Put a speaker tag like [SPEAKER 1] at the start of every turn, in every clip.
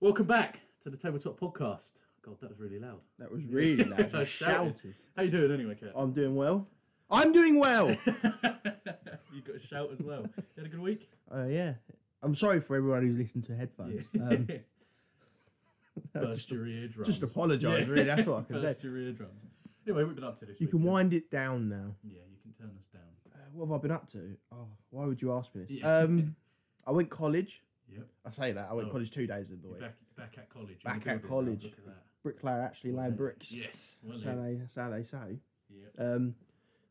[SPEAKER 1] Welcome back to the Tabletop Podcast. God, that was really loud.
[SPEAKER 2] That was really loud.
[SPEAKER 1] I
[SPEAKER 2] You
[SPEAKER 1] shouted.
[SPEAKER 2] shouted.
[SPEAKER 1] How you doing anyway, Kurt?
[SPEAKER 2] I'm doing well. I'm doing well.
[SPEAKER 1] you got a shout as well. You had a good week?
[SPEAKER 2] uh, yeah. I'm sorry for everyone who's listening to headphones. Um,
[SPEAKER 1] Burst your eardrums.
[SPEAKER 2] just apologise, really. That's what I can
[SPEAKER 1] Burst
[SPEAKER 2] say.
[SPEAKER 1] your eardrums. Anyway, we've been up to this
[SPEAKER 2] You
[SPEAKER 1] week,
[SPEAKER 2] can
[SPEAKER 1] Kurt.
[SPEAKER 2] wind it down now.
[SPEAKER 1] Yeah, you can turn us down.
[SPEAKER 2] Uh, what have I been up to? Oh, why would you ask me this?
[SPEAKER 1] Yeah.
[SPEAKER 2] Um, I went college.
[SPEAKER 1] Yep.
[SPEAKER 2] I say that I went
[SPEAKER 1] Oh.
[SPEAKER 2] college two days of the
[SPEAKER 1] You're
[SPEAKER 2] week.
[SPEAKER 1] back, back at college. in
[SPEAKER 2] Back
[SPEAKER 1] the
[SPEAKER 2] at
[SPEAKER 1] building now,
[SPEAKER 2] college.
[SPEAKER 1] Look at that.
[SPEAKER 2] Bricklayer actually laying bricks.
[SPEAKER 1] Yes. Well
[SPEAKER 2] That's how
[SPEAKER 1] done.
[SPEAKER 2] they, that's how they say.
[SPEAKER 1] Yep.
[SPEAKER 2] Um,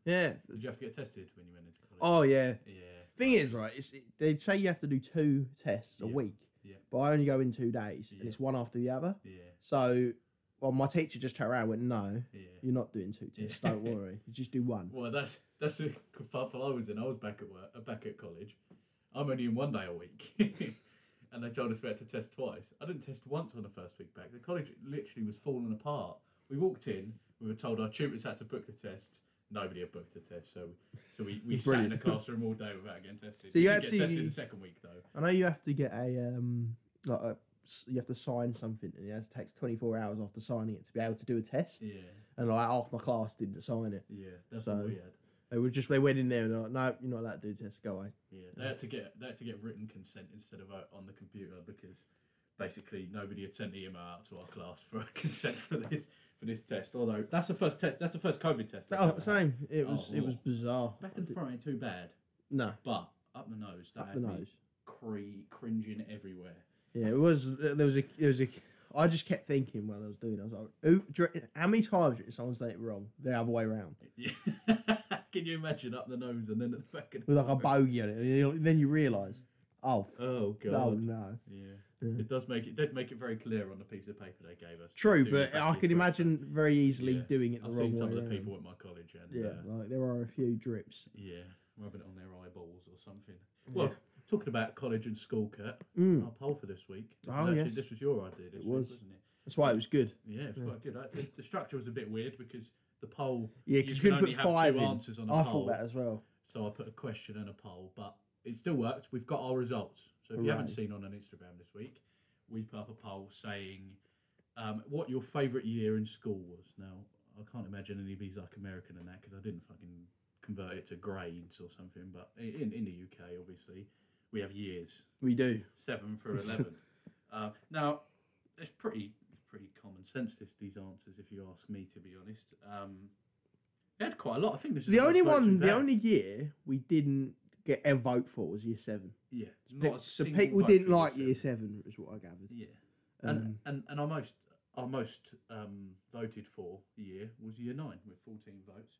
[SPEAKER 2] yeah.
[SPEAKER 1] Did you have to get tested when you went into college?
[SPEAKER 2] Oh yeah.
[SPEAKER 1] Yeah.
[SPEAKER 2] Thing is, right? It's, it, they say you have to do two tests a
[SPEAKER 1] Yeah.
[SPEAKER 2] week,
[SPEAKER 1] Yeah.
[SPEAKER 2] but I only go in two days,
[SPEAKER 1] Yeah.
[SPEAKER 2] and it's one after the other.
[SPEAKER 1] Yeah.
[SPEAKER 2] So, well, my teacher just turned around and went, No,
[SPEAKER 1] Yeah.
[SPEAKER 2] you're not doing two tests. Don't worry. You just do one.
[SPEAKER 1] Well, that's that's the kerfuffle I was in. I was back at work, uh, back at college. I'm only in one day a week, and they told us we had to test twice. I didn't test once on the first week back. The college literally was falling apart. We walked in, we were told our tutors had to book the tests. Nobody had booked the test, so so we, we sat in the
[SPEAKER 2] Brilliant.
[SPEAKER 1] classroom all day without getting tested.
[SPEAKER 2] So you
[SPEAKER 1] did
[SPEAKER 2] had
[SPEAKER 1] get
[SPEAKER 2] to-
[SPEAKER 1] tested the second week though.
[SPEAKER 2] I know you have to get a um, like a, s- you have to sign something, and it takes 24 hours after signing it to be able to do a test.
[SPEAKER 1] Yeah,
[SPEAKER 2] And like half my class didn't sign it.
[SPEAKER 1] yeah, that's
[SPEAKER 2] So-
[SPEAKER 1] what we had.
[SPEAKER 2] They were just they went in there and like, No, you're not allowed to do a test. Go away.
[SPEAKER 1] Yeah, they had to get they had to get written consent instead of uh, on the computer because basically nobody had sent the email out to our class for consent for this for this test. Although that's the first test, that's the first COVID test. I've
[SPEAKER 2] Oh,
[SPEAKER 1] ever
[SPEAKER 2] same. It was
[SPEAKER 1] Oh,
[SPEAKER 2] it was
[SPEAKER 1] oh.
[SPEAKER 2] bizarre.
[SPEAKER 1] had. Back in the front ain't too bad,
[SPEAKER 2] No,
[SPEAKER 1] but up the nose that
[SPEAKER 2] up the
[SPEAKER 1] had me
[SPEAKER 2] nose.
[SPEAKER 1] cre- cringing everywhere.
[SPEAKER 2] Yeah, it was. There was a. There was a. I just kept thinking while I was doing. it, I was like, Who, do you reckon- how many times did someone say it wrong? The other way around.
[SPEAKER 1] Yeah. Can you imagine up the nose and then at the back of the
[SPEAKER 2] with like a bogey on it. And you- then you realise, oh, f-
[SPEAKER 1] Oh god.
[SPEAKER 2] oh no.
[SPEAKER 1] Yeah.
[SPEAKER 2] Yeah.
[SPEAKER 1] It does make it did make it very clear on the piece of paper they gave us.
[SPEAKER 2] True,
[SPEAKER 1] Do
[SPEAKER 2] but
[SPEAKER 1] back
[SPEAKER 2] I
[SPEAKER 1] this
[SPEAKER 2] can
[SPEAKER 1] way.
[SPEAKER 2] imagine very easily
[SPEAKER 1] Yeah.
[SPEAKER 2] doing it the
[SPEAKER 1] I've seen
[SPEAKER 2] wrong way.
[SPEAKER 1] some of
[SPEAKER 2] around.
[SPEAKER 1] the people at my college and
[SPEAKER 2] yeah,
[SPEAKER 1] uh,
[SPEAKER 2] like there are a few drips.
[SPEAKER 1] Yeah, rubbing it on their eyeballs or something. Well, talking about college and school, Kurt,
[SPEAKER 2] Mm,
[SPEAKER 1] our poll for this week. This
[SPEAKER 2] Oh,
[SPEAKER 1] was actually,
[SPEAKER 2] yes.
[SPEAKER 1] This was your idea this
[SPEAKER 2] It
[SPEAKER 1] week,
[SPEAKER 2] was.
[SPEAKER 1] wasn't it?
[SPEAKER 2] that's why it was good.
[SPEAKER 1] Yeah, it was
[SPEAKER 2] Yeah.
[SPEAKER 1] quite good. I, the, the structure was a bit weird because the poll,
[SPEAKER 2] Yeah,
[SPEAKER 1] you
[SPEAKER 2] because you,
[SPEAKER 1] can
[SPEAKER 2] couldn't
[SPEAKER 1] only
[SPEAKER 2] put
[SPEAKER 1] have
[SPEAKER 2] five
[SPEAKER 1] two
[SPEAKER 2] in.
[SPEAKER 1] answers on a
[SPEAKER 2] I
[SPEAKER 1] poll.
[SPEAKER 2] thought that as well.
[SPEAKER 1] So I put a question and a poll, but it still worked. We've got our results. So if you haven't
[SPEAKER 2] Hooray.
[SPEAKER 1] seen on an Instagram this week, we put up a poll saying um, what your favourite year in school was. Now, I can't imagine any of these like American and that because I didn't fucking convert it to grades or something. But i- in, in the UK, obviously, we have years
[SPEAKER 2] We do.
[SPEAKER 1] seven for eleven. uh, now, it's pretty pretty common sense this these answers, if you ask me, to be honest. Um, they had quite a lot. I think this is
[SPEAKER 2] The
[SPEAKER 1] most
[SPEAKER 2] only
[SPEAKER 1] votes
[SPEAKER 2] one,
[SPEAKER 1] we've
[SPEAKER 2] the
[SPEAKER 1] had.
[SPEAKER 2] only year we didn't get a vote for was year seven.
[SPEAKER 1] yeah,
[SPEAKER 2] Pe-
[SPEAKER 1] not a
[SPEAKER 2] so
[SPEAKER 1] single
[SPEAKER 2] people
[SPEAKER 1] vote
[SPEAKER 2] didn't
[SPEAKER 1] for
[SPEAKER 2] like
[SPEAKER 1] year
[SPEAKER 2] year seven, is what I gathered.
[SPEAKER 1] Yeah, and
[SPEAKER 2] Um,
[SPEAKER 1] and and our most our most um, voted for year was year nine with fourteen votes.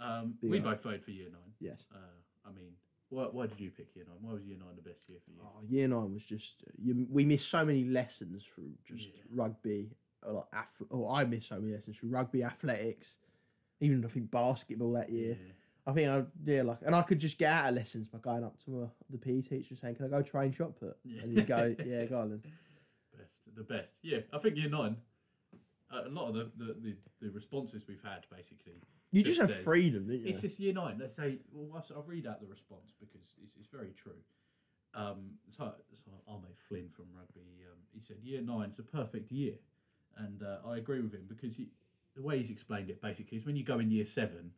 [SPEAKER 1] Um, we
[SPEAKER 2] Yeah.
[SPEAKER 1] both voted for year nine.
[SPEAKER 2] yes.
[SPEAKER 1] Uh, I mean, why why did you pick year nine? Why was year nine the best year for you?
[SPEAKER 2] Oh, year nine was just you, we missed so many lessons through just
[SPEAKER 1] Yeah.
[SPEAKER 2] rugby. Or like ath- or I missed so many lessons through rugby, athletics, even I think basketball that year. I think I yeah like, and I could just get out of lessons by going up to uh the PE teacher saying, "Can I go try and shot put?"
[SPEAKER 1] Yeah.
[SPEAKER 2] And you go, "Yeah, go on." Then.
[SPEAKER 1] Best, the best. Yeah, I think year nine. A a lot of the, the, the, the responses we've had basically,
[SPEAKER 2] You just,
[SPEAKER 1] Just
[SPEAKER 2] have
[SPEAKER 1] says-
[SPEAKER 2] freedom, don't you?
[SPEAKER 1] it's just year nine. They say, well, I'll, I'll read out the response because it's, it's very true. Um, so, so our mate Flynn from rugby, um, he said year nine's a perfect year, and uh, I agree with him because he, the way he's explained it basically is when you go in year seven,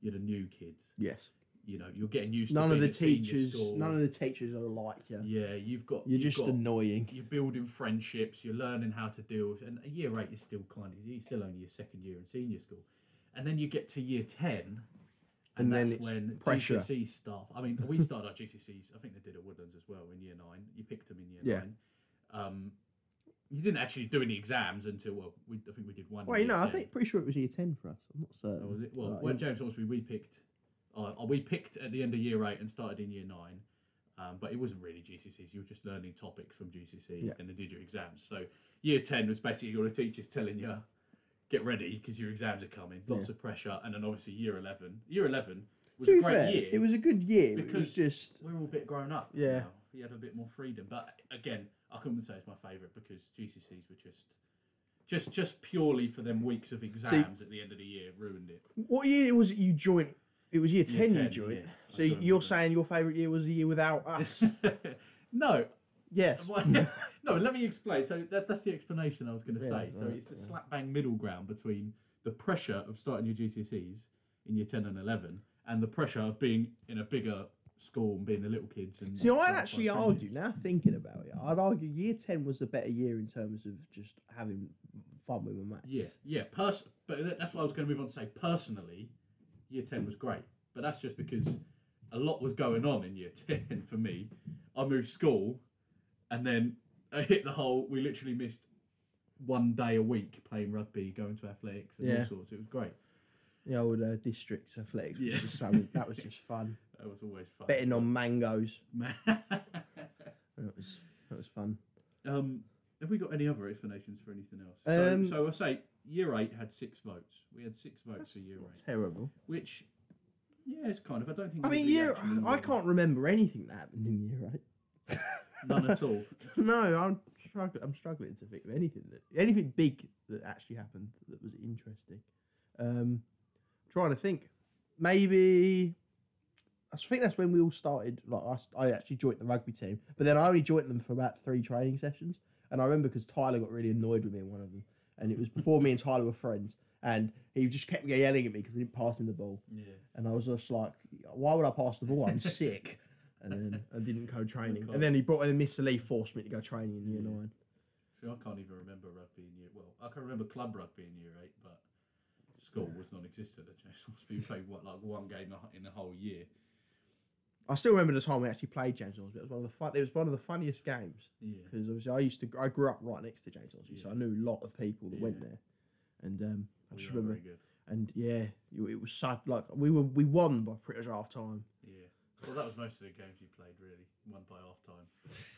[SPEAKER 1] you're the new kids.
[SPEAKER 2] yes.
[SPEAKER 1] You know, you're getting used
[SPEAKER 2] None
[SPEAKER 1] to
[SPEAKER 2] of the
[SPEAKER 1] being at senior
[SPEAKER 2] teachers,
[SPEAKER 1] school.
[SPEAKER 2] none of the teachers are like you.
[SPEAKER 1] yeah, you've got
[SPEAKER 2] You're
[SPEAKER 1] you've
[SPEAKER 2] just
[SPEAKER 1] got-
[SPEAKER 2] annoying.
[SPEAKER 1] you're building friendships, you're learning how to deal with, and year eight is still kind of, you're still only your second year in senior school. And then you get to year 10, and,
[SPEAKER 2] And then
[SPEAKER 1] that's
[SPEAKER 2] it's
[SPEAKER 1] when
[SPEAKER 2] pressure.
[SPEAKER 1] GCSE stuff. I mean, we started our GCSEs, I think they did at Woodlands as well in year nine. You picked them in year
[SPEAKER 2] Yeah.
[SPEAKER 1] nine. Um, you didn't actually do any exams until, well, we, I think we did one. in
[SPEAKER 2] Wait,
[SPEAKER 1] year
[SPEAKER 2] no, I
[SPEAKER 1] 10.
[SPEAKER 2] think pretty sure it was year ten for us. I'm not certain.
[SPEAKER 1] Or was it? Well,
[SPEAKER 2] Like,
[SPEAKER 1] when
[SPEAKER 2] yeah.
[SPEAKER 1] James Ormsby, we picked, uh, uh, we picked at the end of year eight and started in year nine, um, but it wasn't really GCSEs. You were just learning topics from GCSE
[SPEAKER 2] Yeah.
[SPEAKER 1] and then did your exams. So year ten was basically all the teachers telling you, get ready because your exams are coming. Lots of pressure, and then obviously year eleven. Year eleven was
[SPEAKER 2] to
[SPEAKER 1] a
[SPEAKER 2] be
[SPEAKER 1] great
[SPEAKER 2] fair,
[SPEAKER 1] year.
[SPEAKER 2] it was a good year. It
[SPEAKER 1] because-
[SPEAKER 2] was just
[SPEAKER 1] We're all a bit grown up.
[SPEAKER 2] Yeah.
[SPEAKER 1] now. we had a bit more freedom. But again, I couldn't say it's my favourite because GCSEs were just. Just, just purely for them weeks of exams at the end of the year ruined it.
[SPEAKER 2] What year was it you joined? It was year 10,
[SPEAKER 1] Year
[SPEAKER 2] you
[SPEAKER 1] 10,
[SPEAKER 2] joined.
[SPEAKER 1] yeah. I
[SPEAKER 2] so
[SPEAKER 1] joined
[SPEAKER 2] you're
[SPEAKER 1] with them.
[SPEAKER 2] saying your favourite year was the year without us?
[SPEAKER 1] no,
[SPEAKER 2] Yes.
[SPEAKER 1] Well, no, let me explain. So that, that's the explanation I was going to
[SPEAKER 2] Yeah,
[SPEAKER 1] say. So
[SPEAKER 2] right,
[SPEAKER 1] it's the
[SPEAKER 2] yeah.
[SPEAKER 1] slap bang middle ground between the pressure of starting your GCSEs in year 10 and 11 and the pressure of being in a bigger school and being the little kids. And
[SPEAKER 2] See, I'd
[SPEAKER 1] quite
[SPEAKER 2] actually
[SPEAKER 1] friendly.
[SPEAKER 2] argue, now thinking about it, I'd argue year 10 was the better year in terms of just having fun with my mates.
[SPEAKER 1] Yeah, yeah. Pers- but tha- that's what I was going to move on to say. Personally, year 10 was great. But that's just because a lot was going on in year 10 for me. I moved school and then I hit the hole. We literally missed one day a week playing rugby, going to athletics and
[SPEAKER 2] Yeah.
[SPEAKER 1] all sorts. It was great.
[SPEAKER 2] The old uh, districts athletics was
[SPEAKER 1] Yeah.
[SPEAKER 2] just so, that was just fun.
[SPEAKER 1] That was always fun.
[SPEAKER 2] Betting on mangoes.
[SPEAKER 1] um,
[SPEAKER 2] That was that was fun.
[SPEAKER 1] have we got any other explanations for anything else? So-
[SPEAKER 2] Um,
[SPEAKER 1] so, I'll say year 8 had six votes. We had six votes for year 8,
[SPEAKER 2] Terrible.
[SPEAKER 1] which, yeah, it's kind of. I don't think.
[SPEAKER 2] I
[SPEAKER 1] there's a big
[SPEAKER 2] mean, year.
[SPEAKER 1] action in
[SPEAKER 2] I
[SPEAKER 1] the-
[SPEAKER 2] can't remember anything that happened in year eight.
[SPEAKER 1] None at all.
[SPEAKER 2] no, I'm struggling. I'm struggling to think of anything that anything big that actually happened that was interesting. Um, trying to think, maybe I s- think that's when we all started. Like I, s- I actually joined the rugby team, but then I only joined them for about three training sessions. And I remember because Tyler got really annoyed with me in one of them, and it was before me and Tyler were friends, and he just kept yelling at me because I didn't pass him the ball.
[SPEAKER 1] Yeah.
[SPEAKER 2] And I was just like, why would I pass the ball? I'm sick. And then I didn't go training.
[SPEAKER 1] can't.
[SPEAKER 2] And then he brought, and then Mr. Lee forced me to go training in year
[SPEAKER 1] Yeah.
[SPEAKER 2] nine.
[SPEAKER 1] See, I can't even remember rugby in year. Well, I can remember club rugby in year eight, but school was non-existent at James We played what like one game in the- in the whole year.
[SPEAKER 2] I still remember the time we actually played James Ormsby. It was one of the fun, it was one of the funniest games
[SPEAKER 1] Yeah.
[SPEAKER 2] because obviously I used to, I grew up right next to James Ormsby, so
[SPEAKER 1] Yeah.
[SPEAKER 2] I knew a lot of people that went
[SPEAKER 1] Yeah.
[SPEAKER 2] there. And um, I
[SPEAKER 1] We
[SPEAKER 2] just
[SPEAKER 1] were
[SPEAKER 2] remember,
[SPEAKER 1] very good.
[SPEAKER 2] and yeah, you- it was sad. Like we were, we won by pretty much half time.
[SPEAKER 1] Yeah. Well, that was most of the games you played really. One by half time.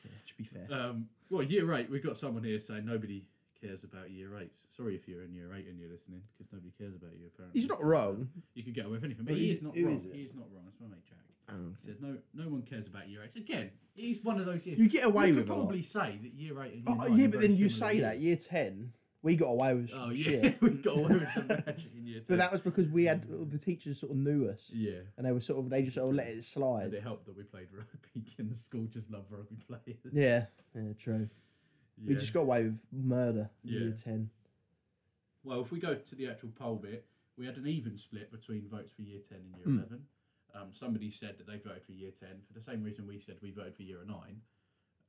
[SPEAKER 2] Yeah, to be fair,
[SPEAKER 1] Um, well, year eight. We've got someone here saying nobody cares about year eight. Sorry if you're in year eight and you're listening, because nobody cares about you apparently.
[SPEAKER 2] he's not wrong.
[SPEAKER 1] You could get away with anything,
[SPEAKER 2] But
[SPEAKER 1] but he
[SPEAKER 2] who's-
[SPEAKER 1] is not
[SPEAKER 2] who
[SPEAKER 1] wrong.
[SPEAKER 2] is it?
[SPEAKER 1] he is not wrong. It's my mate Jack.
[SPEAKER 2] Um,
[SPEAKER 1] He said no. No one cares about year eight. Again, he's one of those years.
[SPEAKER 2] you get away
[SPEAKER 1] you
[SPEAKER 2] with
[SPEAKER 1] could
[SPEAKER 2] a lot.
[SPEAKER 1] probably say that year eight and year
[SPEAKER 2] Oh,
[SPEAKER 1] nine
[SPEAKER 2] yeah,
[SPEAKER 1] are
[SPEAKER 2] but
[SPEAKER 1] very
[SPEAKER 2] then you
[SPEAKER 1] similar
[SPEAKER 2] say
[SPEAKER 1] years.
[SPEAKER 2] that year ten, we got away with.
[SPEAKER 1] Oh
[SPEAKER 2] some
[SPEAKER 1] yeah,
[SPEAKER 2] shit.
[SPEAKER 1] we got away with some magic in year two.
[SPEAKER 2] But that was because we had the teachers sort of knew us,
[SPEAKER 1] yeah.
[SPEAKER 2] and they were sort of they just sort of let it
[SPEAKER 1] And it
[SPEAKER 2] slide.
[SPEAKER 1] helped that we played rugby, and the school just loved rugby players.
[SPEAKER 2] Yeah, yeah, true. We
[SPEAKER 1] Yeah.
[SPEAKER 2] just got away with murder. in
[SPEAKER 1] Yeah.
[SPEAKER 2] Year ten.
[SPEAKER 1] Well, if we go to the actual poll bit, we had an even split between votes for year ten and year
[SPEAKER 2] Hmm.
[SPEAKER 1] eleven. Um, somebody said that they voted for year ten for the same reason we said we voted for year nine,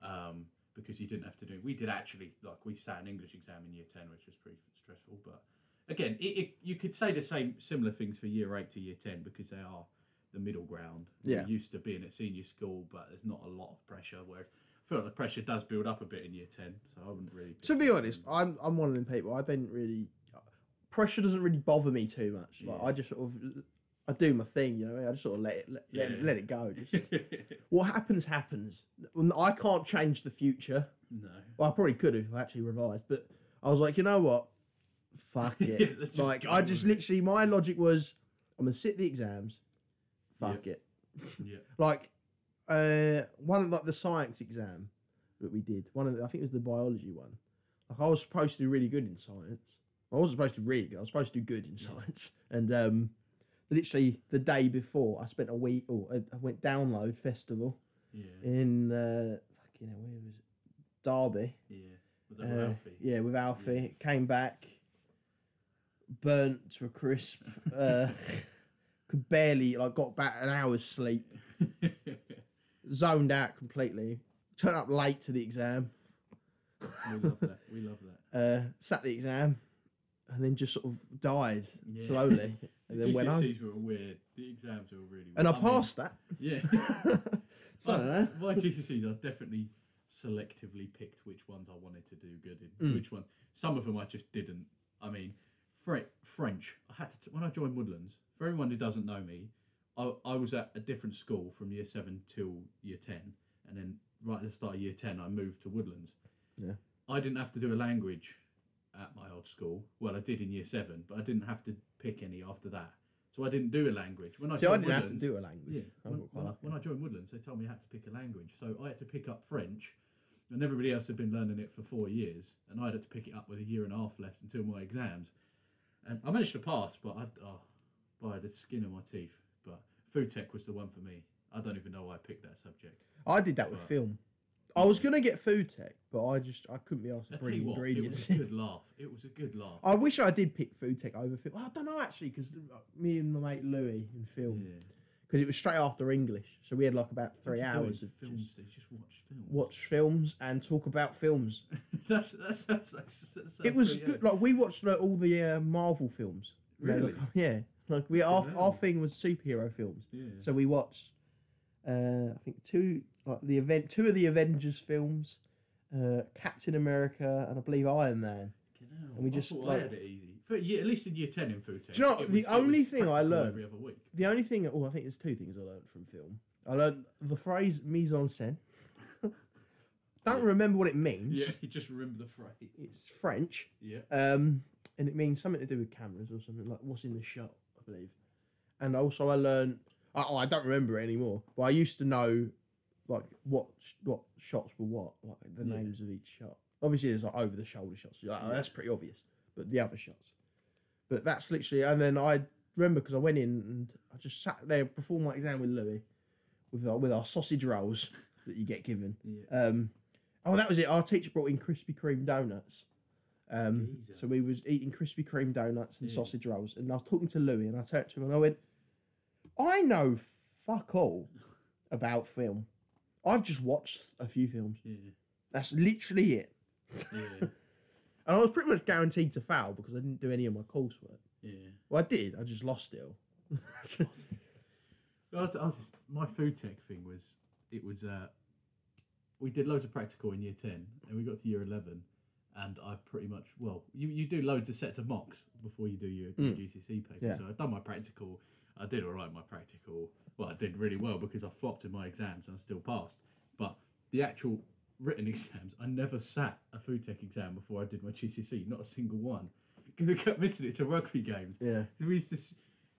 [SPEAKER 1] um, because you didn't have to do. We did actually like we sat an English exam in year ten, which was pretty stressful. But again, it, it, you could say the same similar things for year eight to year ten because they are the middle ground.
[SPEAKER 2] Yeah.
[SPEAKER 1] We're used to being at senior school, but there's not a lot of pressure. Where I feel like the pressure does build up a bit in year ten, so I wouldn't really.
[SPEAKER 2] To be honest, I'm I'm one of them people. I didn't really pressure doesn't really bother me too much. Like
[SPEAKER 1] Yeah.
[SPEAKER 2] I just sort of I do my thing, you know. I just sort of let it let, let it
[SPEAKER 1] Yeah.
[SPEAKER 2] let it go. Just,
[SPEAKER 1] no.
[SPEAKER 2] what happens happens. I can't change the future. Well, I probably could have actually revised, but I was like, you know what? Fuck it.
[SPEAKER 1] Yeah, let's just
[SPEAKER 2] like,
[SPEAKER 1] go
[SPEAKER 2] I just
[SPEAKER 1] with it.
[SPEAKER 2] literally, my logic was, I'm going to sit the exams. Fuck it.
[SPEAKER 1] Yeah.
[SPEAKER 2] Like, uh, one of like the science exam that we did, one of the, I think it was the biology one. Like, I was supposed to do really good in science. I wasn't supposed to do really good. I was supposed to do good in
[SPEAKER 1] Yeah.
[SPEAKER 2] science. And um, literally the day before, I spent a week, or uh, I I went download festival
[SPEAKER 1] Yeah.
[SPEAKER 2] in uh, fucking hell, where was it? Derby.
[SPEAKER 1] Yeah. Was
[SPEAKER 2] Uh,
[SPEAKER 1] that with Alfie?
[SPEAKER 2] Yeah, with Alfie. It Came back, burnt to a crisp. Uh, could barely, like, got back an hour's sleep. Zoned out completely. Turned up late to the exam.
[SPEAKER 1] we love that. We love that.
[SPEAKER 2] Uh, sat the exam, and then just sort of died
[SPEAKER 1] Yeah.
[SPEAKER 2] slowly. And
[SPEAKER 1] The
[SPEAKER 2] then went home.
[SPEAKER 1] GCSEs were weird. The exams were really weird.
[SPEAKER 2] And I
[SPEAKER 1] mean,
[SPEAKER 2] passed that. uh,
[SPEAKER 1] yeah.
[SPEAKER 2] so,
[SPEAKER 1] My-
[SPEAKER 2] I don't know.
[SPEAKER 1] My GCSEs, I definitely selectively picked which ones I wanted to do good in.
[SPEAKER 2] Mm.
[SPEAKER 1] Which ones? Some of them I just didn't. I mean, Fre- French. I had to t- when I joined Woodlands. For anyone who doesn't know me, I, I was at a different school from year seven till year ten, and then right at the start of year ten, I moved to Woodlands.
[SPEAKER 2] Yeah.
[SPEAKER 1] I didn't have to do a language at my old school. Well, I did in year seven, but I didn't have to pick any after that. So I didn't do a language. When I
[SPEAKER 2] See, I
[SPEAKER 1] joined
[SPEAKER 2] didn't have to
[SPEAKER 1] Woodlands-
[SPEAKER 2] do a language.
[SPEAKER 1] yeah,
[SPEAKER 2] I
[SPEAKER 1] when,
[SPEAKER 2] got quite
[SPEAKER 1] when I,
[SPEAKER 2] lucky.
[SPEAKER 1] when I joined Woodlands, they told me I had to pick a language, so I had to pick up French, and everybody else had been learning it for four years, and I had to pick it up with a year and a half left until my exams, and I managed to pass, but I oh, by the skin of my teeth. But food tech was the one for me. I don't even know why I picked that subject.
[SPEAKER 2] I did that with
[SPEAKER 1] Right.
[SPEAKER 2] film. I was gonna get food tech, but I just I couldn't be asked to
[SPEAKER 1] I tell
[SPEAKER 2] bring
[SPEAKER 1] you what, it
[SPEAKER 2] ingredients.
[SPEAKER 1] was a good laugh. It was a good laugh.
[SPEAKER 2] I wish I did pick food tech over Phil. I don't know actually, because me and my mate Louis and Phil,
[SPEAKER 1] Yeah.
[SPEAKER 2] because it was straight after English, so we had like about three
[SPEAKER 1] What do you do in
[SPEAKER 2] hours of
[SPEAKER 1] films.
[SPEAKER 2] just
[SPEAKER 1] They just watch films.
[SPEAKER 2] watch films and talk about films.
[SPEAKER 1] that's that's that's, that's, that's
[SPEAKER 2] it was
[SPEAKER 1] yeah.
[SPEAKER 2] good. Like we watched like, all the uh, Marvel films. You know,
[SPEAKER 1] Really?
[SPEAKER 2] like, yeah. Like we our,
[SPEAKER 1] Fucking
[SPEAKER 2] our
[SPEAKER 1] hell.
[SPEAKER 2] thing was superhero films.
[SPEAKER 1] Yeah.
[SPEAKER 2] So we watched, uh, I think two like the event two of the Avengers films, uh, Captain America and I believe Iron Man.
[SPEAKER 1] Fucking hell,
[SPEAKER 2] and we
[SPEAKER 1] I
[SPEAKER 2] just,
[SPEAKER 1] thought I
[SPEAKER 2] like-
[SPEAKER 1] had it easy. For year, at least in year ten in food tech.
[SPEAKER 2] Do you know
[SPEAKER 1] it
[SPEAKER 2] what,
[SPEAKER 1] was-
[SPEAKER 2] the
[SPEAKER 1] it was
[SPEAKER 2] only thing I
[SPEAKER 1] practical
[SPEAKER 2] learned-
[SPEAKER 1] every other week.
[SPEAKER 2] The only thing, oh, I think there's two things I learned from film. I learned the phrase mise en scène. Don't
[SPEAKER 1] Yeah.
[SPEAKER 2] remember what it means.
[SPEAKER 1] Yeah, you just remember the phrase.
[SPEAKER 2] It's French,
[SPEAKER 1] Yeah.
[SPEAKER 2] um, and it means something to do with cameras or something like what's in the shot, I believe. And also, I learned. I- Oh, I don't remember it anymore, but I used to know, like what sh- what shots were what, like the
[SPEAKER 1] Yeah.
[SPEAKER 2] names of each shot. Obviously, there's like over the shoulder shots. You're like, oh,
[SPEAKER 1] Yeah.
[SPEAKER 2] that's pretty obvious, but the other shots. But that's literally, and then I remember because I went in and I just sat there performed my exam with Louis, with our, with our sausage rolls that you get given.
[SPEAKER 1] Yeah.
[SPEAKER 2] Um, oh, that was it. Our teacher brought in Krispy Kreme donuts. Um,
[SPEAKER 1] Geezer.
[SPEAKER 2] so we was eating Krispy Kreme donuts and
[SPEAKER 1] Yeah.
[SPEAKER 2] sausage rolls, and I was talking to Louis, and I turned to him and I went, "I know fuck all about film. I've just watched a few films.
[SPEAKER 1] Yeah.
[SPEAKER 2] That's literally it."
[SPEAKER 1] Yeah.
[SPEAKER 2] And I was pretty much guaranteed to fail because I didn't do any of my coursework.
[SPEAKER 1] Yeah.
[SPEAKER 2] Well, I did. I just lost it. all.
[SPEAKER 1] I, I just my food tech thing was it was uh we did loads of practical in year ten and we got to year eleven and I pretty much well you, you do loads of sets of mocks before you do your
[SPEAKER 2] Mm.
[SPEAKER 1] GCC paper
[SPEAKER 2] Yeah.
[SPEAKER 1] so I'd done my practical I did all right in my practical well I did really well because I flopped in my exams and I still passed but the actual written exams I never sat a food tech exam before I did my GCC not a single one because we kept missing it to rugby games
[SPEAKER 2] yeah.
[SPEAKER 1] we used to, s-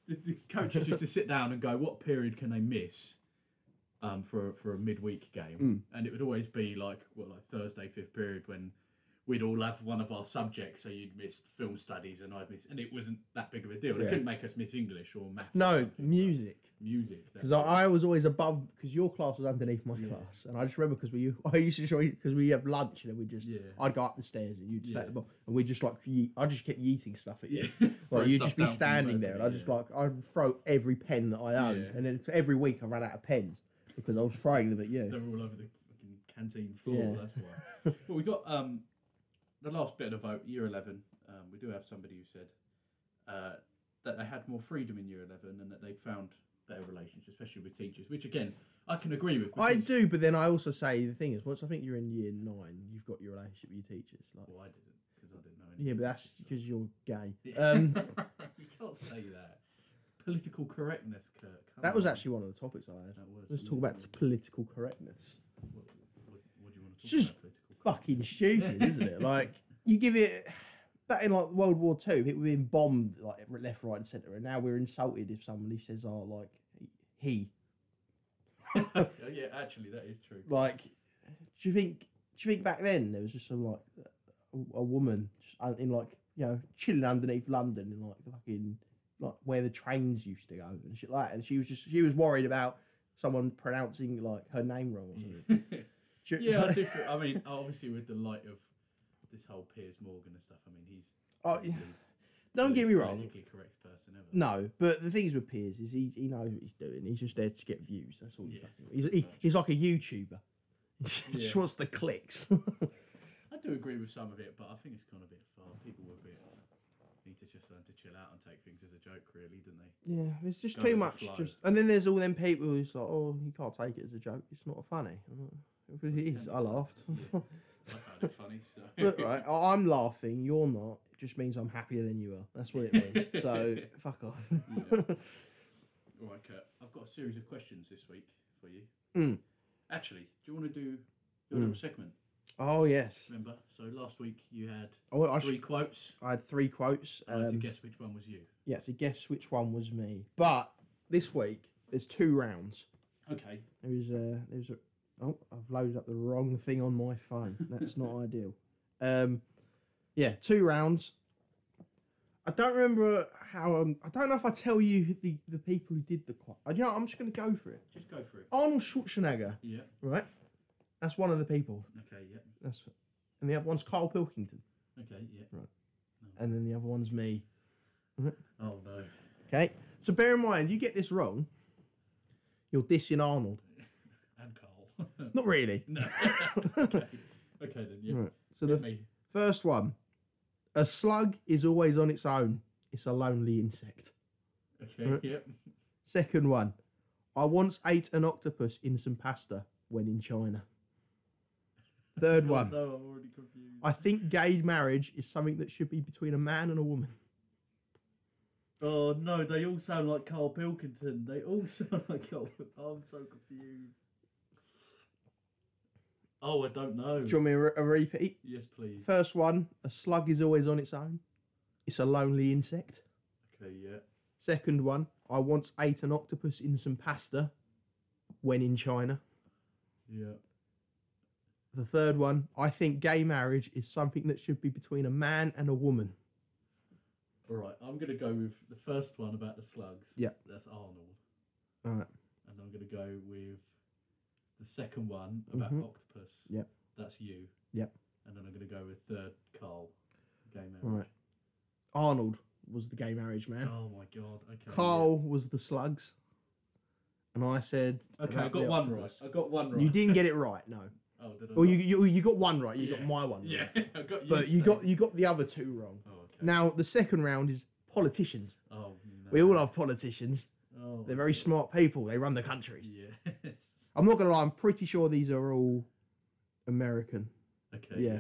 [SPEAKER 1] the, the coaches used to sit down and go, what period can they miss um, for a- for a midweek game?
[SPEAKER 2] Mm.
[SPEAKER 1] And it would always be like well, like Thursday fifth period when we'd all have one of our subjects. So you'd miss film studies and I'd miss, and it wasn't that big of a deal. They
[SPEAKER 2] Yeah.
[SPEAKER 1] couldn't make us miss English or math. or
[SPEAKER 2] No,
[SPEAKER 1] something, but
[SPEAKER 2] music.
[SPEAKER 1] music.
[SPEAKER 2] Because I, I was always above, because your class was underneath my
[SPEAKER 1] Yeah.
[SPEAKER 2] class, and I just remember because we I used to show because we have lunch and then we just
[SPEAKER 1] yeah.
[SPEAKER 2] I'd go up the stairs and you'd just
[SPEAKER 1] Yeah.
[SPEAKER 2] at the bottom, and we just like ye- I just kept yeeting stuff at you.
[SPEAKER 1] Yeah, Throw
[SPEAKER 2] Like you'd
[SPEAKER 1] stuff
[SPEAKER 2] just be
[SPEAKER 1] down from
[SPEAKER 2] standing
[SPEAKER 1] above,
[SPEAKER 2] there, and I just
[SPEAKER 1] yeah.
[SPEAKER 2] like I'd throw every pen that I owned,
[SPEAKER 1] Yeah.
[SPEAKER 2] and then every week I ran out of pens because I was throwing them at you.
[SPEAKER 1] They're all over the fucking canteen floor.
[SPEAKER 2] Yeah.
[SPEAKER 1] That's why. but we got um, the last bit of vote, year eleven. Um, we do have somebody who said uh, that they had more freedom in year eleven and that they found better relations, especially with teachers. Which again, I can agree with.
[SPEAKER 2] I
[SPEAKER 1] because-
[SPEAKER 2] do, but then I also say the thing is, once I think you're in year nine, you've got your relationship with your teachers. Like,
[SPEAKER 1] Well, I didn't because I didn't know. Any
[SPEAKER 2] yeah, but that's because you're gay.
[SPEAKER 1] Yeah.
[SPEAKER 2] Um,
[SPEAKER 1] you can't say that. Political correctness, Kurt. come
[SPEAKER 2] that was
[SPEAKER 1] on.
[SPEAKER 2] actually one of the topics I had.
[SPEAKER 1] That was,
[SPEAKER 2] Let's
[SPEAKER 1] yeah.
[SPEAKER 2] talk about political correctness.
[SPEAKER 1] What, what, what do you want to talk
[SPEAKER 2] Just
[SPEAKER 1] about? Political
[SPEAKER 2] fucking stupid, isn't it? Like you give it that in like World War Two, people were being bombed like left, right, and centre, and now we're insulted if somebody says, "Oh, like he,"
[SPEAKER 1] correctness? yeah, actually, that is true.
[SPEAKER 2] like. Do you think? Do you think back then there was just some like a, a woman just un- in like you know chilling underneath London in like the fucking like where the trains used to go and shit like that? And she was just she was worried about someone pronouncing like her name wrong. Or something. Do you-
[SPEAKER 1] Mm. Yeah, I, do feel, I mean, obviously, with the light of this whole Piers Morgan and stuff, I mean, he's
[SPEAKER 2] Oh,
[SPEAKER 1] probably
[SPEAKER 2] yeah.
[SPEAKER 1] the
[SPEAKER 2] Don't get
[SPEAKER 1] least
[SPEAKER 2] me wrong.
[SPEAKER 1] Politically correct person ever.
[SPEAKER 2] No, but the thing is with Piers is he, he knows what he's doing. He's just there to get views. That's all. he
[SPEAKER 1] Yeah.
[SPEAKER 2] fucking- He's, he, he's like a YouTuber. He
[SPEAKER 1] Yeah.
[SPEAKER 2] just wants the clicks.
[SPEAKER 1] I do agree with some of it, but I think it's gone a bit far. People were a bit need to just learn to chill out and take things as a joke, really, didn't they?
[SPEAKER 2] yeah, it's just
[SPEAKER 1] Go with
[SPEAKER 2] too
[SPEAKER 1] the
[SPEAKER 2] much.
[SPEAKER 1] flow.
[SPEAKER 2] Just and then there's all them people who's like, oh, you can't take it as a joke. It's not funny. I'm like, "If
[SPEAKER 1] you
[SPEAKER 2] It is.
[SPEAKER 1] can-
[SPEAKER 2] I laughed.
[SPEAKER 1] Yeah. I found it funny. So
[SPEAKER 2] Look, right, I- I'm laughing. You're not. It just means I'm happier than you are. That's what it means. So fuck off.
[SPEAKER 1] Yeah. All right, Kurt. I've got a series of questions this week for you.
[SPEAKER 2] Mm.
[SPEAKER 1] Actually, do you want to do
[SPEAKER 2] Hmm.
[SPEAKER 1] your little segment?
[SPEAKER 2] oh yes.
[SPEAKER 1] Remember, so last week you had
[SPEAKER 2] I, I,
[SPEAKER 1] three
[SPEAKER 2] sh-
[SPEAKER 1] quotes.
[SPEAKER 2] I had three quotes.
[SPEAKER 1] I had to
[SPEAKER 2] um,
[SPEAKER 1] guess which one was you.
[SPEAKER 2] You had to guess which one was me. But this week there's two rounds.
[SPEAKER 1] Okay.
[SPEAKER 2] There is a there's a oh I've loaded up the wrong thing on my phone. That's not ideal. Um, yeah, two rounds. I don't remember how um, I don't know if I tell you who the the uh, people who did the quote. You know, I'm just gonna go for it.
[SPEAKER 1] Just go for it.
[SPEAKER 2] Arnold Schwarzenegger,
[SPEAKER 1] Yeah.
[SPEAKER 2] right? That's one of the people.
[SPEAKER 1] Okay, yeah.
[SPEAKER 2] That's and the other one's Carl Pilkington,
[SPEAKER 1] Okay, yeah.
[SPEAKER 2] and then the other one's me.
[SPEAKER 1] Oh no.
[SPEAKER 2] Okay. So bear in mind, you get this wrong, you're dissing Arnold.
[SPEAKER 1] And Carl.
[SPEAKER 2] Not really.
[SPEAKER 1] no. okay. okay then, yeah.
[SPEAKER 2] Right. So
[SPEAKER 1] Hit
[SPEAKER 2] the
[SPEAKER 1] me.
[SPEAKER 2] first one, a slug is always on its own. It's a lonely insect.
[SPEAKER 1] Okay,
[SPEAKER 2] Right.
[SPEAKER 1] yep.
[SPEAKER 2] Second one, I once ate an octopus in some pasta when in China. Third
[SPEAKER 1] Oh,
[SPEAKER 2] one,
[SPEAKER 1] No, I'm already confused.
[SPEAKER 2] I think gay marriage is something that should be between a man and a woman.
[SPEAKER 1] Oh no, they all sound like Carl Pilkington. They all sound like Carl. I'm so confused. Oh, I don't know.
[SPEAKER 2] Do you want me to re- a repeat?
[SPEAKER 1] Yes, please.
[SPEAKER 2] First one, a slug is always on its own. It's a lonely insect.
[SPEAKER 1] Okay, yeah.
[SPEAKER 2] Second one, I once ate an octopus in some pasta when in China.
[SPEAKER 1] Yeah.
[SPEAKER 2] The third one, I think gay marriage is something that should be between a man and a woman.
[SPEAKER 1] All right, I'm gonna go with the first one about the slugs.
[SPEAKER 2] Yeah.
[SPEAKER 1] That's Arnold,
[SPEAKER 2] All right.
[SPEAKER 1] and I'm gonna go with the second one about
[SPEAKER 2] Mhm.
[SPEAKER 1] octopus.
[SPEAKER 2] Yep.
[SPEAKER 1] That's you.
[SPEAKER 2] Yep.
[SPEAKER 1] And then I'm gonna go with third Carl, gay marriage.
[SPEAKER 2] Right. Arnold was the gay marriage man.
[SPEAKER 1] Oh my god. Okay. yeah.
[SPEAKER 2] Carl was the slugs. And I said,
[SPEAKER 1] Okay, I
[SPEAKER 2] about
[SPEAKER 1] got
[SPEAKER 2] the
[SPEAKER 1] one right.
[SPEAKER 2] octopus.
[SPEAKER 1] I got one right.
[SPEAKER 2] You didn't get it right, no.
[SPEAKER 1] Oh, did I?
[SPEAKER 2] Well, you,
[SPEAKER 1] not?
[SPEAKER 2] you you got one right. You got
[SPEAKER 1] Yeah.
[SPEAKER 2] my one.
[SPEAKER 1] Yeah,
[SPEAKER 2] right.
[SPEAKER 1] I got you.
[SPEAKER 2] But you got
[SPEAKER 1] saying-
[SPEAKER 2] you got the other two wrong.
[SPEAKER 1] Oh, okay.
[SPEAKER 2] Now the second round is politicians.
[SPEAKER 1] Oh, no.
[SPEAKER 2] We all love politicians.
[SPEAKER 1] Oh,
[SPEAKER 2] They're very smart people. They run the countries.
[SPEAKER 1] Yes.
[SPEAKER 2] I'm not gonna lie. I'm pretty sure these are all American.
[SPEAKER 1] Okay.
[SPEAKER 2] Yeah.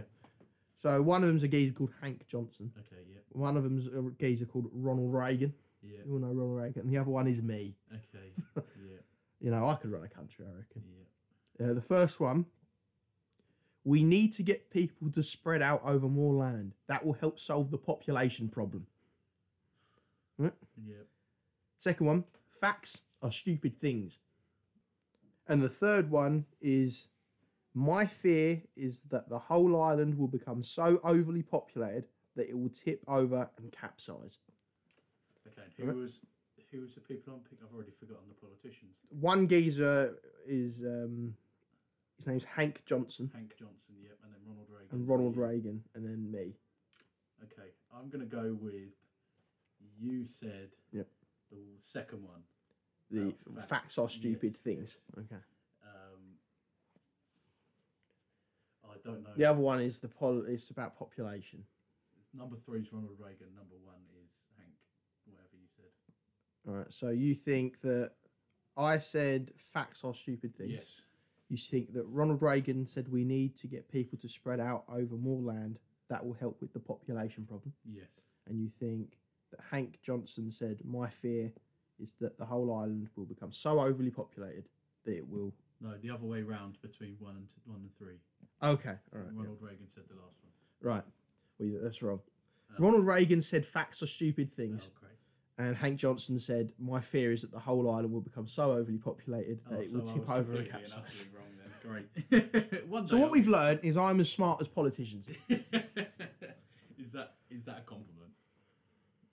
[SPEAKER 2] So one of them's a geezer called Hank Johnson.
[SPEAKER 1] Okay. Yeah.
[SPEAKER 2] One of them's a geezer called Ronald Reagan.
[SPEAKER 1] Yeah.
[SPEAKER 2] You all know Ronald Reagan. And the other one is me.
[SPEAKER 1] Okay. yeah.
[SPEAKER 2] You know, I could run a country. I reckon.
[SPEAKER 1] Yeah.
[SPEAKER 2] Uh, the first one. We need to get people to spread out over more land. That will help solve the population problem.
[SPEAKER 1] Yeah.
[SPEAKER 2] Second one, facts are stupid things. And the third one is my fear is that the whole island will become so overly populated that it will tip over and capsize.
[SPEAKER 1] Okay. and Who
[SPEAKER 2] Alright.
[SPEAKER 1] was who was the people on pick? I've already forgotten the politicians.
[SPEAKER 2] One geezer is um, his name's Hank Johnson
[SPEAKER 1] Hank Johnson. Yep. And then Ronald Reagan.
[SPEAKER 2] and Ronald
[SPEAKER 1] Yeah.
[SPEAKER 2] Reagan, and then me.
[SPEAKER 1] Okay. I'm gonna go with you said.
[SPEAKER 2] Yep.
[SPEAKER 1] The second one.
[SPEAKER 2] The
[SPEAKER 1] Oh, facts,
[SPEAKER 2] facts, are stupid
[SPEAKER 1] yes,
[SPEAKER 2] things. Okay.
[SPEAKER 1] Um. I don't know.
[SPEAKER 2] The other one is the pol- it's about population.
[SPEAKER 1] Number three is Ronald Reagan. Number one is Hank. Whatever you said.
[SPEAKER 2] All right. So you think that I said facts are stupid things?
[SPEAKER 1] Yes.
[SPEAKER 2] You think that Ronald Reagan said we need to get people to spread out over more land that will help with the population problem.
[SPEAKER 1] Yes.
[SPEAKER 2] And you think that Hank Johnson said, My fear is that the whole island will become so overly populated that it will.
[SPEAKER 1] No, the other way round between one and t- one and three.
[SPEAKER 2] Okay, all right. yeah.
[SPEAKER 1] Ronald Reagan said the last one.
[SPEAKER 2] Right. Well, yeah, that's wrong.
[SPEAKER 1] Uh,
[SPEAKER 2] Ronald Reagan said facts are stupid things.
[SPEAKER 1] Oh, great.
[SPEAKER 2] And Hank Johnson said, My fear is that the whole island will become so overly populated that
[SPEAKER 1] Oh,
[SPEAKER 2] it will
[SPEAKER 1] so I
[SPEAKER 2] tip
[SPEAKER 1] was
[SPEAKER 2] over and
[SPEAKER 1] completely and
[SPEAKER 2] capsize.
[SPEAKER 1] utterly wrong then. Great. One
[SPEAKER 2] So,
[SPEAKER 1] day
[SPEAKER 2] what
[SPEAKER 1] I'll
[SPEAKER 2] we've
[SPEAKER 1] be-
[SPEAKER 2] learned is I'm as smart as politicians.
[SPEAKER 1] is that is that a compliment?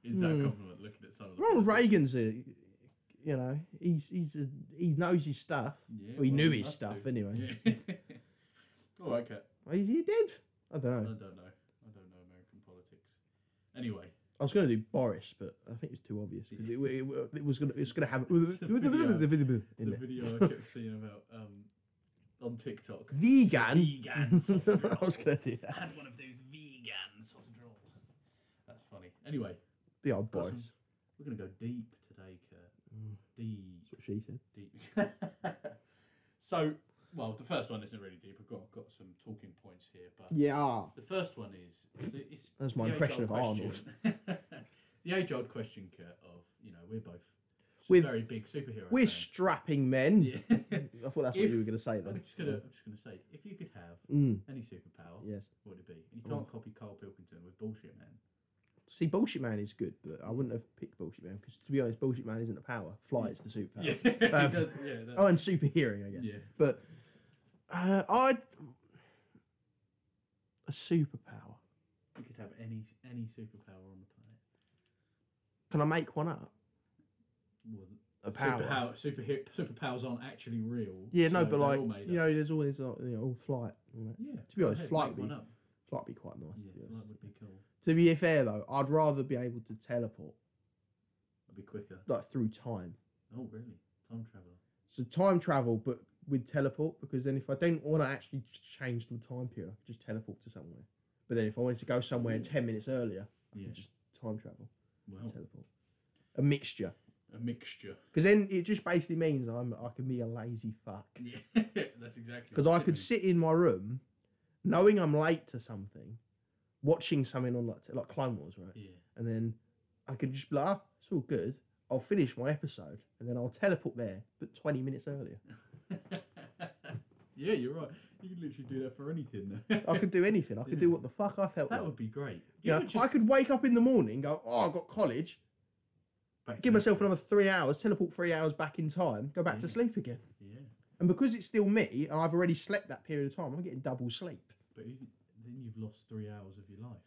[SPEAKER 1] Is that
[SPEAKER 2] Hmm.
[SPEAKER 1] a compliment? Looking at some of the
[SPEAKER 2] Ronald
[SPEAKER 1] politics?
[SPEAKER 2] Reagan's a, you know, he's he's a, he knows his stuff.
[SPEAKER 1] Yeah,
[SPEAKER 2] Well, he knew his
[SPEAKER 1] must
[SPEAKER 2] stuff
[SPEAKER 1] do.
[SPEAKER 2] anyway.
[SPEAKER 1] Yeah. All right, Kat.
[SPEAKER 2] Well, Is he dead? I
[SPEAKER 1] I
[SPEAKER 2] don't know.
[SPEAKER 1] don't know. I don't know American politics. Anyway,
[SPEAKER 2] I was going to do Boris, but I think it was too obvious because it, it, it was going to it's going to have
[SPEAKER 1] It's a the
[SPEAKER 2] in it.
[SPEAKER 1] video I kept seeing about um, on TikTok.
[SPEAKER 2] Vegan.
[SPEAKER 1] Vegan sausage
[SPEAKER 2] I was
[SPEAKER 1] roll.
[SPEAKER 2] going to do that.
[SPEAKER 1] I had one of those vegan sausage rolls. That's funny. Anyway,
[SPEAKER 2] The old
[SPEAKER 1] Got some-
[SPEAKER 2] Boris.
[SPEAKER 1] we're gonna go deep today, Kurt.
[SPEAKER 2] Mm,
[SPEAKER 1] Deep,
[SPEAKER 2] That's what she said.
[SPEAKER 1] deep. so, well, the first one isn't really deep. I've got, I've got some talking points here, but
[SPEAKER 2] Yeah.
[SPEAKER 1] the first one is it's, it's
[SPEAKER 2] That's my
[SPEAKER 1] the
[SPEAKER 2] impression
[SPEAKER 1] age-old
[SPEAKER 2] of
[SPEAKER 1] question- the age-old question, Kurt. Of you know, we're both s-
[SPEAKER 2] With-
[SPEAKER 1] very big superhero.
[SPEAKER 2] We're
[SPEAKER 1] fans.
[SPEAKER 2] strapping men.
[SPEAKER 1] Yeah.
[SPEAKER 2] I thought that's what
[SPEAKER 1] If-
[SPEAKER 2] you were going to say
[SPEAKER 1] I'm
[SPEAKER 2] then.
[SPEAKER 1] just gonna, I'm just gonna say, if you could have
[SPEAKER 2] Mm,
[SPEAKER 1] any superpower,
[SPEAKER 2] yes.
[SPEAKER 1] what would it be? And you
[SPEAKER 2] Oh.
[SPEAKER 1] can't copy Carl Pilkington with bullshit, man.
[SPEAKER 2] See, Bullshit Man is good, but I wouldn't have picked Bullshit Man because, to be honest, Bullshit Man isn't a power. Fly is the superpower.
[SPEAKER 1] Yeah, he
[SPEAKER 2] Um,
[SPEAKER 1] does, yeah, that-
[SPEAKER 2] Oh, and super hearing, I guess.
[SPEAKER 1] yeah.
[SPEAKER 2] But uh, I'd a superpower.
[SPEAKER 1] You could have any any superpower on the planet.
[SPEAKER 2] Can I make one up?
[SPEAKER 1] Well,
[SPEAKER 2] a power.
[SPEAKER 1] Superpower, super superpowers aren't actually real.
[SPEAKER 2] Yeah, no,
[SPEAKER 1] so
[SPEAKER 2] but
[SPEAKER 1] they're
[SPEAKER 2] like
[SPEAKER 1] all made
[SPEAKER 2] you
[SPEAKER 1] up.
[SPEAKER 2] know, there's always like, you know, all flight. and that.
[SPEAKER 1] yeah.
[SPEAKER 2] to be
[SPEAKER 1] go
[SPEAKER 2] honest,
[SPEAKER 1] ahead,
[SPEAKER 2] flight
[SPEAKER 1] make one
[SPEAKER 2] would be-
[SPEAKER 1] up.
[SPEAKER 2] Flight would be quite nice.
[SPEAKER 1] Yeah,
[SPEAKER 2] to, be
[SPEAKER 1] flight
[SPEAKER 2] honest.
[SPEAKER 1] would be cool.
[SPEAKER 2] to be fair though, I'd rather be able to teleport
[SPEAKER 1] It'd be quicker.
[SPEAKER 2] like through time.
[SPEAKER 1] Oh, really? Time traveler.
[SPEAKER 2] So time travel, but with teleport, because then if I don't want to actually ch- change the time period, I can just teleport to somewhere. But then if I wanted to go somewhere
[SPEAKER 1] Yeah.
[SPEAKER 2] ten minutes earlier, I
[SPEAKER 1] Mm. Yeah. Oh.
[SPEAKER 2] can just time travel,
[SPEAKER 1] Well,
[SPEAKER 2] teleport, a mixture.
[SPEAKER 1] a mixture.
[SPEAKER 2] Because then it just basically means I'm I can be a lazy fuck.
[SPEAKER 1] Yeah, that's exactly.
[SPEAKER 2] Because
[SPEAKER 1] what
[SPEAKER 2] I
[SPEAKER 1] it
[SPEAKER 2] could
[SPEAKER 1] means.
[SPEAKER 2] sit in my room, knowing I'm late to something, watching something on like t- like Clone Wars, right?
[SPEAKER 1] Yeah.
[SPEAKER 2] And then I could just be like, ah, it's all good. I'll finish my episode, and then I'll teleport there, but 20 minutes earlier.
[SPEAKER 1] yeah, you're right. You could literally do that for anything. Though.
[SPEAKER 2] I could do anything. I could do
[SPEAKER 1] Yeah.
[SPEAKER 2] what the fuck I felt.
[SPEAKER 1] That
[SPEAKER 2] like.
[SPEAKER 1] would be great.
[SPEAKER 2] You know,
[SPEAKER 1] could just-
[SPEAKER 2] I could wake up in the morning, go, oh, I've got college,
[SPEAKER 1] back to
[SPEAKER 2] give
[SPEAKER 1] that
[SPEAKER 2] myself
[SPEAKER 1] thing.
[SPEAKER 2] another three hours, teleport three hours back in time, go back to
[SPEAKER 1] Yeah.
[SPEAKER 2] sleep again.
[SPEAKER 1] Yeah,
[SPEAKER 2] And because it's still me, and I've already slept that period of time, I'm getting double sleep.
[SPEAKER 1] but you- then you've lost three hours of your life.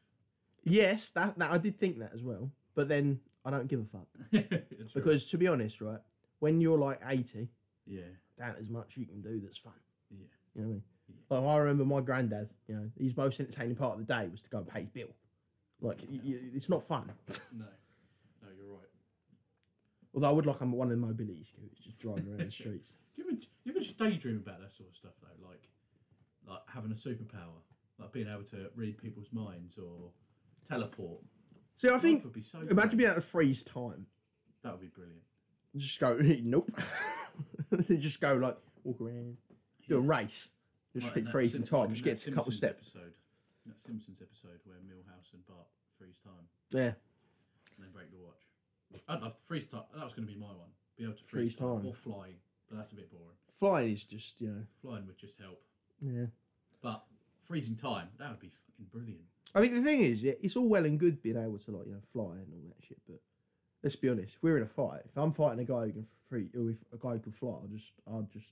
[SPEAKER 2] Yes, that, that I did think that as well. But then I don't give a fuck.
[SPEAKER 1] That's right.
[SPEAKER 2] Because to be honest, right, when you're like 80,
[SPEAKER 1] yeah,
[SPEAKER 2] that as much you can do that's fun.
[SPEAKER 1] Yeah.
[SPEAKER 2] You know what I mean? Like, I remember my granddad, you know, his most entertaining part of the day was to go and pay his bill. Like, y- y- it's not fun.
[SPEAKER 1] no, no, you're right.
[SPEAKER 2] Although I would like I'm one of the mobility scooters just driving around the streets.
[SPEAKER 1] Do you ever, do you ever just daydream about that sort of stuff though? Like, like having a superpower, like being able to read people's minds or teleport.
[SPEAKER 2] See, I think,
[SPEAKER 1] would be so.
[SPEAKER 2] imagine
[SPEAKER 1] great.
[SPEAKER 2] being able to freeze time.
[SPEAKER 1] that would be brilliant.
[SPEAKER 2] Just go, nope. just go, like, walk around, do a race. Just
[SPEAKER 1] Like in that
[SPEAKER 2] freeze
[SPEAKER 1] Sim-
[SPEAKER 2] in
[SPEAKER 1] like
[SPEAKER 2] time,
[SPEAKER 1] in
[SPEAKER 2] just
[SPEAKER 1] that
[SPEAKER 2] gets a couple
[SPEAKER 1] Simpsons
[SPEAKER 2] steps.
[SPEAKER 1] Episode, that Simpsons episode where Milhouse and Bart freeze time
[SPEAKER 2] Yeah.
[SPEAKER 1] and then break the watch. I'd love to freeze time. That was going to be my one. Be able to
[SPEAKER 2] Freeze
[SPEAKER 1] freeze, time.
[SPEAKER 2] time.
[SPEAKER 1] or flying, but that's a bit boring.
[SPEAKER 2] Flying is just, you know,
[SPEAKER 1] Flying would just help,
[SPEAKER 2] yeah.
[SPEAKER 1] but freezing time that would be fucking brilliant.
[SPEAKER 2] I mean, the thing is, yeah, it's all well and good being able to like you know fly and all that shit, but let's be honest. If we're in a fight, if I'm fighting a guy who can free, or if a guy who can fly, I'll just I'll just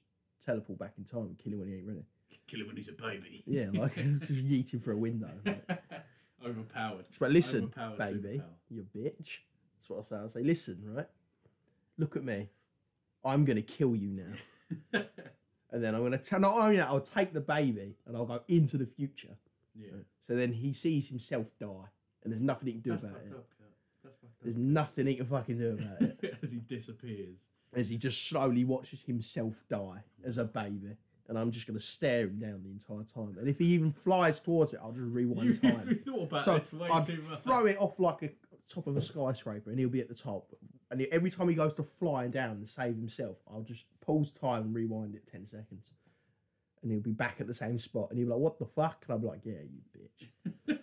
[SPEAKER 2] teleport back in time and kill him when he ain't ready.
[SPEAKER 1] Kill him when he's a baby.
[SPEAKER 2] Yeah, like just yeet him through a window. Like,
[SPEAKER 1] Overpowered.
[SPEAKER 2] just like, listen,
[SPEAKER 1] Overpowered
[SPEAKER 2] baby,
[SPEAKER 1] superpower.
[SPEAKER 2] you bitch. That's what I say. I say, listen, right? Look at me. I'm gonna kill you now,
[SPEAKER 1] yeah.
[SPEAKER 2] and then I'm gonna t- not only that, I'll take the baby and I'll go into the future. So then he sees himself die, and there's nothing he can do
[SPEAKER 1] That's
[SPEAKER 2] about
[SPEAKER 1] fucked
[SPEAKER 2] it.
[SPEAKER 1] up, Kurt. That's fucked
[SPEAKER 2] There's nothing he can fucking do about it.
[SPEAKER 1] up. As he disappears.
[SPEAKER 2] as he just slowly watches himself die as a baby. And I'm just going to stare him down the entire time. And if he even flies towards it, I'll just rewind
[SPEAKER 1] You, you
[SPEAKER 2] time.
[SPEAKER 1] thought about
[SPEAKER 2] So
[SPEAKER 1] this way
[SPEAKER 2] I'd
[SPEAKER 1] too much.
[SPEAKER 2] throw it off like a top of a skyscraper and he'll be at the top. And he- every time he goes to flying down and save himself, I'll just pause time and rewind it 10 seconds. And he'll be back at the same spot. And he'll be like, what the fuck? And I'll be like, yeah, you bitch.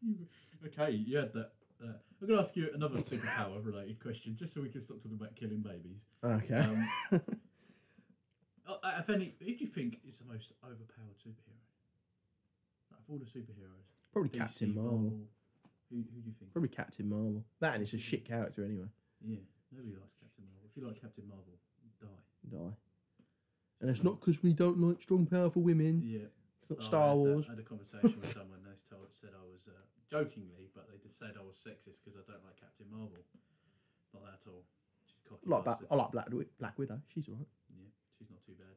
[SPEAKER 1] You- okay, you had that. Uh, I'm going to ask you another superpower related question just so we can stop talking about killing babies.
[SPEAKER 2] Okay.
[SPEAKER 1] Um, uh, if any, who do you think is the most overpowered superhero? Out of all the superheroes.
[SPEAKER 2] Probably
[SPEAKER 1] DC,
[SPEAKER 2] Captain Marvel.
[SPEAKER 1] Who, who do you think?
[SPEAKER 2] Probably Captain Marvel. That and it's a shit character anyway.
[SPEAKER 1] Yeah, nobody likes Captain Marvel. If you like Captain Marvel, die.
[SPEAKER 2] die. And it's not because we don't like strong, powerful women.
[SPEAKER 1] Yeah.
[SPEAKER 2] It's
[SPEAKER 1] Oh,
[SPEAKER 2] not
[SPEAKER 1] I
[SPEAKER 2] Star
[SPEAKER 1] had that-
[SPEAKER 2] Wars.
[SPEAKER 1] I had a conversation with someone. They told, said I was uh, jokingly, but they just said I was sexist because I don't like Captain Marvel. Not that at all. She's a cocky.
[SPEAKER 2] I like, Oh. Black,
[SPEAKER 1] bastard.
[SPEAKER 2] I like Black, Wi- Black Widow. She's alright.
[SPEAKER 1] Yeah, she's not too bad.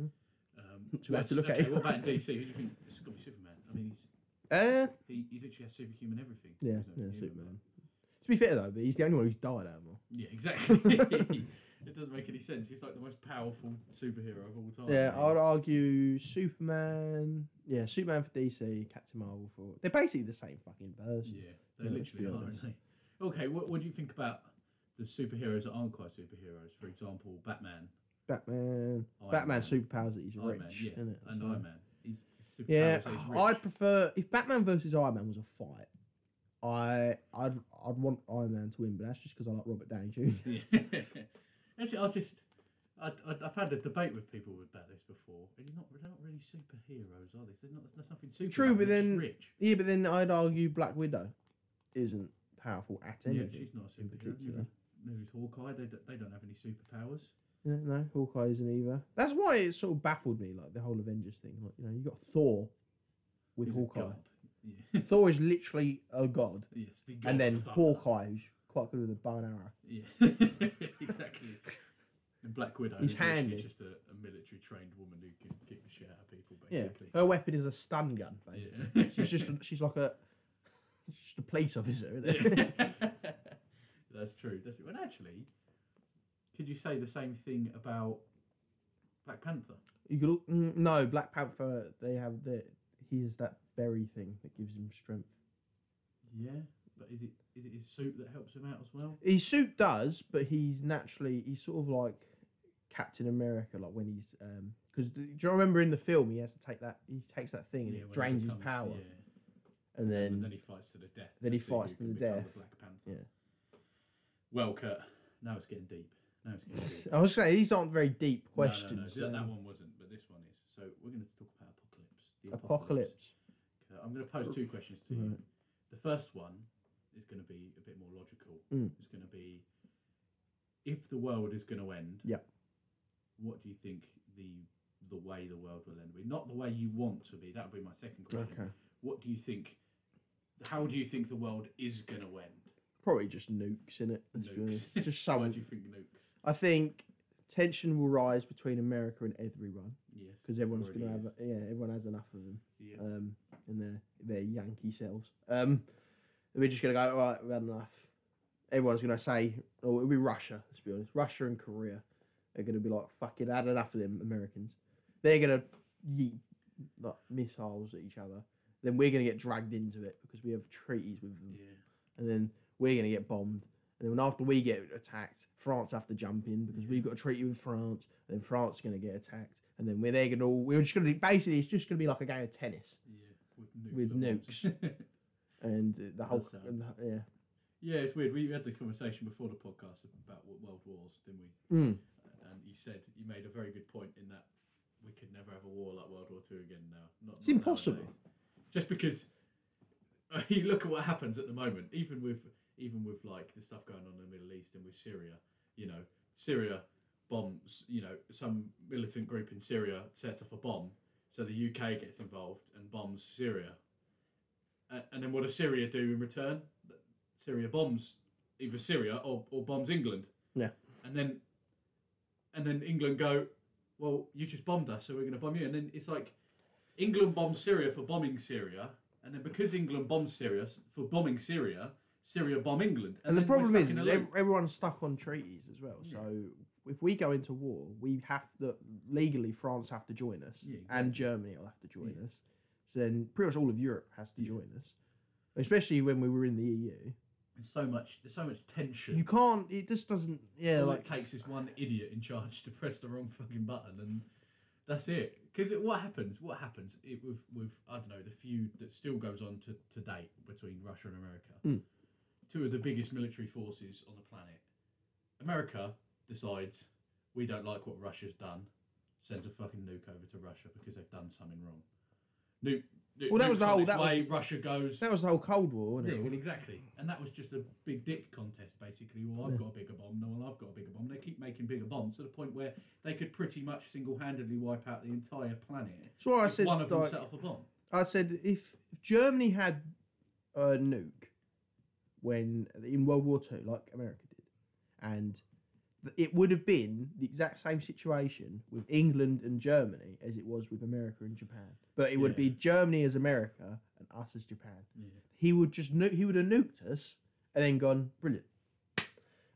[SPEAKER 2] Mm.
[SPEAKER 1] Um,
[SPEAKER 2] Not too
[SPEAKER 1] who
[SPEAKER 2] bad
[SPEAKER 1] else-
[SPEAKER 2] to look at
[SPEAKER 1] okay,
[SPEAKER 2] it.
[SPEAKER 1] What about in DC? Who do you think? It's got to be Superman. I mean, he's
[SPEAKER 2] Uh,
[SPEAKER 1] he, he literally has superhuman everything.
[SPEAKER 2] yeah,
[SPEAKER 1] He's not
[SPEAKER 2] yeah,
[SPEAKER 1] human,
[SPEAKER 2] Superman. To be fair though, but he's the only one who's died out more.
[SPEAKER 1] but- Yeah, exactly. it doesn't make any sense. He's like the most powerful superhero of all time.
[SPEAKER 2] yeah,
[SPEAKER 1] I
[SPEAKER 2] I'd
[SPEAKER 1] think.
[SPEAKER 2] argue Superman. Yeah, Superman for DC, Captain Marvel for. They're basically the same fucking person.
[SPEAKER 1] Yeah, they
[SPEAKER 2] Yeah, let's
[SPEAKER 1] literally
[SPEAKER 2] be
[SPEAKER 1] are. aren't
[SPEAKER 2] honest.
[SPEAKER 1] they? Okay, what, what do you think about the superheroes that aren't quite superheroes? For example, Batman.
[SPEAKER 2] Batman.
[SPEAKER 1] Iron
[SPEAKER 2] Batman's
[SPEAKER 1] Man,
[SPEAKER 2] superpowers that he's
[SPEAKER 1] Iron
[SPEAKER 2] rich,
[SPEAKER 1] Man, yes,
[SPEAKER 2] isn't it?
[SPEAKER 1] and
[SPEAKER 2] So-
[SPEAKER 1] Iron Man. He's his superpowers
[SPEAKER 2] Yeah,
[SPEAKER 1] that he's
[SPEAKER 2] I
[SPEAKER 1] rich.
[SPEAKER 2] prefer if Batman versus Iron Man was a fight. I I'd I'd want Iron Man to win, but that's just because I like Robert Downey Jr.
[SPEAKER 1] Yeah. That's it. I just, I, I, I've had a debate with people about this before. It's not, they're not really superheroes, are they? There's not, there's nothing super.
[SPEAKER 2] True,
[SPEAKER 1] about them,
[SPEAKER 2] but then-
[SPEAKER 1] they're just rich.
[SPEAKER 2] Yeah, but then I'd argue Black Widow isn't powerful at
[SPEAKER 1] Yeah,
[SPEAKER 2] anything.
[SPEAKER 1] she's not a
[SPEAKER 2] in
[SPEAKER 1] superhero.
[SPEAKER 2] particular.
[SPEAKER 1] Neither- Neither is Hawkeye. They, don't- they don't have any superpowers.
[SPEAKER 2] No, no, Hawkeye isn't either. That's why it sort of baffled me, like the whole Avengers thing. Like, you know, you got Thor with
[SPEAKER 1] He's a
[SPEAKER 2] Hawkeye.
[SPEAKER 1] god. Yeah.
[SPEAKER 2] Thor is literally a god,
[SPEAKER 1] yes, the god
[SPEAKER 2] and
[SPEAKER 1] of
[SPEAKER 2] then
[SPEAKER 1] thunder.
[SPEAKER 2] Hawkeye, who's quite good with a bow and arrow.
[SPEAKER 1] Yeah, exactly. And Black Widow
[SPEAKER 2] He's
[SPEAKER 1] is literally
[SPEAKER 2] handy.
[SPEAKER 1] just a, a military trained woman who can kick the shit out of people, basically.
[SPEAKER 2] Yeah, her weapon is a stun gun. Basically.
[SPEAKER 1] Yeah.
[SPEAKER 2] She's just she's like a she's just a police officer. Isn't it?
[SPEAKER 1] That's true. That's it. Well, actually, could you say the same thing about Black Panther?
[SPEAKER 2] you could al- mm, no Black Panther. They have the he has that berry thing that gives him strength.
[SPEAKER 1] Yeah, but is it is it his suit that helps him out as well?
[SPEAKER 2] His suit does, but he's naturally he's sort of like Captain America, like when he's um because do you remember in the film he has to take that he takes that thing and
[SPEAKER 1] Yeah, when
[SPEAKER 2] it
[SPEAKER 1] he
[SPEAKER 2] drains his
[SPEAKER 1] becomes-
[SPEAKER 2] power
[SPEAKER 1] yeah.
[SPEAKER 2] and then
[SPEAKER 1] and then he fights to the death.
[SPEAKER 2] then
[SPEAKER 1] to
[SPEAKER 2] he
[SPEAKER 1] see who
[SPEAKER 2] fights to
[SPEAKER 1] can
[SPEAKER 2] the
[SPEAKER 1] become
[SPEAKER 2] death.
[SPEAKER 1] Black Panther.
[SPEAKER 2] Yeah.
[SPEAKER 1] Well, Kurt, now it's getting deep. Now it's getting deep.
[SPEAKER 2] I was saying these aren't very deep
[SPEAKER 1] No, no, no,
[SPEAKER 2] questions.
[SPEAKER 1] that- that
[SPEAKER 2] um,
[SPEAKER 1] one wasn't, but this one is. So we're going to talk about apocalypse. The
[SPEAKER 2] Apocalypse.
[SPEAKER 1] Uh, I'm going to pose two questions to you.
[SPEAKER 2] Right.
[SPEAKER 1] The first one is going to be a bit more logical.
[SPEAKER 2] Mm.
[SPEAKER 1] It's going to be if the world is going to end.
[SPEAKER 2] Yep.
[SPEAKER 1] What do you think the the way the world will end be? Not the way you want to be. That would be my second question.
[SPEAKER 2] Okay.
[SPEAKER 1] What do you think? How do you think the world is going to end?
[SPEAKER 2] Probably just nukes in it. Let's be
[SPEAKER 1] Nukes.
[SPEAKER 2] honest. It's Just
[SPEAKER 1] Why
[SPEAKER 2] someone.
[SPEAKER 1] do you think nukes?
[SPEAKER 2] I think tension will rise between America and everyone
[SPEAKER 1] Yes.
[SPEAKER 2] because everyone's
[SPEAKER 1] already
[SPEAKER 2] going to have
[SPEAKER 1] is.
[SPEAKER 2] yeah everyone has enough of them
[SPEAKER 1] Yeah.
[SPEAKER 2] um in their their Yankee selves um we're just going to go right we've had enough everyone's going to say oh it'll be Russia let's be honest Russia and Korea are going to be like fuck it had enough of them Americans they're going to yeet like missiles at each other then we're going to get dragged into it because we have treaties with them
[SPEAKER 1] yeah.
[SPEAKER 2] and then we're going to get bombed. And then after we get attacked, France have to jump in because we've got a treaty with France. And then France is going to get attacked, and then we're they're going to all we're just going to basically it's just going to be like a game of tennis,
[SPEAKER 1] Yeah. With nukes.
[SPEAKER 2] With
[SPEAKER 1] at once.
[SPEAKER 2] and uh, the whole
[SPEAKER 1] That's sad.
[SPEAKER 2] and the- yeah.
[SPEAKER 1] yeah, it's weird. We had the conversation before the podcast about wo- world wars, didn't we?
[SPEAKER 2] Mm.
[SPEAKER 1] and you said you made a very good point in that we could never have a war like World War Two again now. Not,
[SPEAKER 2] It's
[SPEAKER 1] not
[SPEAKER 2] impossible.
[SPEAKER 1] nowadays. Just because uh, you look at what happens at the moment, even with even with like the stuff going on in the Middle East and with Syria, you know, Syria bombs. You know, some militant group in Syria sets off a bomb, so the UK gets involved and bombs Syria. A- Uh, And then what does Syria do in return? Syria bombs either Syria or, or bombs England.
[SPEAKER 2] Yeah.
[SPEAKER 1] And then and then England go, well, you just bombed us, so we're going to bomb you. And then it's like England bombs Syria for bombing Syria, and then because England bombs Syria s- for bombing Syria, Syria bomb England.
[SPEAKER 2] And, the
[SPEAKER 1] then we're
[SPEAKER 2] problem
[SPEAKER 1] stuck
[SPEAKER 2] is
[SPEAKER 1] in a
[SPEAKER 2] is
[SPEAKER 1] loop.
[SPEAKER 2] ev- everyone's stuck on treaties as well.
[SPEAKER 1] Yeah.
[SPEAKER 2] So if we go into war, we have to legally France have to join us,
[SPEAKER 1] Yeah,
[SPEAKER 2] and Germany will have to join
[SPEAKER 1] Yeah.
[SPEAKER 2] us. So then pretty much all of Europe has to
[SPEAKER 1] Yeah.
[SPEAKER 2] join us, especially when we were in the EU.
[SPEAKER 1] There's so much. There's so much tension.
[SPEAKER 2] You can't. It just doesn't. Yeah,
[SPEAKER 1] All
[SPEAKER 2] like
[SPEAKER 1] it takes is one idiot in charge to press the wrong fucking button, and that's it. Because what happens? What happens it, with with I don't know the feud that still goes on to, to date between Russia and America,
[SPEAKER 2] Mm.
[SPEAKER 1] two of the biggest military forces on the planet. America decides we don't like what Russia's done, sends a fucking nuke over to Russia because they've done something wrong. Nuke. nu-
[SPEAKER 2] Well, that was
[SPEAKER 1] nukes
[SPEAKER 2] the
[SPEAKER 1] on
[SPEAKER 2] whole-
[SPEAKER 1] its
[SPEAKER 2] that was-
[SPEAKER 1] way, Russia goes.
[SPEAKER 2] That was the whole Cold War, wasn't
[SPEAKER 1] Yeah,
[SPEAKER 2] it?
[SPEAKER 1] well, exactly. And that was just a big dick contest, basically. Well, I've got a bigger bomb. No, well, I've got a bigger bomb. They keep making bigger bombs to the point where they could pretty much single handedly wipe out the entire planet.
[SPEAKER 2] That's why I
[SPEAKER 1] if
[SPEAKER 2] said.
[SPEAKER 1] one of them
[SPEAKER 2] like-
[SPEAKER 1] set off a bomb.
[SPEAKER 2] I said if, if Germany had a nuke when in World War Two, like America did, and th- it would have been the exact same situation with England and Germany as it was with America and Japan. But it would
[SPEAKER 1] Yeah.
[SPEAKER 2] be Germany as America and us as Japan.
[SPEAKER 1] Yeah.
[SPEAKER 2] he would just nu- he would have nuked us and then gone brilliant,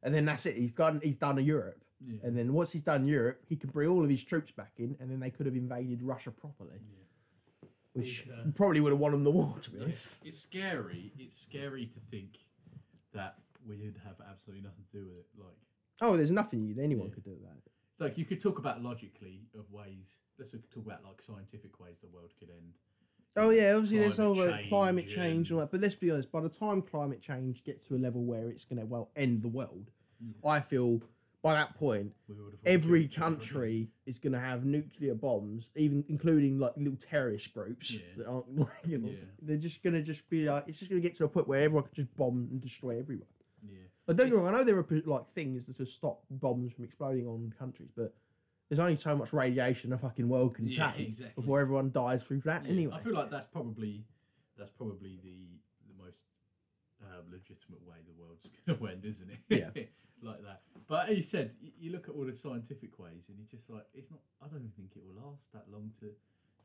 [SPEAKER 2] and then that's it. He's gone. He's done a Europe,
[SPEAKER 1] Yeah.
[SPEAKER 2] and then once he's done Europe, he can bring all of his troops back in, and then they could have invaded Russia properly,
[SPEAKER 1] Yeah.
[SPEAKER 2] which
[SPEAKER 1] He's, uh,
[SPEAKER 2] probably would have won them the war. To be honest,
[SPEAKER 1] It's, it's scary. It's scary to think that we'd have absolutely nothing to do with it. Like,
[SPEAKER 2] oh, there's nothing you, anyone
[SPEAKER 1] Yeah.
[SPEAKER 2] could do about it.
[SPEAKER 1] It's like you could talk about logically of ways. Let's talk about like scientific ways the world could end.
[SPEAKER 2] Oh yeah, obviously there's all
[SPEAKER 1] Climate
[SPEAKER 2] the
[SPEAKER 1] change
[SPEAKER 2] climate change and all
[SPEAKER 1] and-
[SPEAKER 2] that, but let's be honest. By the time climate change gets to a level where it's going to well end the world,
[SPEAKER 1] Mm.
[SPEAKER 2] I feel by that point
[SPEAKER 1] We would have all
[SPEAKER 2] every
[SPEAKER 1] killed each other.
[SPEAKER 2] country is going to have nuclear bombs, even including like little terrorist groups
[SPEAKER 1] Yeah.
[SPEAKER 2] that aren't. Like, you know,
[SPEAKER 1] Yeah.
[SPEAKER 2] They're just going to just be like it's just going to get to a point where everyone can just bomb and destroy everyone.
[SPEAKER 1] Yeah.
[SPEAKER 2] But don't get me
[SPEAKER 1] It's-
[SPEAKER 2] wrong, I know there are like things to stop bombs from exploding on countries, but there's only so much radiation a fucking world can
[SPEAKER 1] Yeah,
[SPEAKER 2] take
[SPEAKER 1] exactly.
[SPEAKER 2] before everyone dies through that
[SPEAKER 1] Yeah,
[SPEAKER 2] anyway.
[SPEAKER 1] I feel like that's probably that's probably the the most um, legitimate way the world's going to end, isn't it?
[SPEAKER 2] Yeah.
[SPEAKER 1] like that. But he said, y- you look at all the scientific ways, and you're just like, it's not. I don't think it will last that long to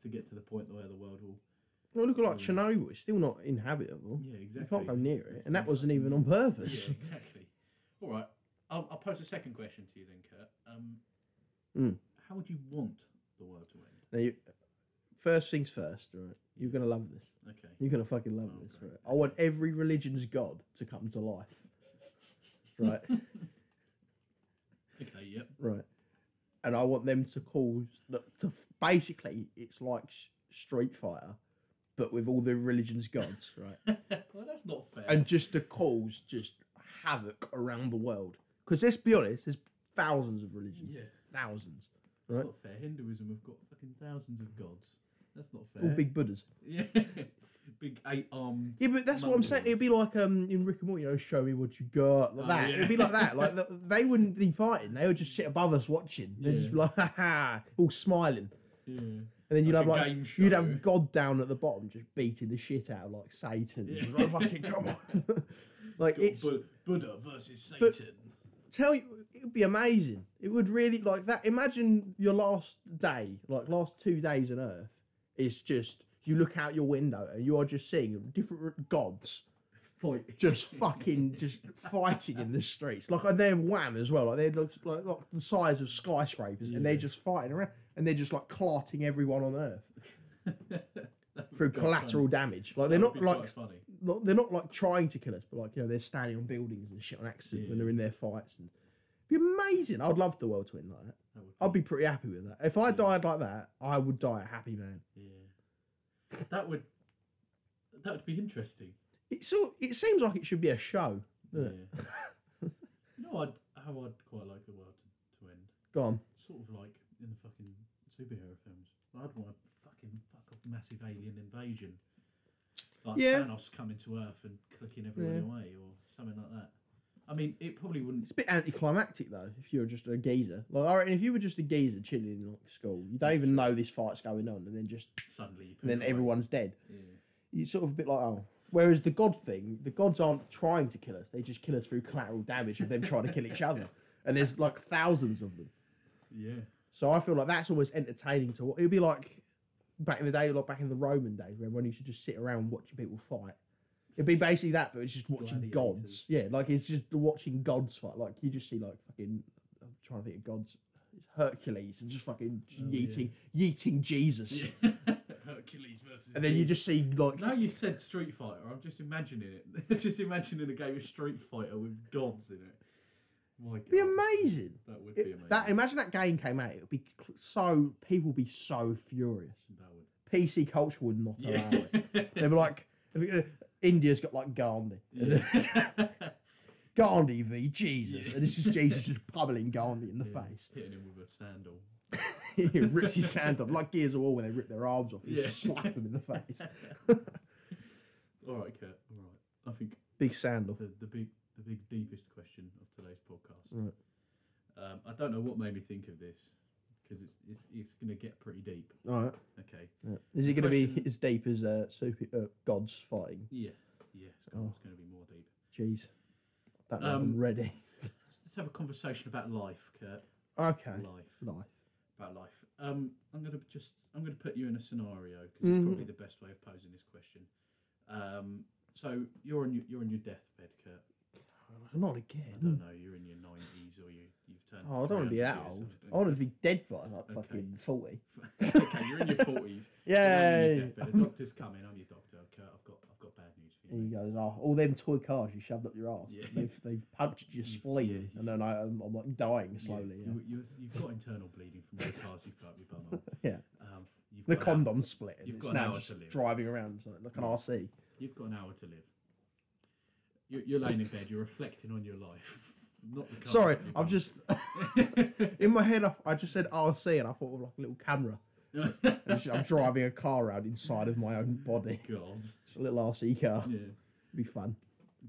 [SPEAKER 1] to get to the point where the world will.
[SPEAKER 2] Well, look at like
[SPEAKER 1] Mm.
[SPEAKER 2] Chernobyl. It's still not inhabitable.
[SPEAKER 1] Yeah,
[SPEAKER 2] Mm. You
[SPEAKER 1] exactly.
[SPEAKER 2] can't go near it,
[SPEAKER 1] It's
[SPEAKER 2] and that
[SPEAKER 1] been
[SPEAKER 2] wasn't
[SPEAKER 1] fucking-
[SPEAKER 2] even on purpose.
[SPEAKER 1] Yeah, exactly. All right. I'll, I'll pose a second question to you then, Kurt. Um,
[SPEAKER 2] Mm.
[SPEAKER 1] How would you want the world to end?
[SPEAKER 2] Now, you, first things first, right? You're gonna love this.
[SPEAKER 1] Okay.
[SPEAKER 2] You're gonna fucking love
[SPEAKER 1] Oh,
[SPEAKER 2] this,
[SPEAKER 1] great.
[SPEAKER 2] right? I want every religion's god to come to life. Right,
[SPEAKER 1] Okay. Yep.
[SPEAKER 2] right. And I want them to cause look, to basically it's like s- Street Fighter, but with all the religion's gods, right?
[SPEAKER 1] well, that's not fair.
[SPEAKER 2] And just to cause just havoc around the world. Because let's be honest, there's thousands of religions,
[SPEAKER 1] yeah,
[SPEAKER 2] thousands,
[SPEAKER 1] that's
[SPEAKER 2] right?
[SPEAKER 1] not fair. Hinduism have got fucking thousands of gods. That's not fair.
[SPEAKER 2] all big Buddhas.
[SPEAKER 1] Yeah. big eight um, armed.
[SPEAKER 2] Yeah, but that's what I'm saying. It'd be like um in Rick and Morty, you know, show me what you got, like
[SPEAKER 1] Oh,
[SPEAKER 2] that.
[SPEAKER 1] yeah.
[SPEAKER 2] It'd be like that. Like the, they wouldn't be fighting; they would just sit above us watching. They'd just be
[SPEAKER 1] Yeah.
[SPEAKER 2] like, ha ha, all smiling.
[SPEAKER 1] Yeah.
[SPEAKER 2] And then you'd
[SPEAKER 1] Like
[SPEAKER 2] have
[SPEAKER 1] a
[SPEAKER 2] like
[SPEAKER 1] game
[SPEAKER 2] you'd
[SPEAKER 1] show.
[SPEAKER 2] have God down at the bottom, just beating the shit out of like Satan.
[SPEAKER 1] Yeah.
[SPEAKER 2] Just like, fucking come on, like
[SPEAKER 1] Got
[SPEAKER 2] it's
[SPEAKER 1] Bu- Buddha versus Satan.
[SPEAKER 2] But- tell you, it would be amazing. It would really like that. Imagine your last day, like last two days on Earth, is just you look out your window and you are just seeing different gods.
[SPEAKER 1] Fight.
[SPEAKER 2] just fucking just fighting in the streets. Like and they're wham as well. Like they're like, like, like the size of skyscrapers, and they're
[SPEAKER 1] Yeah.
[SPEAKER 2] just fighting around, and they're just like clarting everyone on Earth through
[SPEAKER 1] Quite
[SPEAKER 2] collateral
[SPEAKER 1] funny.
[SPEAKER 2] damage. Like they're
[SPEAKER 1] That would
[SPEAKER 2] not
[SPEAKER 1] be
[SPEAKER 2] like
[SPEAKER 1] quite funny.
[SPEAKER 2] not, they're not like trying to kill us, but like you know they're standing on buildings and shit on accident when
[SPEAKER 1] Yeah.
[SPEAKER 2] they're in their fights. And it'd be amazing. I'd love the world to end like that.
[SPEAKER 1] That would
[SPEAKER 2] I'd be pretty happy with that. If I
[SPEAKER 1] Yeah.
[SPEAKER 2] died like that, I would die a happy man.
[SPEAKER 1] Yeah. That would. That would be interesting.
[SPEAKER 2] It so it seems like it should be a show.
[SPEAKER 1] Yeah.
[SPEAKER 2] doesn't it?
[SPEAKER 1] you know, I'd, how I'd quite like the world to, to end.
[SPEAKER 2] Go on.
[SPEAKER 1] sort of like in the fucking superhero films. I'd want a fucking fuck off massive alien invasion, like
[SPEAKER 2] Yeah.
[SPEAKER 1] Thanos coming to Earth and clicking everyone
[SPEAKER 2] Yeah.
[SPEAKER 1] away or something like that. I mean, it probably wouldn't.
[SPEAKER 2] It's a bit anticlimactic though. If you were just a geezer, like I reckon if you were just a geezer chilling in like school, you don't even know this fight's going on, and then just
[SPEAKER 1] Suddenly, you
[SPEAKER 2] and then
[SPEAKER 1] poop away.
[SPEAKER 2] everyone's dead.
[SPEAKER 1] Yeah.
[SPEAKER 2] It's sort of a bit like oh. Whereas the god thing, the gods aren't trying to kill us; they just kill us through collateral damage of them trying to kill each other. And there's like thousands of them.
[SPEAKER 1] yeah,
[SPEAKER 2] So I feel like that's always entertaining to. It'd be like back in the day, like back in the Roman days, where everyone used to just sit around watching people fight. It'd be basically that, but it's just watching
[SPEAKER 1] Gladiators.
[SPEAKER 2] gods. Yeah, like it's just watching gods fight. Like you just see like fucking. I'm trying to think of gods. It's Hercules and just fucking
[SPEAKER 1] Oh, yeah.
[SPEAKER 2] yeeting, yeeting Jesus,
[SPEAKER 1] Hercules versus.
[SPEAKER 2] and then you
[SPEAKER 1] Jesus.
[SPEAKER 2] just see like
[SPEAKER 1] Now you said Street Fighter, I'm just imagining it. just imagining a game of Street Fighter with gods in it. My God.
[SPEAKER 2] it'd be amazing.
[SPEAKER 1] That would be
[SPEAKER 2] It-
[SPEAKER 1] amazing.
[SPEAKER 2] that imagine that game came out, it would be cl- so people would be so furious.
[SPEAKER 1] that would.
[SPEAKER 2] PC culture would not allow it.
[SPEAKER 1] Yeah.
[SPEAKER 2] They were like, uh, India's got like Gandhi. uh,
[SPEAKER 1] yeah.
[SPEAKER 2] Gandhi v Jesus.
[SPEAKER 1] Yeah.
[SPEAKER 2] And this is Jesus just pummeling Gandhi in the
[SPEAKER 1] Yeah,
[SPEAKER 2] face.
[SPEAKER 1] Hitting him with a sandal.
[SPEAKER 2] he rips his sand off, like Gears of War when they rip their arms off and
[SPEAKER 1] Yeah.
[SPEAKER 2] slap him in the face.
[SPEAKER 1] all right, Kurt. All right. I think
[SPEAKER 2] Big sand off.
[SPEAKER 1] the, the big the big deepest question of today's podcast.
[SPEAKER 2] Right.
[SPEAKER 1] Um, I don't know what made me think of this because it's it's, it's going to get pretty deep.
[SPEAKER 2] All right.
[SPEAKER 1] Okay.
[SPEAKER 2] yeah. Is it
[SPEAKER 1] The
[SPEAKER 2] going to be
[SPEAKER 1] question-
[SPEAKER 2] as deep as uh, super, uh, gods fighting?
[SPEAKER 1] Yeah. Yeah. It's
[SPEAKER 2] Oh.
[SPEAKER 1] going to be more deep.
[SPEAKER 2] Jeez. That made them
[SPEAKER 1] Um,
[SPEAKER 2] ready.
[SPEAKER 1] Let's, let's have a conversation about life, Kurt.
[SPEAKER 2] Okay.
[SPEAKER 1] Life.
[SPEAKER 2] Life.
[SPEAKER 1] About life. Um, I'm going to just I'm going to put you in a scenario because
[SPEAKER 2] Mhm.
[SPEAKER 1] it's probably the best way of posing this question. Um, so you're on your, you're on your deathbed, Kurt.
[SPEAKER 2] Not
[SPEAKER 1] I don't
[SPEAKER 2] again.
[SPEAKER 1] know. You're in your nineties, or you you've turned.
[SPEAKER 2] Hmm. Oh, I don't want to be
[SPEAKER 1] 300
[SPEAKER 2] that
[SPEAKER 1] years
[SPEAKER 2] old.
[SPEAKER 1] old, don't
[SPEAKER 2] I want to be dead by like
[SPEAKER 1] Okay.
[SPEAKER 2] fucking 40.
[SPEAKER 1] you? okay, you're in your forties.
[SPEAKER 2] Yay!
[SPEAKER 1] The doctor's coming. I'm your doctor. Kurt, I've got I've got bad news for you.
[SPEAKER 2] And he
[SPEAKER 1] mate.
[SPEAKER 2] goes, oh, all them toy cars you shoved up your ass.
[SPEAKER 1] Yeah.
[SPEAKER 2] They've, they've punched your
[SPEAKER 1] You've-
[SPEAKER 2] spleen.
[SPEAKER 1] yeah,
[SPEAKER 2] and then I, I'm, I'm like dying
[SPEAKER 1] You-
[SPEAKER 2] slowly. Yeah.
[SPEAKER 1] You, you, have got internal bleeding from all the cars you've got up your bum. on.
[SPEAKER 2] Yeah.
[SPEAKER 1] Um, you've
[SPEAKER 2] The
[SPEAKER 1] got An,
[SPEAKER 2] condom split. and
[SPEAKER 1] you've
[SPEAKER 2] it's
[SPEAKER 1] got an
[SPEAKER 2] now
[SPEAKER 1] hour
[SPEAKER 2] just
[SPEAKER 1] to live.
[SPEAKER 2] driving around so, like an
[SPEAKER 1] Mm.
[SPEAKER 2] RC.
[SPEAKER 1] you've got an hour to live. You're, you're laying in bed. You're reflecting on your life. Not the cars
[SPEAKER 2] Sorry,
[SPEAKER 1] up your
[SPEAKER 2] I've
[SPEAKER 1] bum.
[SPEAKER 2] just in my head. I, I just said RC, and I thought of like a little camera. And it's- I'm driving a car around inside of my own body.
[SPEAKER 1] God.
[SPEAKER 2] It's a little RC car.
[SPEAKER 1] Yeah.
[SPEAKER 2] It'd be fun.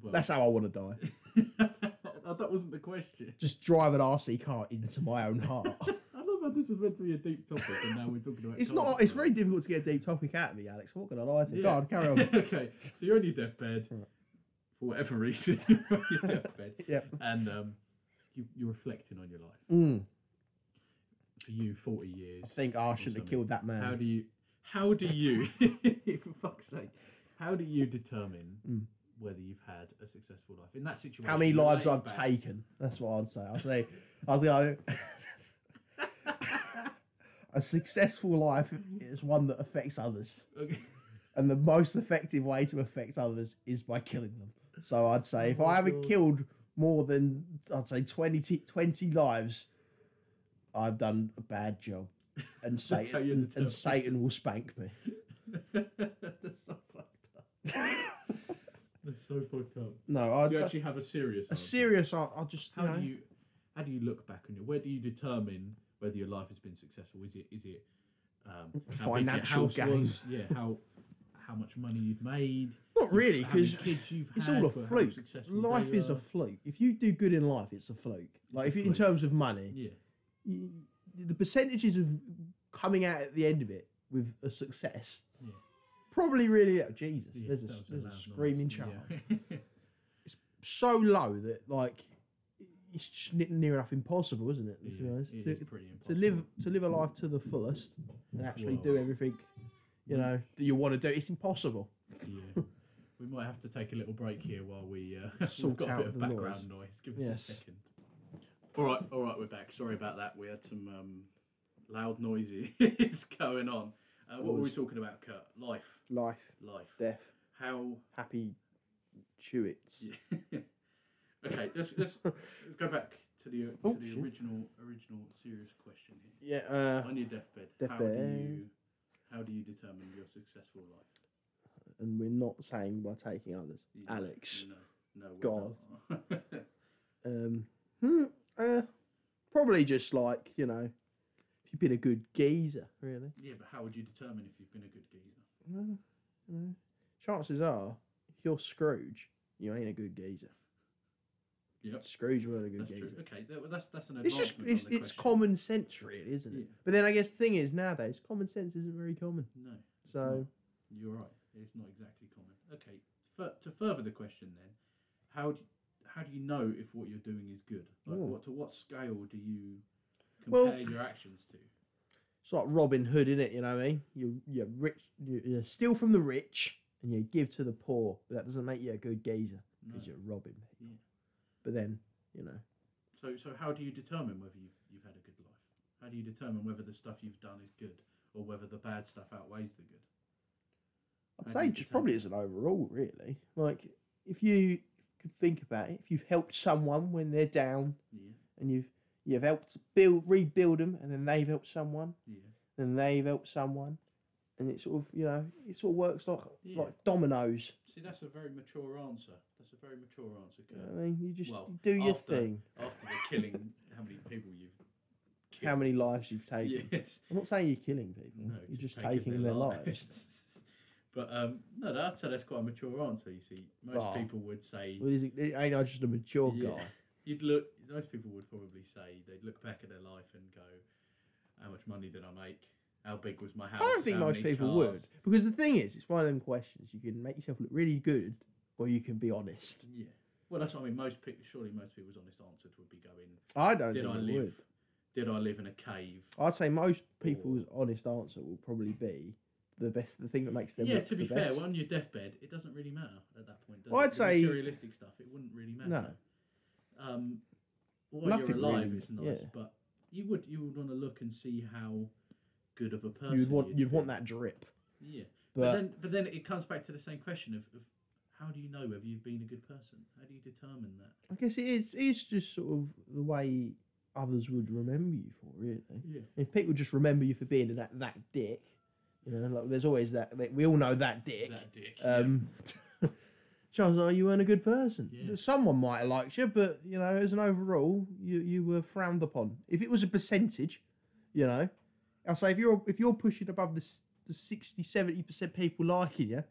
[SPEAKER 1] Well,
[SPEAKER 2] That's how I want to die.
[SPEAKER 1] that wasn't the question.
[SPEAKER 2] Just drive an RC car into my own heart.
[SPEAKER 1] I love how this was meant to be a deep topic, and now we're talking about.
[SPEAKER 2] it's
[SPEAKER 1] cars
[SPEAKER 2] not.
[SPEAKER 1] and
[SPEAKER 2] It's very
[SPEAKER 1] cars.
[SPEAKER 2] difficult to get a deep topic out of me, Alex. I'm not gonna lie to
[SPEAKER 1] Yeah.
[SPEAKER 2] you. God, carry on.
[SPEAKER 1] okay, so you're on your deathbed.
[SPEAKER 2] Right.
[SPEAKER 1] for whatever reason, you're on your deathbed
[SPEAKER 2] Yep.
[SPEAKER 1] and um, you, you're reflecting on your life.
[SPEAKER 2] Mm.
[SPEAKER 1] For you, 40 years.
[SPEAKER 2] I think I should have
[SPEAKER 1] something.
[SPEAKER 2] killed that man.
[SPEAKER 1] How do you, how do you, for fuck's sake, how do you determine
[SPEAKER 2] Mm.
[SPEAKER 1] whether you've had a successful life in that situation?
[SPEAKER 2] how many
[SPEAKER 1] you're
[SPEAKER 2] lives
[SPEAKER 1] laid
[SPEAKER 2] I've
[SPEAKER 1] back.
[SPEAKER 2] taken. That's what I'd say. I'd say, I'd go. a successful life is one that affects others,
[SPEAKER 1] Okay.
[SPEAKER 2] and the most effective way to affect others is by killing them. So I'd say if
[SPEAKER 1] Oh my
[SPEAKER 2] I haven't
[SPEAKER 1] God.
[SPEAKER 2] killed more than I'd say 20, t- 20 lives, I've done a bad job, and
[SPEAKER 1] That's how you
[SPEAKER 2] Satan
[SPEAKER 1] determine.
[SPEAKER 2] and Satan will spank me.
[SPEAKER 1] That's so fucked up. That's so fucked up.
[SPEAKER 2] No,
[SPEAKER 1] Do you
[SPEAKER 2] I
[SPEAKER 1] actually have a serious
[SPEAKER 2] a
[SPEAKER 1] answer?
[SPEAKER 2] serious. I, I just
[SPEAKER 1] How
[SPEAKER 2] you know,
[SPEAKER 1] do you how do you look back on your where do you determine whether your life has been successful? Is it is it um, how big your
[SPEAKER 2] Financial
[SPEAKER 1] house
[SPEAKER 2] gain.
[SPEAKER 1] was? Yeah, how how much money you've made?
[SPEAKER 2] not really
[SPEAKER 1] how many
[SPEAKER 2] because
[SPEAKER 1] kids you've
[SPEAKER 2] it's
[SPEAKER 1] had,
[SPEAKER 2] all a
[SPEAKER 1] how
[SPEAKER 2] fluke.
[SPEAKER 1] successful they
[SPEAKER 2] life is a
[SPEAKER 1] were.
[SPEAKER 2] fluke. If you do good in life, it's a fluke. Like
[SPEAKER 1] a
[SPEAKER 2] if you, in
[SPEAKER 1] fluke.
[SPEAKER 2] terms of money,
[SPEAKER 1] yeah.
[SPEAKER 2] y the percentages of coming out at the end of it with a success
[SPEAKER 1] Yeah.
[SPEAKER 2] probably really oh, Jesus.
[SPEAKER 1] yeah,
[SPEAKER 2] there's a,
[SPEAKER 1] that was
[SPEAKER 2] there's
[SPEAKER 1] loud
[SPEAKER 2] a
[SPEAKER 1] noise.
[SPEAKER 2] screaming child.
[SPEAKER 1] Yeah.
[SPEAKER 2] So low that like it's just ne- near enough impossible, isn't it?
[SPEAKER 1] Yeah,
[SPEAKER 2] To, be honest?
[SPEAKER 1] it
[SPEAKER 2] To-
[SPEAKER 1] is pretty
[SPEAKER 2] to
[SPEAKER 1] impossible.
[SPEAKER 2] live to live a life to the fullest and actually
[SPEAKER 1] Whoa. Mm-hmm.
[SPEAKER 2] do everything you know that you want to do. It's impossible.
[SPEAKER 1] Yeah. We might have to take a little break here while we uh, we've
[SPEAKER 2] Sort
[SPEAKER 1] got a
[SPEAKER 2] out
[SPEAKER 1] bit of
[SPEAKER 2] the noise.
[SPEAKER 1] background noise. Give us
[SPEAKER 2] Yes.
[SPEAKER 1] a second. All right, all right, we're back. Sorry about that. We had some um, loud noises going on. Uh, what were we
[SPEAKER 2] Always.
[SPEAKER 1] talking about, Kurt? Life,
[SPEAKER 2] Life,
[SPEAKER 1] life.
[SPEAKER 2] death,
[SPEAKER 1] How?
[SPEAKER 2] happy, chew it.
[SPEAKER 1] okay, let's, let's let's go back to the
[SPEAKER 2] Oh,
[SPEAKER 1] to the
[SPEAKER 2] shit.
[SPEAKER 1] original original serious question here.
[SPEAKER 2] Yeah. Uh,
[SPEAKER 1] On your deathbed, how do
[SPEAKER 2] Deathbed.
[SPEAKER 1] you how do you determine your successful life?
[SPEAKER 2] and we're not saying by taking others.
[SPEAKER 1] You-
[SPEAKER 2] Alex.
[SPEAKER 1] No, no. we're not.
[SPEAKER 2] Um, hmm, uh, probably just like, you know, if you've been a good geezer, really.
[SPEAKER 1] yeah, but how would you determine if you've been a good geezer?
[SPEAKER 2] Mm, mm. Chances are, if you're Scrooge, you ain't a good geezer.
[SPEAKER 1] Yep.
[SPEAKER 2] Scrooge weren't a good
[SPEAKER 1] That's
[SPEAKER 2] geezer.
[SPEAKER 1] true. Okay, that, well, that's that's an
[SPEAKER 2] It's just
[SPEAKER 1] advancement
[SPEAKER 2] it's,
[SPEAKER 1] on the
[SPEAKER 2] it's
[SPEAKER 1] question.
[SPEAKER 2] common sense, really, isn't it?
[SPEAKER 1] Yeah.
[SPEAKER 2] But then I guess the thing is nowadays common sense isn't very common.
[SPEAKER 1] No, it's
[SPEAKER 2] So
[SPEAKER 1] not. you're right. It's not exactly common. Okay, fur- to further the question then, how do how do you know if what you're doing is good? Like,
[SPEAKER 2] Ooh.
[SPEAKER 1] what to what scale do you compare
[SPEAKER 2] Hmm. Well-
[SPEAKER 1] your actions to?
[SPEAKER 2] it's like Robin Hood, innit? You know what I mean? You you rich, you, you steal from the rich and you give to the poor, but that doesn't make you a good geezer
[SPEAKER 1] No.
[SPEAKER 2] because you're robbing people.
[SPEAKER 1] Yeah.
[SPEAKER 2] But then you know,
[SPEAKER 1] So so how do you determine whether you've you've had a good life? How do you determine whether the stuff you've done is good or whether the bad stuff outweighs the good?
[SPEAKER 2] I'd
[SPEAKER 1] How do
[SPEAKER 2] say
[SPEAKER 1] you
[SPEAKER 2] just probably
[SPEAKER 1] determine?
[SPEAKER 2] as an overall, really. Like if you could think about it, if you've helped someone when they're down,
[SPEAKER 1] Yeah,
[SPEAKER 2] and you've you've helped build rebuild them, and then they've helped someone,
[SPEAKER 1] yeah,
[SPEAKER 2] then they've helped someone, and it sort of you know it sort of works like
[SPEAKER 1] yeah.
[SPEAKER 2] like dominoes.
[SPEAKER 1] See, that's a very mature answer. That's a very mature answer,
[SPEAKER 2] You know
[SPEAKER 1] Kurt.
[SPEAKER 2] what I mean, you just
[SPEAKER 1] Well,
[SPEAKER 2] do your
[SPEAKER 1] after-
[SPEAKER 2] thing.
[SPEAKER 1] After the killing, how many people you've killed?
[SPEAKER 2] How many lives you've taken.
[SPEAKER 1] Yes.
[SPEAKER 2] I'm not saying you're killing people.
[SPEAKER 1] No,
[SPEAKER 2] you're just, taking, their, lives.
[SPEAKER 1] but um, no, that's that's quite a mature answer. You see, most
[SPEAKER 2] Oh.
[SPEAKER 1] people would say
[SPEAKER 2] Well, is it, it ain't I just a mature
[SPEAKER 1] Yeah.
[SPEAKER 2] guy?
[SPEAKER 1] you'd look. Most people would probably say they'd look back at their life and go, "How much money did I make? How big was my house?
[SPEAKER 2] I don't think
[SPEAKER 1] How
[SPEAKER 2] most
[SPEAKER 1] many
[SPEAKER 2] people
[SPEAKER 1] cars?"
[SPEAKER 2] would. Because the thing is, it's one of them questions. You can make yourself look really good, or you can be honest.
[SPEAKER 1] Yeah. Well, that's what I mean. Most people, surely, most people's honest answers would be going,
[SPEAKER 2] I don't
[SPEAKER 1] "Did
[SPEAKER 2] think
[SPEAKER 1] I
[SPEAKER 2] it
[SPEAKER 1] live?
[SPEAKER 2] would.
[SPEAKER 1] Did I live in a cave?"
[SPEAKER 2] I'd say most people's honest answer will probably be the best, the thing that makes them.
[SPEAKER 1] yeah,
[SPEAKER 2] look
[SPEAKER 1] to be
[SPEAKER 2] the
[SPEAKER 1] fair,
[SPEAKER 2] best.
[SPEAKER 1] well, on your deathbed, it doesn't really matter at that point. Does
[SPEAKER 2] Well,
[SPEAKER 1] it?
[SPEAKER 2] I'd
[SPEAKER 1] The
[SPEAKER 2] say-
[SPEAKER 1] materialistic stuff. It wouldn't really matter. No. Um, while
[SPEAKER 2] Nothing
[SPEAKER 1] you're alive,
[SPEAKER 2] really,
[SPEAKER 1] it's nice,
[SPEAKER 2] yeah.
[SPEAKER 1] but you would you would want to look and see how good of a person
[SPEAKER 2] you'd want
[SPEAKER 1] you'd
[SPEAKER 2] you'd
[SPEAKER 1] be.
[SPEAKER 2] want that drip,
[SPEAKER 1] Yeah, but,
[SPEAKER 2] but
[SPEAKER 1] then but then it comes back to the same question of, of how do you know whether you've been a good person? How do you determine that?
[SPEAKER 2] I guess it is it's just sort of the way others would remember you for really.
[SPEAKER 1] Yeah,
[SPEAKER 2] If people just remember you for being that that dick, you know, like there's always that. that- we all know that dick.
[SPEAKER 1] that dick.
[SPEAKER 2] um, Charles, are you weren't a good person?
[SPEAKER 1] Yeah.
[SPEAKER 2] Someone might have liked you, but you know, as an overall, you you were frowned upon. If it was a percentage, you know, I'll say if you're if you're pushing above the, s- the 60 70 percent people liking you,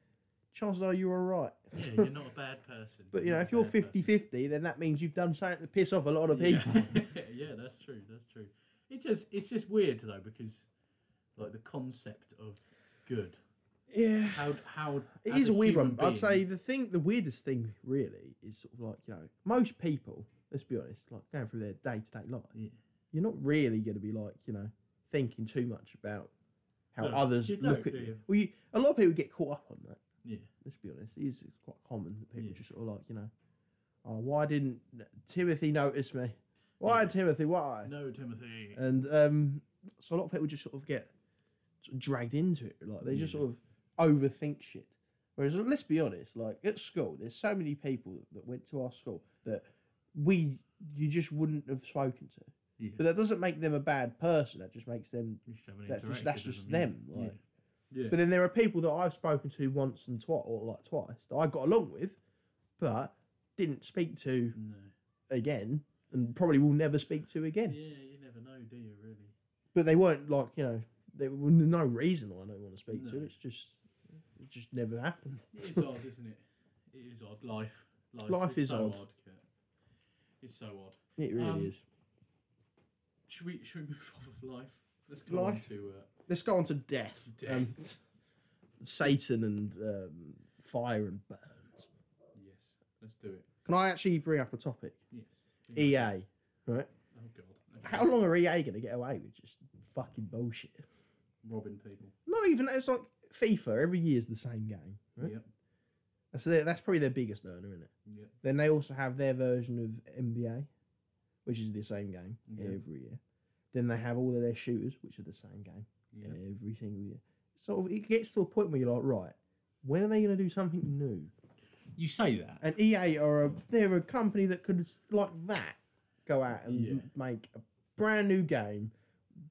[SPEAKER 2] chances are you're all
[SPEAKER 1] yeah.
[SPEAKER 2] right.
[SPEAKER 1] yeah, you're not a bad person.
[SPEAKER 2] but you know,
[SPEAKER 1] not
[SPEAKER 2] if
[SPEAKER 1] a
[SPEAKER 2] you're
[SPEAKER 1] bad
[SPEAKER 2] 50
[SPEAKER 1] person.
[SPEAKER 2] 50, then that means you've done something to piss off a lot of
[SPEAKER 1] Yeah.
[SPEAKER 2] people.
[SPEAKER 1] yeah, that's true. That's true. It just it's just weird though because like the concept of good
[SPEAKER 2] Yeah.
[SPEAKER 1] How how
[SPEAKER 2] It
[SPEAKER 1] as
[SPEAKER 2] is a weird
[SPEAKER 1] human
[SPEAKER 2] one. I'd say
[SPEAKER 1] being-
[SPEAKER 2] the thing, the weirdest thing really is sort of like you know most people. Let's be honest, like going through their day to day life,
[SPEAKER 1] Yeah.
[SPEAKER 2] you're not really going to be like you know thinking too much about how
[SPEAKER 1] No,
[SPEAKER 2] others
[SPEAKER 1] you
[SPEAKER 2] look
[SPEAKER 1] don't,
[SPEAKER 2] at
[SPEAKER 1] do
[SPEAKER 2] you.
[SPEAKER 1] you?
[SPEAKER 2] Well, you, a lot of people get caught up on that.
[SPEAKER 1] yeah
[SPEAKER 2] Let's be honest, it is quite common that people
[SPEAKER 1] Yeah.
[SPEAKER 2] just sort of like you know, oh, why didn't Timothy notice me? Why
[SPEAKER 1] Yeah.
[SPEAKER 2] Timothy? Why?
[SPEAKER 1] no Timothy
[SPEAKER 2] And um, so a lot of people just sort of get sort of dragged into it. Like they just
[SPEAKER 1] Yeah.
[SPEAKER 2] sort of overthink shit. Whereas let's be honest, like at school, there's so many people that went to our school that we you just wouldn't have spoken to.
[SPEAKER 1] yeah.
[SPEAKER 2] But that doesn't make them a bad person. That just makes them.
[SPEAKER 1] You just haven't
[SPEAKER 2] that's just-
[SPEAKER 1] interacted
[SPEAKER 2] that's
[SPEAKER 1] with
[SPEAKER 2] just them,
[SPEAKER 1] yeah.
[SPEAKER 2] like.
[SPEAKER 1] yeah.
[SPEAKER 2] But then there are people that I've spoken to once and twice, or like twice, that I got along with, but didn't speak to
[SPEAKER 1] no.
[SPEAKER 2] again, and probably will never speak to
[SPEAKER 1] yeah
[SPEAKER 2] again.
[SPEAKER 1] you never know do you really
[SPEAKER 2] but they weren't like you know there was no reason why I don't want to speak to.
[SPEAKER 1] No.
[SPEAKER 2] It's just it just never happened.
[SPEAKER 1] It is odd, isn't it? It is odd. Life. Life,
[SPEAKER 2] Life
[SPEAKER 1] is,
[SPEAKER 2] is
[SPEAKER 1] so
[SPEAKER 2] odd.
[SPEAKER 1] odd. Kurt. It's so odd.
[SPEAKER 2] It really
[SPEAKER 1] Um,
[SPEAKER 2] is.
[SPEAKER 1] Should we should we move off of life? Let's go on
[SPEAKER 2] Life?
[SPEAKER 1] to uh,
[SPEAKER 2] Let's go on to death. Um,
[SPEAKER 1] death.
[SPEAKER 2] Satan and um, fire and burns.
[SPEAKER 1] yes. Let's do it.
[SPEAKER 2] Can I actually bring up a topic?
[SPEAKER 1] Yes.
[SPEAKER 2] EA. Right.
[SPEAKER 1] Oh god. Okay.
[SPEAKER 2] E How long are EA gonna get away with just fucking bullshit?
[SPEAKER 1] Robbing people.
[SPEAKER 2] Not even it's like FIFA. Every year's the same game. Right?
[SPEAKER 1] Yep.
[SPEAKER 2] That's their, that's probably their biggest earner, isn't it?
[SPEAKER 1] Yep.
[SPEAKER 2] Then they also have their version of NBA, which is the same game
[SPEAKER 1] Yeah.
[SPEAKER 2] every year. Then they have all of their shooters, which are the same game
[SPEAKER 1] Yep.
[SPEAKER 2] every single year. Sort of, it gets to a point where you're like, right, when are they going to do something new?
[SPEAKER 1] You say that.
[SPEAKER 2] And EA are a they're a company that could like that go out and
[SPEAKER 1] Yeah.
[SPEAKER 2] m- make a brand new game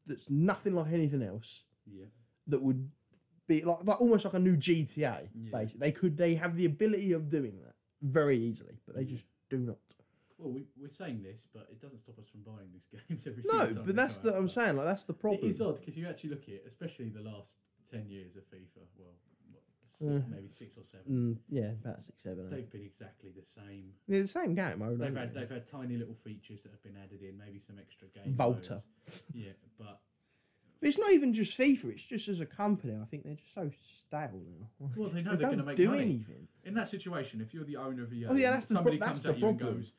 [SPEAKER 2] that's nothing like anything else
[SPEAKER 1] Yeah.
[SPEAKER 2] that would be like, like almost like a new GTA.
[SPEAKER 1] Yeah.
[SPEAKER 2] Basically, they could they have the ability of doing that very easily, but they
[SPEAKER 1] Yeah.
[SPEAKER 2] just do not.
[SPEAKER 1] Well, we, we're saying this, but it doesn't stop us from buying these games every single
[SPEAKER 2] No,
[SPEAKER 1] time. they
[SPEAKER 2] but that's
[SPEAKER 1] come
[SPEAKER 2] the
[SPEAKER 1] out,
[SPEAKER 2] I'm
[SPEAKER 1] but
[SPEAKER 2] saying. Like that's the problem.
[SPEAKER 1] It is odd because you actually look at it, especially the last ten years of FIFA. Well, what, si
[SPEAKER 2] Mm.
[SPEAKER 1] maybe six or seven.
[SPEAKER 2] Mm, yeah, about six, seven, eight.
[SPEAKER 1] They've been exactly the same.
[SPEAKER 2] They're the same game. I
[SPEAKER 1] They've
[SPEAKER 2] remember.
[SPEAKER 1] had they've had tiny little features that have been added in, maybe some extra game.
[SPEAKER 2] Volta.
[SPEAKER 1] modes. Yeah, but
[SPEAKER 2] But it's not even just FIFA. It's just as a company. I think they're just so stale now.
[SPEAKER 1] well, they know they're
[SPEAKER 2] they
[SPEAKER 1] going to
[SPEAKER 2] don't
[SPEAKER 1] make
[SPEAKER 2] do
[SPEAKER 1] money.
[SPEAKER 2] anything.
[SPEAKER 1] In that situation, if you're the owner of a year,
[SPEAKER 2] Oh, yeah, that's the
[SPEAKER 1] somebody
[SPEAKER 2] prob-
[SPEAKER 1] comes
[SPEAKER 2] that's the
[SPEAKER 1] at you and
[SPEAKER 2] problem.
[SPEAKER 1] goes,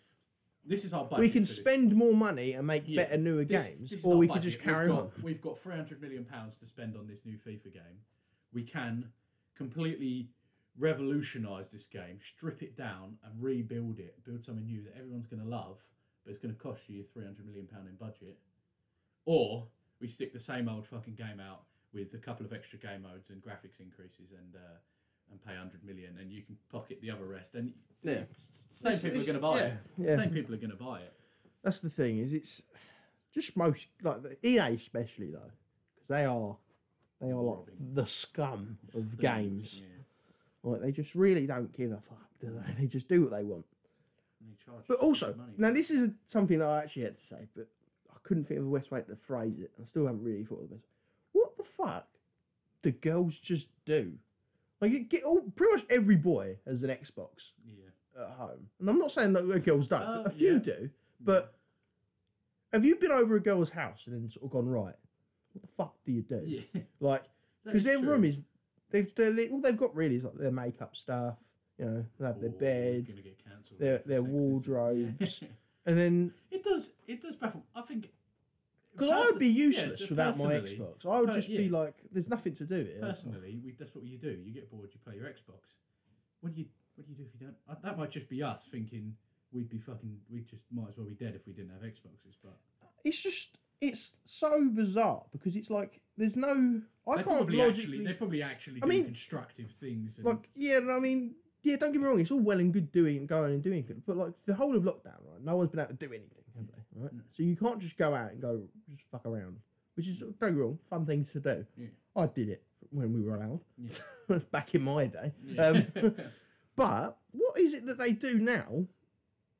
[SPEAKER 1] "This is our budget.
[SPEAKER 2] We can
[SPEAKER 1] for this.
[SPEAKER 2] spend more money and make
[SPEAKER 1] Yeah.
[SPEAKER 2] better, newer
[SPEAKER 1] This-
[SPEAKER 2] games,
[SPEAKER 1] this is
[SPEAKER 2] or
[SPEAKER 1] our
[SPEAKER 2] we could
[SPEAKER 1] budget.
[SPEAKER 2] just carry
[SPEAKER 1] we've
[SPEAKER 2] on.
[SPEAKER 1] Got, we've got 300 million pounds to spend on this new FIFA game. We can completely revolutionise this game, strip it down, and rebuild it. Build something new that everyone's going to love, but it's going to cost you 300 million pound in budget. Or we stick the same old fucking game out with a couple of extra game modes and graphics increases and. Uh, and pay 100 million and you can pocket the other rest and
[SPEAKER 2] Yeah.
[SPEAKER 1] same
[SPEAKER 2] It's-
[SPEAKER 1] people
[SPEAKER 2] it's-
[SPEAKER 1] are going to buy
[SPEAKER 2] yeah,
[SPEAKER 1] it
[SPEAKER 2] Yeah,
[SPEAKER 1] same people are going to buy it
[SPEAKER 2] that's the thing. Is it's just most like the EA especially though, because they are they are like
[SPEAKER 1] Robbing.
[SPEAKER 2] the scum of
[SPEAKER 1] Thieves,
[SPEAKER 2] games.
[SPEAKER 1] yeah.
[SPEAKER 2] Like they just really don't give a fuck, do they? They just do what they want.
[SPEAKER 1] And they charge
[SPEAKER 2] But
[SPEAKER 1] you
[SPEAKER 2] also,
[SPEAKER 1] money.
[SPEAKER 2] now this is something that I actually had to say, but I couldn't think of the best way to phrase it. I still haven't really thought of this. What the fuck do girls just do? Like, you get all pretty much every boy has an Xbox
[SPEAKER 1] yeah,
[SPEAKER 2] at home, and I'm not saying that the girls don't,
[SPEAKER 1] Uh,
[SPEAKER 2] but a few
[SPEAKER 1] yeah.
[SPEAKER 2] do. But have you been over a girl's house and then sort of gone right? What the fuck do you do?
[SPEAKER 1] yeah,
[SPEAKER 2] Like,
[SPEAKER 1] That
[SPEAKER 2] because their
[SPEAKER 1] true.
[SPEAKER 2] room is they've they're li- all they've got really is like their makeup stuff. You know, they have their
[SPEAKER 1] Oh, we're
[SPEAKER 2] bed,
[SPEAKER 1] gonna get cancelled
[SPEAKER 2] their-
[SPEAKER 1] now for
[SPEAKER 2] their
[SPEAKER 1] sexism.
[SPEAKER 2] wardrobes.
[SPEAKER 1] Yeah.
[SPEAKER 2] and then
[SPEAKER 1] it does. It does baffle. I think
[SPEAKER 2] Because I would be
[SPEAKER 1] perso- yeah,
[SPEAKER 2] useless
[SPEAKER 1] so
[SPEAKER 2] without my
[SPEAKER 1] personally-
[SPEAKER 2] Xbox. I would
[SPEAKER 1] per-
[SPEAKER 2] just be
[SPEAKER 1] yeah.
[SPEAKER 2] like, there's nothing to do here.
[SPEAKER 1] Personally, we, that's what you do. You get bored. You play your Xbox. What do you What do you do if you don't? Uh, that might just be us thinking we'd be fucking. We just might as well be dead if we didn't have Xboxes. But
[SPEAKER 2] It's just, it's so bizarre because it's like, there's no.
[SPEAKER 1] they
[SPEAKER 2] I can't
[SPEAKER 1] probably
[SPEAKER 2] logically.
[SPEAKER 1] actually. They probably actually
[SPEAKER 2] I
[SPEAKER 1] do
[SPEAKER 2] mean,
[SPEAKER 1] constructive things. And,
[SPEAKER 2] like, yeah, I mean, yeah, don't get me wrong, it's all well and good doing, going and doing it. But like, the whole of lockdown, right? No one's been able to do anything, have they? Right?
[SPEAKER 1] No.
[SPEAKER 2] So you can't just go out and go, just fuck around, which is, don't get me wrong, fun things to do.
[SPEAKER 1] Yeah.
[SPEAKER 2] I did it when we were allowed
[SPEAKER 1] Yeah.
[SPEAKER 2] back in my day.
[SPEAKER 1] yeah.
[SPEAKER 2] Um, But what is it that they do now